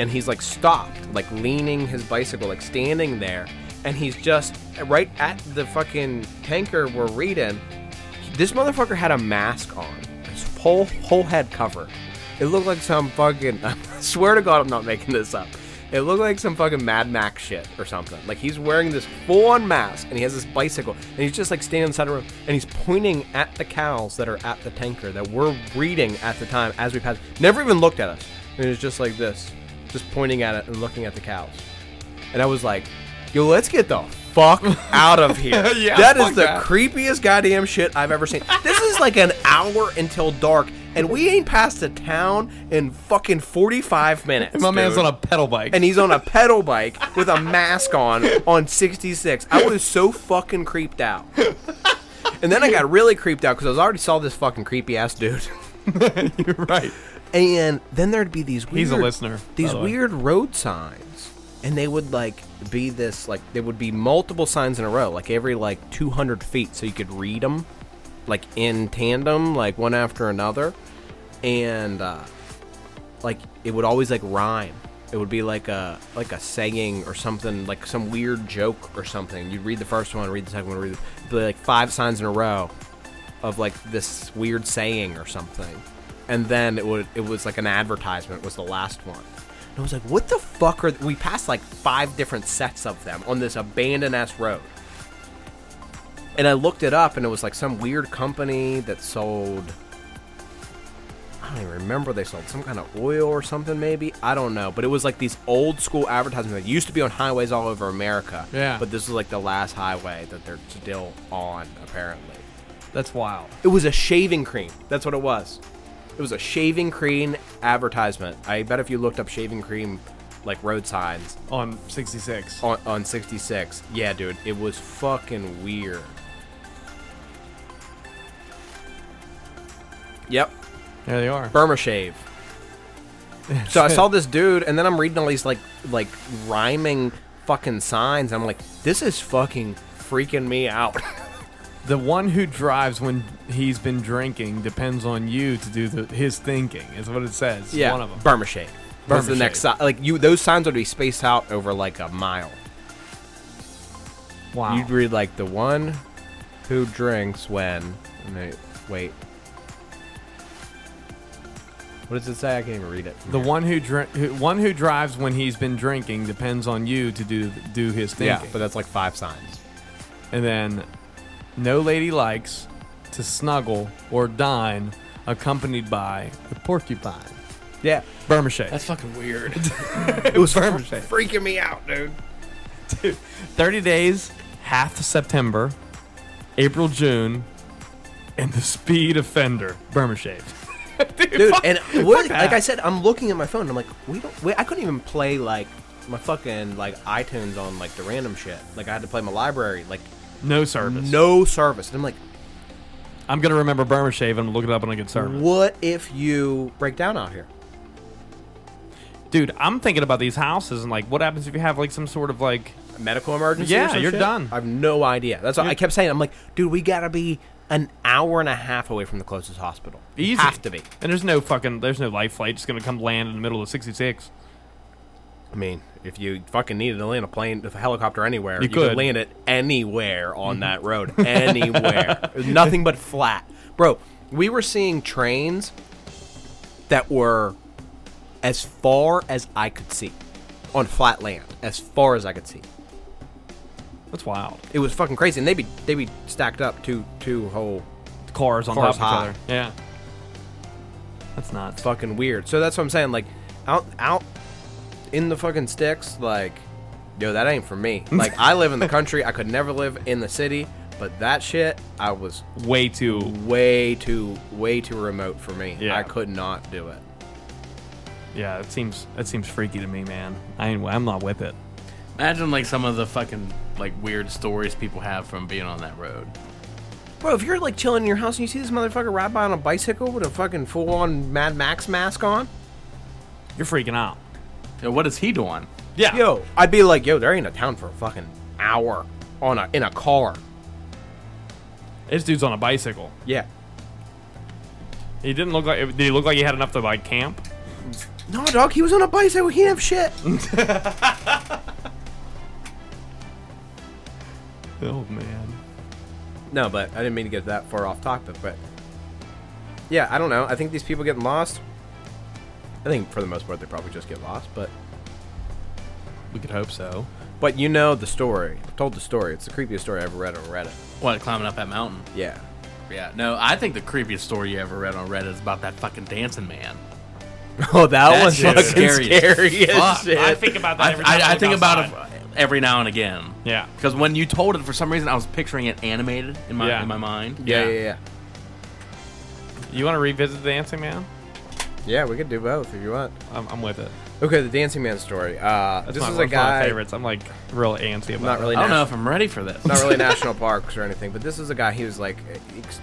[SPEAKER 3] and he's like stopped, like leaning his bicycle, like standing there, and he's just right at the fucking tanker we're reading. This motherfucker had a mask on, his whole whole head cover. It looked like some fucking. [laughs] I swear to God, I'm not making this up. It looked like some fucking Mad Max shit or something. Like he's wearing this full-on mask and he has this bicycle and he's just like standing inside a room and he's pointing at the cows that are at the tanker that we're reading at the time as we pass. Never even looked at us. And it was just like this just pointing at it and looking at the cows. And I was like, yo, let's get
[SPEAKER 1] [laughs]
[SPEAKER 3] the fuck out of here.
[SPEAKER 1] Yeah,
[SPEAKER 3] that is
[SPEAKER 1] fuck
[SPEAKER 3] the
[SPEAKER 1] that.
[SPEAKER 3] creepiest goddamn shit I've ever seen. This is like an hour until dark, and we ain't passed a town in fucking 45 minutes.
[SPEAKER 1] My man's on
[SPEAKER 3] dude.
[SPEAKER 1] a pedal bike.
[SPEAKER 3] And he's on a pedal bike with a mask on on 66. I was so fucking creeped out. And then I got really creeped out because I was already saw this fucking creepy ass dude.
[SPEAKER 1] You're [laughs] right.
[SPEAKER 3] And then there'd be these weird
[SPEAKER 1] He's a listener, by
[SPEAKER 3] These
[SPEAKER 1] the way.
[SPEAKER 3] weird road signs. And they would like be this like there would be multiple signs in a row, like every like 200 feet so you could read them like in tandem, like one after another. And uh like it would always like rhyme. It would be like a like a saying or something, like some weird joke or something. You'd read the first one, read the second one, read the, it'd be like five signs in a row of like this weird saying or something, and then it would it was like an advertisement was the last one. And I was like, what the fuck are th-? we passed like five different sets of them on this abandoned ass road. And I looked it up, and it was like some weird company that sold. I don't even remember they sold some kind of oil or something, maybe I don't know. But it was like these old school advertisements that used to be on highways all over America.
[SPEAKER 1] Yeah.
[SPEAKER 3] But this is like the last highway that they're still on, apparently.
[SPEAKER 1] That's wild.
[SPEAKER 3] It was a shaving cream. That's what it was. It was a shaving cream advertisement. I bet if you looked up shaving cream, like road signs
[SPEAKER 1] On 66.
[SPEAKER 3] on, on 66, yeah, dude, it was fucking weird. Yep,
[SPEAKER 1] There they are.
[SPEAKER 3] Burma shave. So I saw this dude, and then I'm reading all these like like rhyming fucking signs. I'm like, this is fucking freaking me out. [laughs]
[SPEAKER 1] The one who drives when he's been drinking depends on you to do the, his thinking. Is what it says.
[SPEAKER 3] Yeah,
[SPEAKER 1] One of them.
[SPEAKER 3] Burma Shade. That's
[SPEAKER 1] Burma
[SPEAKER 3] the next
[SPEAKER 1] Shade.
[SPEAKER 3] si- like you. Those signs would be spaced out over like a mile.
[SPEAKER 1] Wow.
[SPEAKER 3] You'd read like the one who drinks when. And they, wait, what does it say? I can't even read it.
[SPEAKER 1] the one who, drink, who one who drives when he's been drinking depends on you to do do his thinking.
[SPEAKER 3] yeah, but that's like five signs.
[SPEAKER 1] and then no lady likes to snuggle or dine accompanied by a porcupine.
[SPEAKER 3] Yeah,
[SPEAKER 1] Burma shake.
[SPEAKER 2] That's fucking
[SPEAKER 3] [laughs]
[SPEAKER 2] weird.
[SPEAKER 1] [laughs] it was Burma shake.
[SPEAKER 3] freaking me out, dude.
[SPEAKER 1] 30 days, half September, April, June, and the speed offender, Burma shave.
[SPEAKER 3] Dude,
[SPEAKER 1] [laughs]
[SPEAKER 3] and what,
[SPEAKER 1] that.
[SPEAKER 3] like I said, I'm looking at my phone. And I'm like, we don't. Wait, I couldn't even play like my fucking like iTunes on like the random shit. Like I had to play my library. Like
[SPEAKER 1] No service.
[SPEAKER 3] no service. And I'm like,
[SPEAKER 1] I'm going to remember Burma shave and look it up on a good service.
[SPEAKER 3] what if you break down out here?
[SPEAKER 1] Dude, I'm thinking about these houses and like what happens if you have like some sort of like
[SPEAKER 3] medical emergency.
[SPEAKER 1] Yeah,
[SPEAKER 3] or some
[SPEAKER 1] you're
[SPEAKER 3] shit?
[SPEAKER 1] done.
[SPEAKER 3] I have no idea. That's what
[SPEAKER 1] You're-
[SPEAKER 3] I kept saying. I'm like, dude, we gotta be an hour and a half away from the closest hospital. We
[SPEAKER 1] easy.
[SPEAKER 3] have to be.
[SPEAKER 1] And there's no fucking there's no life flight just going to come land in the middle of 66.
[SPEAKER 3] I mean, if you fucking needed to land a plane, with a helicopter anywhere, you,
[SPEAKER 1] could. Mm-hmm.
[SPEAKER 3] land it anywhere on
[SPEAKER 1] [laughs]
[SPEAKER 3] that road, anywhere. There's nothing but flat, bro. We were seeing trains that were as far as I could see on flat land, as far as I could see.
[SPEAKER 1] That's wild.
[SPEAKER 3] It was fucking crazy, and they'd be they'd be stacked up two two whole
[SPEAKER 1] Cars on
[SPEAKER 3] Cars
[SPEAKER 1] top
[SPEAKER 3] high.
[SPEAKER 1] of each other. Yeah. That's nuts.
[SPEAKER 3] fucking weird. So that's what I'm saying. Like out out in the fucking sticks, like yo, that ain't for [laughs] me. Like, I live in the country. I could never live in the city. But that shit, I was
[SPEAKER 1] Way too.
[SPEAKER 3] way too, way too remote for me.
[SPEAKER 1] Yeah.
[SPEAKER 3] I could not do it.
[SPEAKER 1] Yeah, it seems that seems freaky to me, man. I ain't, I'm not with it.
[SPEAKER 2] Imagine like some of the fucking like weird stories people have from being on that road.
[SPEAKER 3] Bro, if you're like chilling in your house and you see this motherfucker ride by on a bicycle with a fucking full on Mad Max mask on,
[SPEAKER 1] You're freaking out.
[SPEAKER 2] Yo, what is he doing?
[SPEAKER 1] Yeah.
[SPEAKER 3] yo, I'd be like, yo, there ain't a town for a fucking hour on a in a car.
[SPEAKER 1] This dude's on a bicycle.
[SPEAKER 3] Yeah.
[SPEAKER 1] He didn't look like. Did he look like he had enough to like camp?
[SPEAKER 3] No, dog, he was on a bicycle. He didn't have shit.
[SPEAKER 1] Oh man.
[SPEAKER 3] No, but I didn't mean to get that far off topic, but yeah, I don't know. I think these people getting lost. I think for the most part they probably just get lost, but
[SPEAKER 1] We could hope so.
[SPEAKER 3] but you know the story. I told the story. It's the creepiest story I ever read on Reddit.
[SPEAKER 2] What climbing up that mountain?
[SPEAKER 3] Yeah. [laughs]
[SPEAKER 2] Yeah. No, I think the creepiest story you ever read on Reddit is about that fucking dancing man.
[SPEAKER 3] Oh, that,
[SPEAKER 2] That
[SPEAKER 3] was
[SPEAKER 2] shit's
[SPEAKER 3] fucking
[SPEAKER 2] scary
[SPEAKER 3] scary,
[SPEAKER 2] as
[SPEAKER 3] as
[SPEAKER 2] fuck.
[SPEAKER 3] shit.
[SPEAKER 1] I think about that.
[SPEAKER 2] I,
[SPEAKER 1] Every time
[SPEAKER 2] I, I
[SPEAKER 1] wake
[SPEAKER 2] think about it
[SPEAKER 1] outside.
[SPEAKER 2] every now and again.
[SPEAKER 1] Yeah.
[SPEAKER 2] Because when you told it, for some reason, I was picturing it animated in my
[SPEAKER 1] Yeah.
[SPEAKER 2] in my mind.
[SPEAKER 3] yeah, yeah, yeah.
[SPEAKER 1] You want to revisit the dancing man?
[SPEAKER 3] Yeah, we could do both if you want.
[SPEAKER 1] I'm, I'm with it.
[SPEAKER 3] Okay, the Dancing Man story. Uh,
[SPEAKER 1] That's
[SPEAKER 3] this
[SPEAKER 1] my,
[SPEAKER 3] is
[SPEAKER 1] one
[SPEAKER 3] a
[SPEAKER 1] of my
[SPEAKER 3] guy.
[SPEAKER 1] favorites. I'm like real antsy about.
[SPEAKER 3] Not
[SPEAKER 1] it.
[SPEAKER 3] really.
[SPEAKER 2] I don't know
[SPEAKER 3] nat-
[SPEAKER 2] if I'm ready for this.
[SPEAKER 3] not really national parks or anything, but this is a guy. He was like, ex-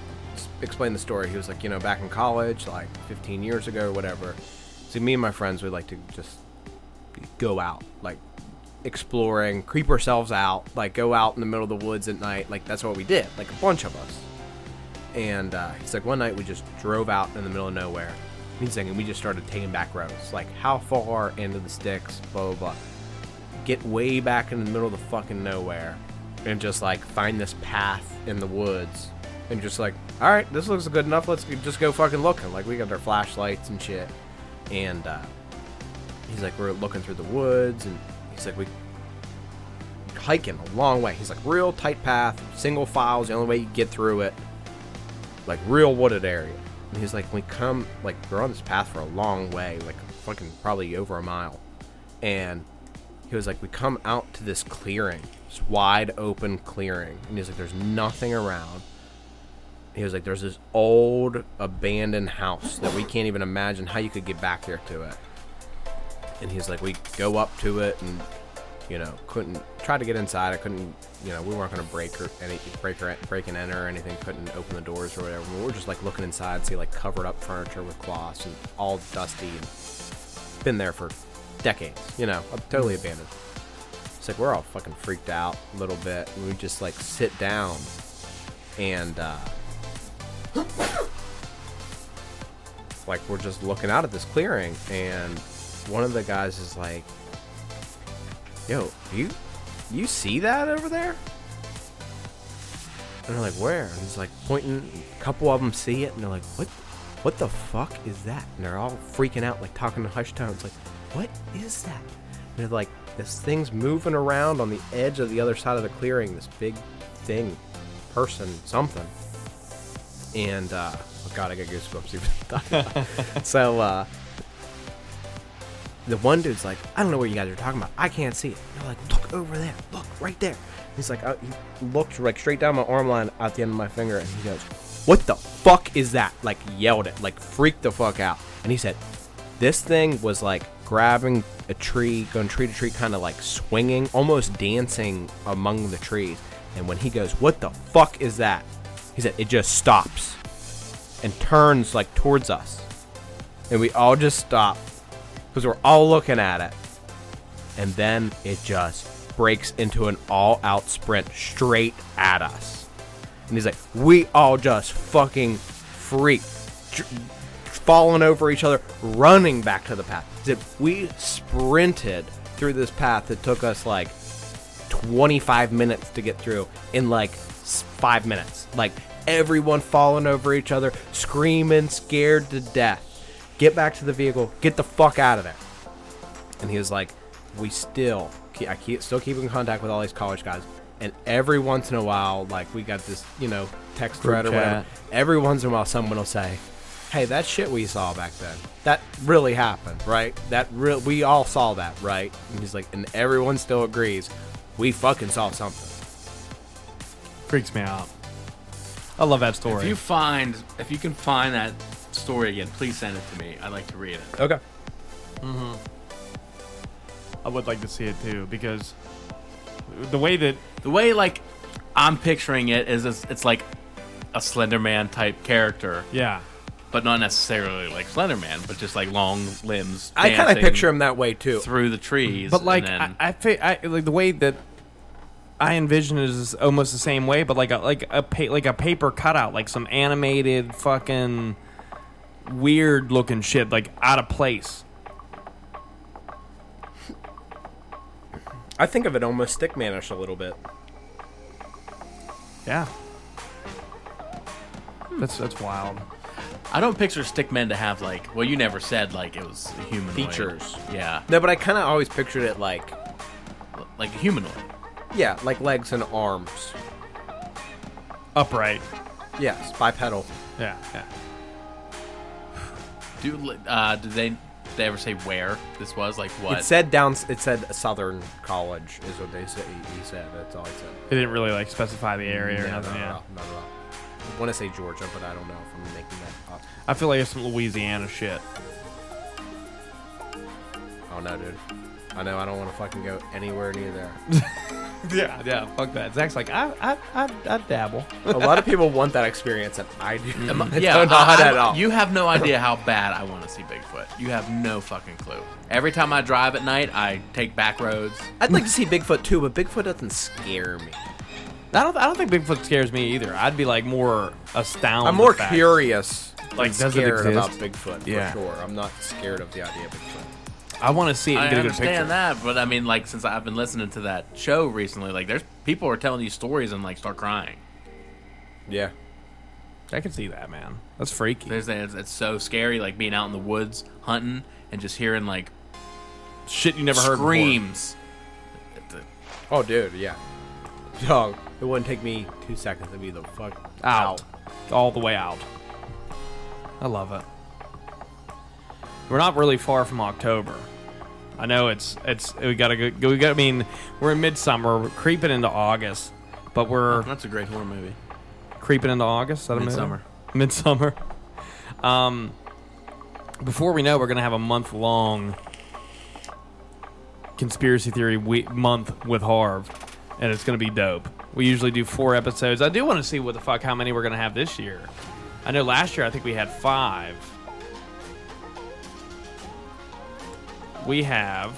[SPEAKER 3] explained the story. He was like, you know, back in college, like 15 years ago or whatever. So me and my friends would like to just go out, like exploring, creep ourselves out, like go out in the middle of the woods at night. Like that's what we did, like a bunch of us. And uh, he's like, one night we just drove out in the middle of nowhere. And He's like, and we just started taking back roads, like how far into the sticks, blah blah blah. Get way back in the middle of the fucking nowhere, and just like find this path in the woods, and just like, all right, this looks good enough. Let's just go fucking looking. Like we got our flashlights and shit, and uh, he's like, we're looking through the woods, and he's like, we hiking a long way. He's like, real tight path, single file is the only way you get through it, like real wooded area. And he's like, we come, like, we're on this path for a long way, like fucking probably over a mile. And he was like, we come out to this clearing, this wide open clearing. And he's like, there's nothing around. He was like, there's this old abandoned house that we can't even imagine how you could get back there to it and he's like, we go up to it and you know couldn't try to get inside. I couldn't, you know, we weren't gonna break or any break or break and enter or anything. Couldn't open the doors or whatever. We were just like looking inside, see like covered up furniture with cloths and all dusty and been there for decades. You know, totally abandoned. It's like we're all fucking freaked out a little bit, and we just like sit down and. uh [coughs] like we're just looking out at this clearing and one of the guys is like yo you you see that over there and they're like where and he's like pointing a couple of them see it and they're like what what the fuck is that and they're all freaking out like talking in hushed tones like what is that and they're like this thing's moving around on the edge of the other side of the clearing this big thing person something and uh, oh god, I got goosebumps even [laughs] talking about it. So uh, the one dude's like, I don't know what you guys are talking about. I can't see it. And they're like, look over there. Look right there. He's like, I, he looked like straight down my arm line out the end of my finger, and he goes, "What the fuck is that?" Like yelled it, like freaked the fuck out. And he said, "This thing was like grabbing a tree, going tree to tree, kind of like swinging, almost dancing among the trees." And when he goes, "What the fuck is that?" He said, "It just stops and turns like towards us." And we all just stop because we're all looking at it. And then it just breaks into an all out sprint straight at us. And he's like, we all just fucking freak, dr- falling over each other, running back to the path. He said, we sprinted through this path that took us like 25 minutes to get through in like s- five minutes. Like everyone falling over each other, screaming, scared to death. Get back to the vehicle. Get the fuck out of there. And he was like, we still, ke- I keep, still keep in contact with all these college guys. And every once in a while, like we got this, you know, text thread or whatever.
[SPEAKER 2] chat.
[SPEAKER 3] Every once in a while, someone will say, hey, that shit we saw back then, that really happened, right? That real, we all saw that, right? And he's like, and everyone still agrees, we fucking saw something.
[SPEAKER 1] Freaks me out. I love that story.
[SPEAKER 2] If you find, if you can find that story again, please send it to me. I'd like to read it.
[SPEAKER 3] Okay.
[SPEAKER 1] I would like to see it too because the way that
[SPEAKER 2] The way like I'm picturing it is, it's, it's like a Slender Man type character,
[SPEAKER 1] yeah
[SPEAKER 2] but not necessarily like Slender Man, but just like long limbs.
[SPEAKER 3] I kind of
[SPEAKER 2] dancing
[SPEAKER 3] picture him that way too.
[SPEAKER 2] through the trees,
[SPEAKER 1] but like
[SPEAKER 2] and then-
[SPEAKER 1] I, I, fi- I like the way that I envision it is almost the same way, but like a like a pa- like a paper cutout, like some animated fucking weird looking shit, like out of place.
[SPEAKER 3] I think of it almost stickmanish a little bit.
[SPEAKER 1] Yeah, that's that's wild.
[SPEAKER 2] I don't picture stickmen to have like. Well, you never said like it was a humanoid.
[SPEAKER 3] Features.
[SPEAKER 2] Yeah,
[SPEAKER 3] No, but I kind of always pictured it like,
[SPEAKER 2] like a humanoid.
[SPEAKER 3] yeah, like legs and arms.
[SPEAKER 1] Upright.
[SPEAKER 3] Yes, bipedal.
[SPEAKER 1] Yeah, yeah.
[SPEAKER 2] Do uh, did they did they ever say where this was? Like what?
[SPEAKER 3] It said down. It said Southern College is what they said. He said that's all he said.
[SPEAKER 1] It didn't really like specify the area or
[SPEAKER 3] No,
[SPEAKER 1] nothing.
[SPEAKER 3] no,
[SPEAKER 1] Yeah,
[SPEAKER 3] no, no, no. I want to say Georgia, but I don't know if I'm making that up.
[SPEAKER 1] I feel like it's some Louisiana shit.
[SPEAKER 3] Oh no, dude. I know I don't want to fucking go anywhere near there.
[SPEAKER 1] [laughs] Yeah, yeah. Fuck that. Zach's like I I I, I dabble.
[SPEAKER 3] A lot of people want that experience, and I do.
[SPEAKER 1] Mm-hmm.
[SPEAKER 3] not [laughs]
[SPEAKER 2] yeah,
[SPEAKER 3] don't know
[SPEAKER 2] I-
[SPEAKER 3] how
[SPEAKER 2] I-
[SPEAKER 3] that all.
[SPEAKER 2] You have no idea how bad I want to see Bigfoot. You have no fucking clue. Every time I drive at night, I take back roads.
[SPEAKER 3] I'd like to see Bigfoot too, but Bigfoot doesn't scare me.
[SPEAKER 1] I don't. I don't think Bigfoot scares me either. I'd be like more astounded.
[SPEAKER 3] I'm more
[SPEAKER 1] at that.
[SPEAKER 3] curious,
[SPEAKER 1] Like,
[SPEAKER 3] than
[SPEAKER 1] does it
[SPEAKER 3] scared about
[SPEAKER 1] exist?
[SPEAKER 3] Bigfoot
[SPEAKER 1] Yeah.
[SPEAKER 3] for sure. I'm not scared of the idea of Bigfoot.
[SPEAKER 1] I want to see it. And
[SPEAKER 2] I
[SPEAKER 1] get a good picture.
[SPEAKER 2] understand that, but I mean, like, since I've been listening to that show recently, like, there's people are telling you stories and like start crying.
[SPEAKER 3] Yeah.
[SPEAKER 1] I can see that, man. That's freaky.
[SPEAKER 2] There's it's, it's so scary, like being out in the woods hunting and just hearing like
[SPEAKER 1] shit you never heard. before.
[SPEAKER 2] screams.
[SPEAKER 3] Oh, dude, yeah. Dog, it wouldn't take me two seconds to be the fuck
[SPEAKER 1] out, all the way out. I love it. We're not really far from October. I know it's it's we gotta go. We got. I mean, we're in midsummer, we're creeping into August, but we're
[SPEAKER 2] Oh, That's a great horror movie.
[SPEAKER 1] creeping into August. Is that a movie?
[SPEAKER 2] Midsummer.
[SPEAKER 1] Midsummer. Um, before we know, we're gonna have a month long conspiracy theory we- month with Harv, and it's gonna be dope. We usually do four episodes. I do want to see what the fuck how many we're gonna have this year. I know last year I think we had five. We have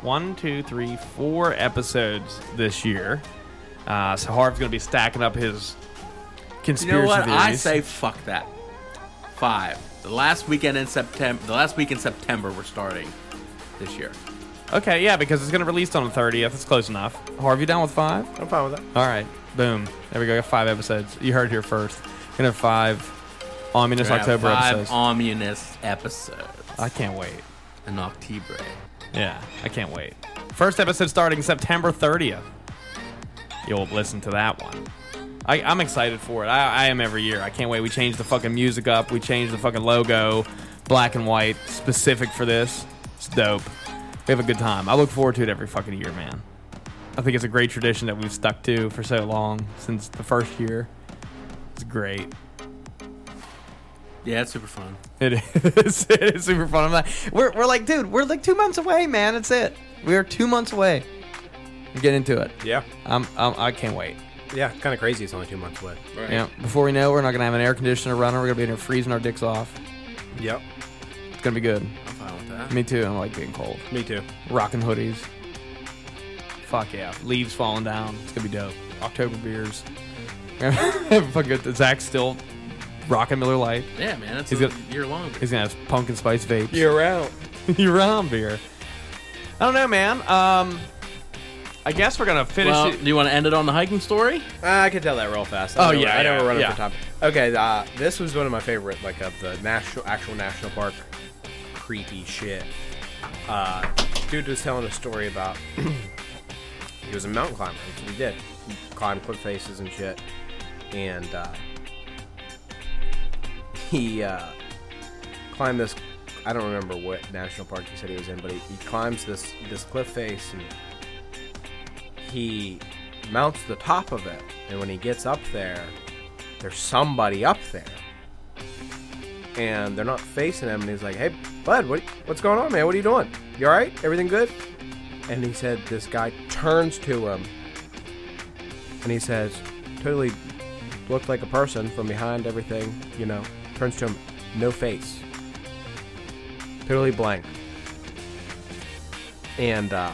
[SPEAKER 1] one, two, three, four episodes this year. Uh, so Harv's gonna be stacking up his
[SPEAKER 2] You
[SPEAKER 1] conspiracy
[SPEAKER 2] know what?
[SPEAKER 1] theories.
[SPEAKER 2] I say fuck that. Five. The last weekend in September. The last week in September we're starting this year.
[SPEAKER 1] Okay, yeah, because it's gonna release on the thirtieth. It's close enough. Harv, you down with five?
[SPEAKER 3] I'm fine with that.
[SPEAKER 1] All right, boom. There we go. Got five episodes. You heard it here first. Gonna have five ominous
[SPEAKER 2] We're gonna have
[SPEAKER 1] October
[SPEAKER 2] five
[SPEAKER 1] episodes.
[SPEAKER 2] ominous episodes.
[SPEAKER 1] I can't wait.
[SPEAKER 2] An October.
[SPEAKER 1] Yeah, I can't wait. First episode starting September thirtieth. You'll listen to that one. I, I'm excited for it. I, I am every year. I can't wait. We changed the fucking music up. We changed the fucking logo, black and white, specific for this. It's dope. We have a good time. I look forward to it every fucking year, man. I think it's a great tradition that we've stuck to for so long since the first year. It's great.
[SPEAKER 2] Yeah, it's super fun.
[SPEAKER 1] It is. [laughs] It is super fun. I'm like, we're, we're like, dude, we're like two months away, man. It's it. We are two months away. Get into it.
[SPEAKER 3] Yeah.
[SPEAKER 1] I'm, I'm, I can't wait.
[SPEAKER 3] Yeah, kind of crazy. It's only two months away.
[SPEAKER 2] Right.
[SPEAKER 1] Yeah. Before we know, it, we're not gonna have an air conditioner running. We're gonna be in here freezing our dicks off.
[SPEAKER 3] Yep.
[SPEAKER 1] It's gonna be good.
[SPEAKER 2] I'm fine with that.
[SPEAKER 1] Me too. I like being cold.
[SPEAKER 3] Me too.
[SPEAKER 1] Rocking hoodies. Fuck yeah. Leaves falling down. It's gonna be dope. October beers. [laughs] Fuck it. Zach's still rocking Miller Lite.
[SPEAKER 2] Yeah, man, it's
[SPEAKER 1] He's
[SPEAKER 2] a
[SPEAKER 1] got-
[SPEAKER 2] year long.
[SPEAKER 1] He's gonna have pumpkin spice vapes.
[SPEAKER 3] You're out.
[SPEAKER 1] [laughs] You're on beer. I don't know, man. Um, I guess we're gonna finish
[SPEAKER 2] Well,
[SPEAKER 1] it.
[SPEAKER 2] do you want to end it on the hiking story?
[SPEAKER 3] I could tell that real fast.
[SPEAKER 1] Oh,
[SPEAKER 3] know-
[SPEAKER 1] yeah,
[SPEAKER 3] I know
[SPEAKER 1] yeah,
[SPEAKER 3] we're running
[SPEAKER 1] yeah.
[SPEAKER 3] for time. Okay, uh, this was one of my favorite, like of the national, actual national park, creepy shit. Uh, dude was telling a story about [clears throat] he was a mountain climber, which he did, he climbed cliff faces and shit, and uh, he uh, climbed this. I don't remember what national park he said he was in, but he, he climbs this this cliff face and he mounts the top of it. And when he gets up there, there's somebody up there, and they're not facing him. And he's like, "Hey, bud, what what's going on, man? What are you doing? You all right? Everything good?" And he said, "This guy turns to him, and he says, totally looked like a person from behind everything, you know, turns to him, no face. Totally blank. And uh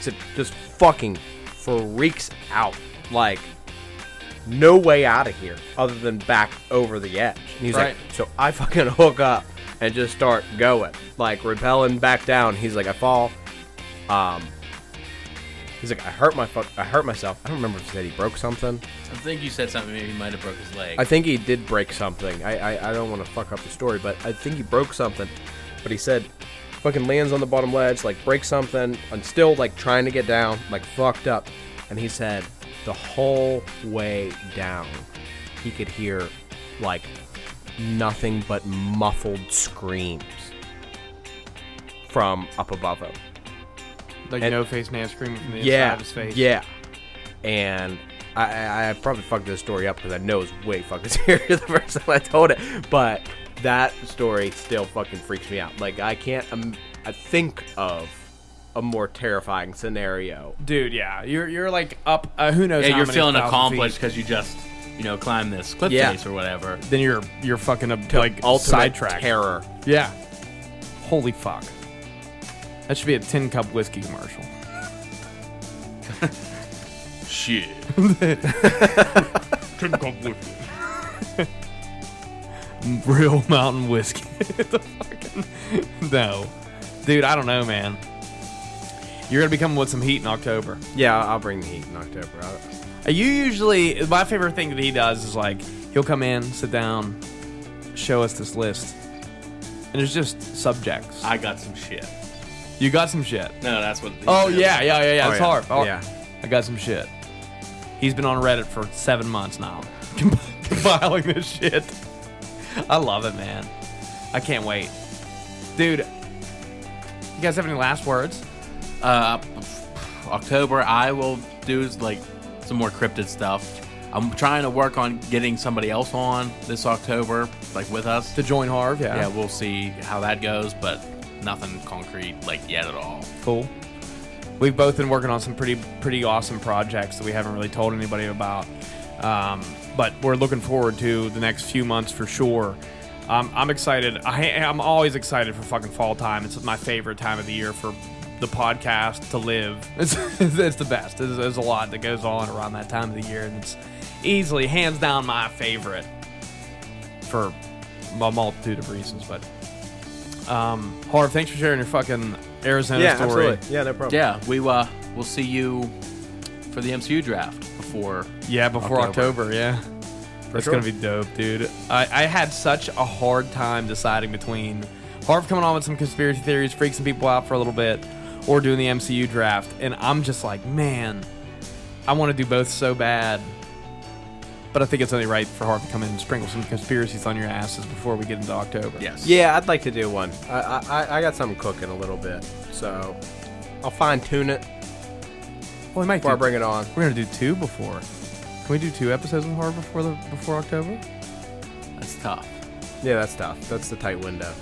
[SPEAKER 3] so just fucking freaks out. Like no way out of here other than back over the edge. And he's
[SPEAKER 2] Right.
[SPEAKER 3] like, so I fucking hook up and just start going. Like repelling back down. He's like, I fall. Um He's like, I hurt my fuck I hurt myself. I don't remember if he said he broke something.
[SPEAKER 2] I think you said something. Maybe he might have broke his leg.
[SPEAKER 3] I think he did break something. I, I, I don't want to fuck up the story, but I think he broke something. But he said, fucking lands on the bottom ledge, like breaks something, and still like trying to get down, like fucked up. And he said, the whole way down, he could hear like nothing but muffled screams from up above him.
[SPEAKER 1] Like
[SPEAKER 3] And-
[SPEAKER 1] no face man screaming from the
[SPEAKER 3] yeah,
[SPEAKER 1] inside of his face.
[SPEAKER 3] Yeah. And I, I, I probably fucked this story up because I know it's way fucking [laughs] serious the first time I told it. But that story still fucking freaks me out. Like I can't um, I think of a more terrifying scenario.
[SPEAKER 1] Dude, yeah. You're you're like up uh, who knows.
[SPEAKER 2] yeah,
[SPEAKER 1] how
[SPEAKER 2] you're
[SPEAKER 1] many
[SPEAKER 2] feeling
[SPEAKER 1] thousand
[SPEAKER 2] accomplished
[SPEAKER 1] feet.
[SPEAKER 2] because you just, you know, climbed this cliff
[SPEAKER 3] Yeah.
[SPEAKER 2] face or whatever.
[SPEAKER 1] Then you're you're fucking up like
[SPEAKER 3] Ultimate
[SPEAKER 1] sidetracked.
[SPEAKER 3] terror.
[SPEAKER 1] Yeah. Holy fuck. That should be a tin cup whiskey commercial.
[SPEAKER 2] Shit.
[SPEAKER 1] [laughs] Real mountain whiskey. [laughs] The fucking- no, dude, I don't know, man. You're gonna be coming with some heat in October.
[SPEAKER 3] Yeah, I'll bring the heat in October. I'll,
[SPEAKER 1] You usually, my favorite thing that he does is like he'll come in, sit down, show us this list, and it's just subjects.
[SPEAKER 2] I got some shit.
[SPEAKER 1] you got some shit.
[SPEAKER 2] No, that's what.
[SPEAKER 1] Oh yeah, yeah, yeah, yeah.
[SPEAKER 3] Oh,
[SPEAKER 1] it's
[SPEAKER 3] yeah.
[SPEAKER 1] hard. Oh,
[SPEAKER 3] Yeah.
[SPEAKER 1] I got some shit. He's been on Reddit for seven months now, [laughs] compiling this shit. I love it, man. I can't wait, dude. You guys have any last words?
[SPEAKER 2] Uh, October, I will do is, like some more cryptid stuff. I'm trying to work on getting somebody else on this October, like with us.
[SPEAKER 1] To join Harv, yeah.
[SPEAKER 2] yeah, we'll see how that goes, but nothing concrete like yet at all.
[SPEAKER 1] cool. We've both been working on some pretty pretty awesome projects that we haven't really told anybody about, um, but we're looking forward to the next few months for sure. Um, I'm excited. I, I'm always excited for fucking fall time. It's my favorite time of the year for the podcast to live. [laughs] It's, it's the best. There's, there's a lot that goes on around that time of the year, and it's easily, hands down, my favorite for a multitude of reasons. But um, Harv, thanks for sharing your fucking Arizona
[SPEAKER 3] yeah,
[SPEAKER 1] story.
[SPEAKER 3] absolutely. Yeah, no problem.
[SPEAKER 2] Yeah, we uh, we'll see you for the MCU draft before.
[SPEAKER 1] Yeah, before October,
[SPEAKER 2] October.
[SPEAKER 1] yeah. It's
[SPEAKER 3] sure.
[SPEAKER 1] gonna be dope, dude. I, I had such a hard time deciding between Harv coming on with some conspiracy theories, freaking people out for a little bit, or doing the MCU draft, and I'm just like, man, I want to do both so bad. But I think it's only right for Harv to come in and sprinkle some conspiracies on your asses before we get into October.
[SPEAKER 2] Yes.
[SPEAKER 3] Yeah, I'd like to do one. I, I- I, I got something cooking a little bit, so I'll fine tune it
[SPEAKER 1] Well, we might
[SPEAKER 3] before I
[SPEAKER 1] do,
[SPEAKER 3] bring it on.
[SPEAKER 1] We're gonna do two before. Can we do two episodes with Harv before the before October?
[SPEAKER 2] That's tough.
[SPEAKER 3] Yeah, that's tough. That's the tight window.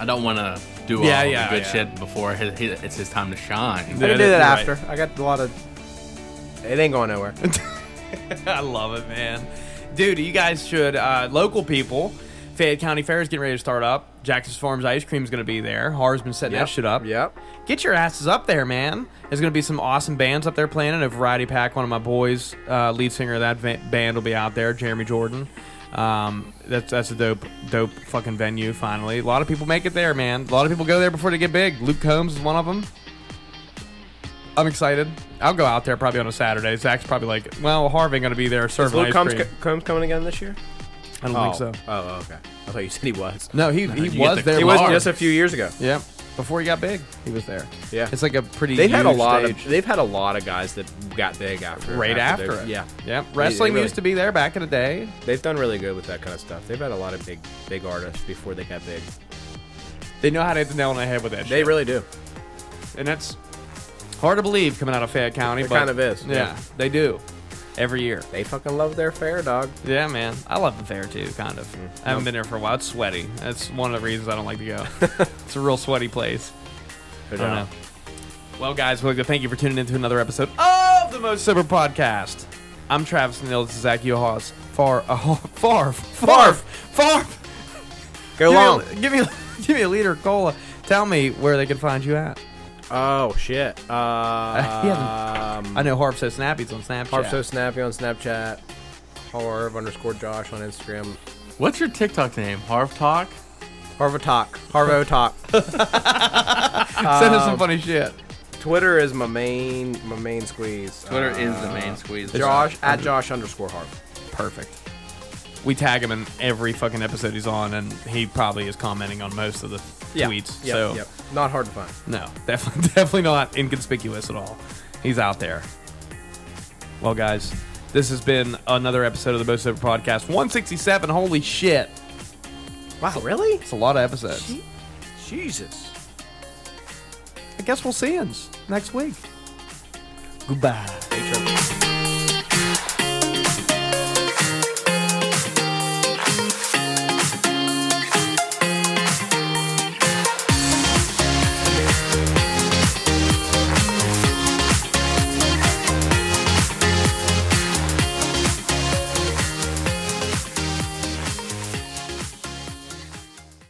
[SPEAKER 2] I don't want to do
[SPEAKER 1] Yeah,
[SPEAKER 2] all
[SPEAKER 1] yeah,
[SPEAKER 2] the good
[SPEAKER 1] yeah.
[SPEAKER 2] shit before his, his, it's his time to shine.
[SPEAKER 1] Yeah,
[SPEAKER 3] I can do that
[SPEAKER 1] that's
[SPEAKER 3] after. I got a lot of. It ain't going nowhere.
[SPEAKER 1] [laughs] I love it, man. Dude, you guys should. Uh, local people, Fayette County Fair is getting ready to start up. Jackson's Farms Ice Cream is going to be there. Har's been setting
[SPEAKER 3] Yep,
[SPEAKER 1] that shit up.
[SPEAKER 3] Yep.
[SPEAKER 1] Get your asses up there, man. There's going to be some awesome bands up there playing. And a variety pack, one of my boys, uh, lead singer of that va- band, will be out there, Jeremy Jordan. Um, that's that's a dope, dope fucking venue. Finally, a lot of people make it there, man. A lot of people go there before they get big. Luke Combs is one of them. I'm excited. I'll go out there probably on a Saturday. Zach's probably like, well, Harvey going to be there serving
[SPEAKER 3] Luke
[SPEAKER 1] ice
[SPEAKER 3] Combs,
[SPEAKER 1] cream.
[SPEAKER 3] Combs coming again this year?
[SPEAKER 1] I don't
[SPEAKER 3] oh.
[SPEAKER 1] think so.
[SPEAKER 3] Oh, okay. I thought you said he was.
[SPEAKER 1] No, he,
[SPEAKER 2] you
[SPEAKER 1] he
[SPEAKER 2] get
[SPEAKER 1] was
[SPEAKER 2] the-
[SPEAKER 1] there.
[SPEAKER 2] He
[SPEAKER 3] He was
[SPEAKER 1] live.
[SPEAKER 3] just a few years ago.
[SPEAKER 1] Yeah.
[SPEAKER 4] Before he got big, he was there.
[SPEAKER 3] Yeah.
[SPEAKER 4] it's like a pretty.
[SPEAKER 3] They've had a
[SPEAKER 4] huge
[SPEAKER 3] lot
[SPEAKER 4] stage.
[SPEAKER 3] of they've had a lot of guys that got big after
[SPEAKER 4] right after,
[SPEAKER 3] they-
[SPEAKER 4] it.
[SPEAKER 3] Yeah,
[SPEAKER 4] yeah. Wrestling
[SPEAKER 3] really-
[SPEAKER 4] used to be there back in the day.
[SPEAKER 3] they've done really good with that kind of stuff. They've had a lot of big big artists before they got big.
[SPEAKER 1] They know how to hit the nail on the head with that.
[SPEAKER 3] They
[SPEAKER 1] shit.
[SPEAKER 3] really do.
[SPEAKER 1] and that's hard to believe coming out of Fayette County.
[SPEAKER 3] It
[SPEAKER 1] but
[SPEAKER 3] kind of is,
[SPEAKER 1] Yeah,
[SPEAKER 3] yeah.
[SPEAKER 1] they do every year.
[SPEAKER 3] They fucking love their fair dog.
[SPEAKER 1] Yeah, man, I love the fair too. Kind of.
[SPEAKER 3] Mm-hmm.
[SPEAKER 1] I haven't been there for a while. It's sweaty. That's one of the reasons I don't like to
[SPEAKER 3] [laughs]
[SPEAKER 1] go. it's a real sweaty place.
[SPEAKER 3] Fair
[SPEAKER 1] I don't
[SPEAKER 3] dog.
[SPEAKER 1] know. Well, guys, we'd like to thank you for tuning in to another episode of the Most Sober Podcast. I'm Travis Neal. This is Zach Yohas. Far, [laughs] uh, farf, farf, farf.
[SPEAKER 3] Go long.
[SPEAKER 1] [laughs] Give me, a- give me, give me a liter of cola. Tell me where they can find you at.
[SPEAKER 3] Oh shit. Uh,
[SPEAKER 1] he hasn't-
[SPEAKER 3] um,
[SPEAKER 1] I know Harp so snappy's on Snapchat.
[SPEAKER 3] Harp so snappy on Snapchat. Harv underscore Josh on Instagram.
[SPEAKER 2] What's your TikTok name? Harv Talk?
[SPEAKER 3] Harvo Talk.
[SPEAKER 1] [laughs]
[SPEAKER 3] Harvo Talk.
[SPEAKER 1] Send us some funny shit.
[SPEAKER 3] Twitter is my main my main squeeze.
[SPEAKER 2] Twitter
[SPEAKER 3] Uh,
[SPEAKER 2] is the main squeeze.
[SPEAKER 3] Josh at Josh underscore Harv.
[SPEAKER 1] Perfect. We tag him in every fucking episode he's on, and he probably is commenting on most of the tweets.
[SPEAKER 3] Yep,
[SPEAKER 1] so
[SPEAKER 3] yep. not hard to find.
[SPEAKER 1] no, [laughs] definitely, definitely not inconspicuous at all. He's out there. Well, guys, this has been another episode of the Most Sober Podcast. 167. Holy shit,
[SPEAKER 3] Wow, really?
[SPEAKER 1] it's a lot of episodes.
[SPEAKER 3] Jesus.
[SPEAKER 1] I guess we'll see you next week. Goodbye.
[SPEAKER 3] Hey, Trevor.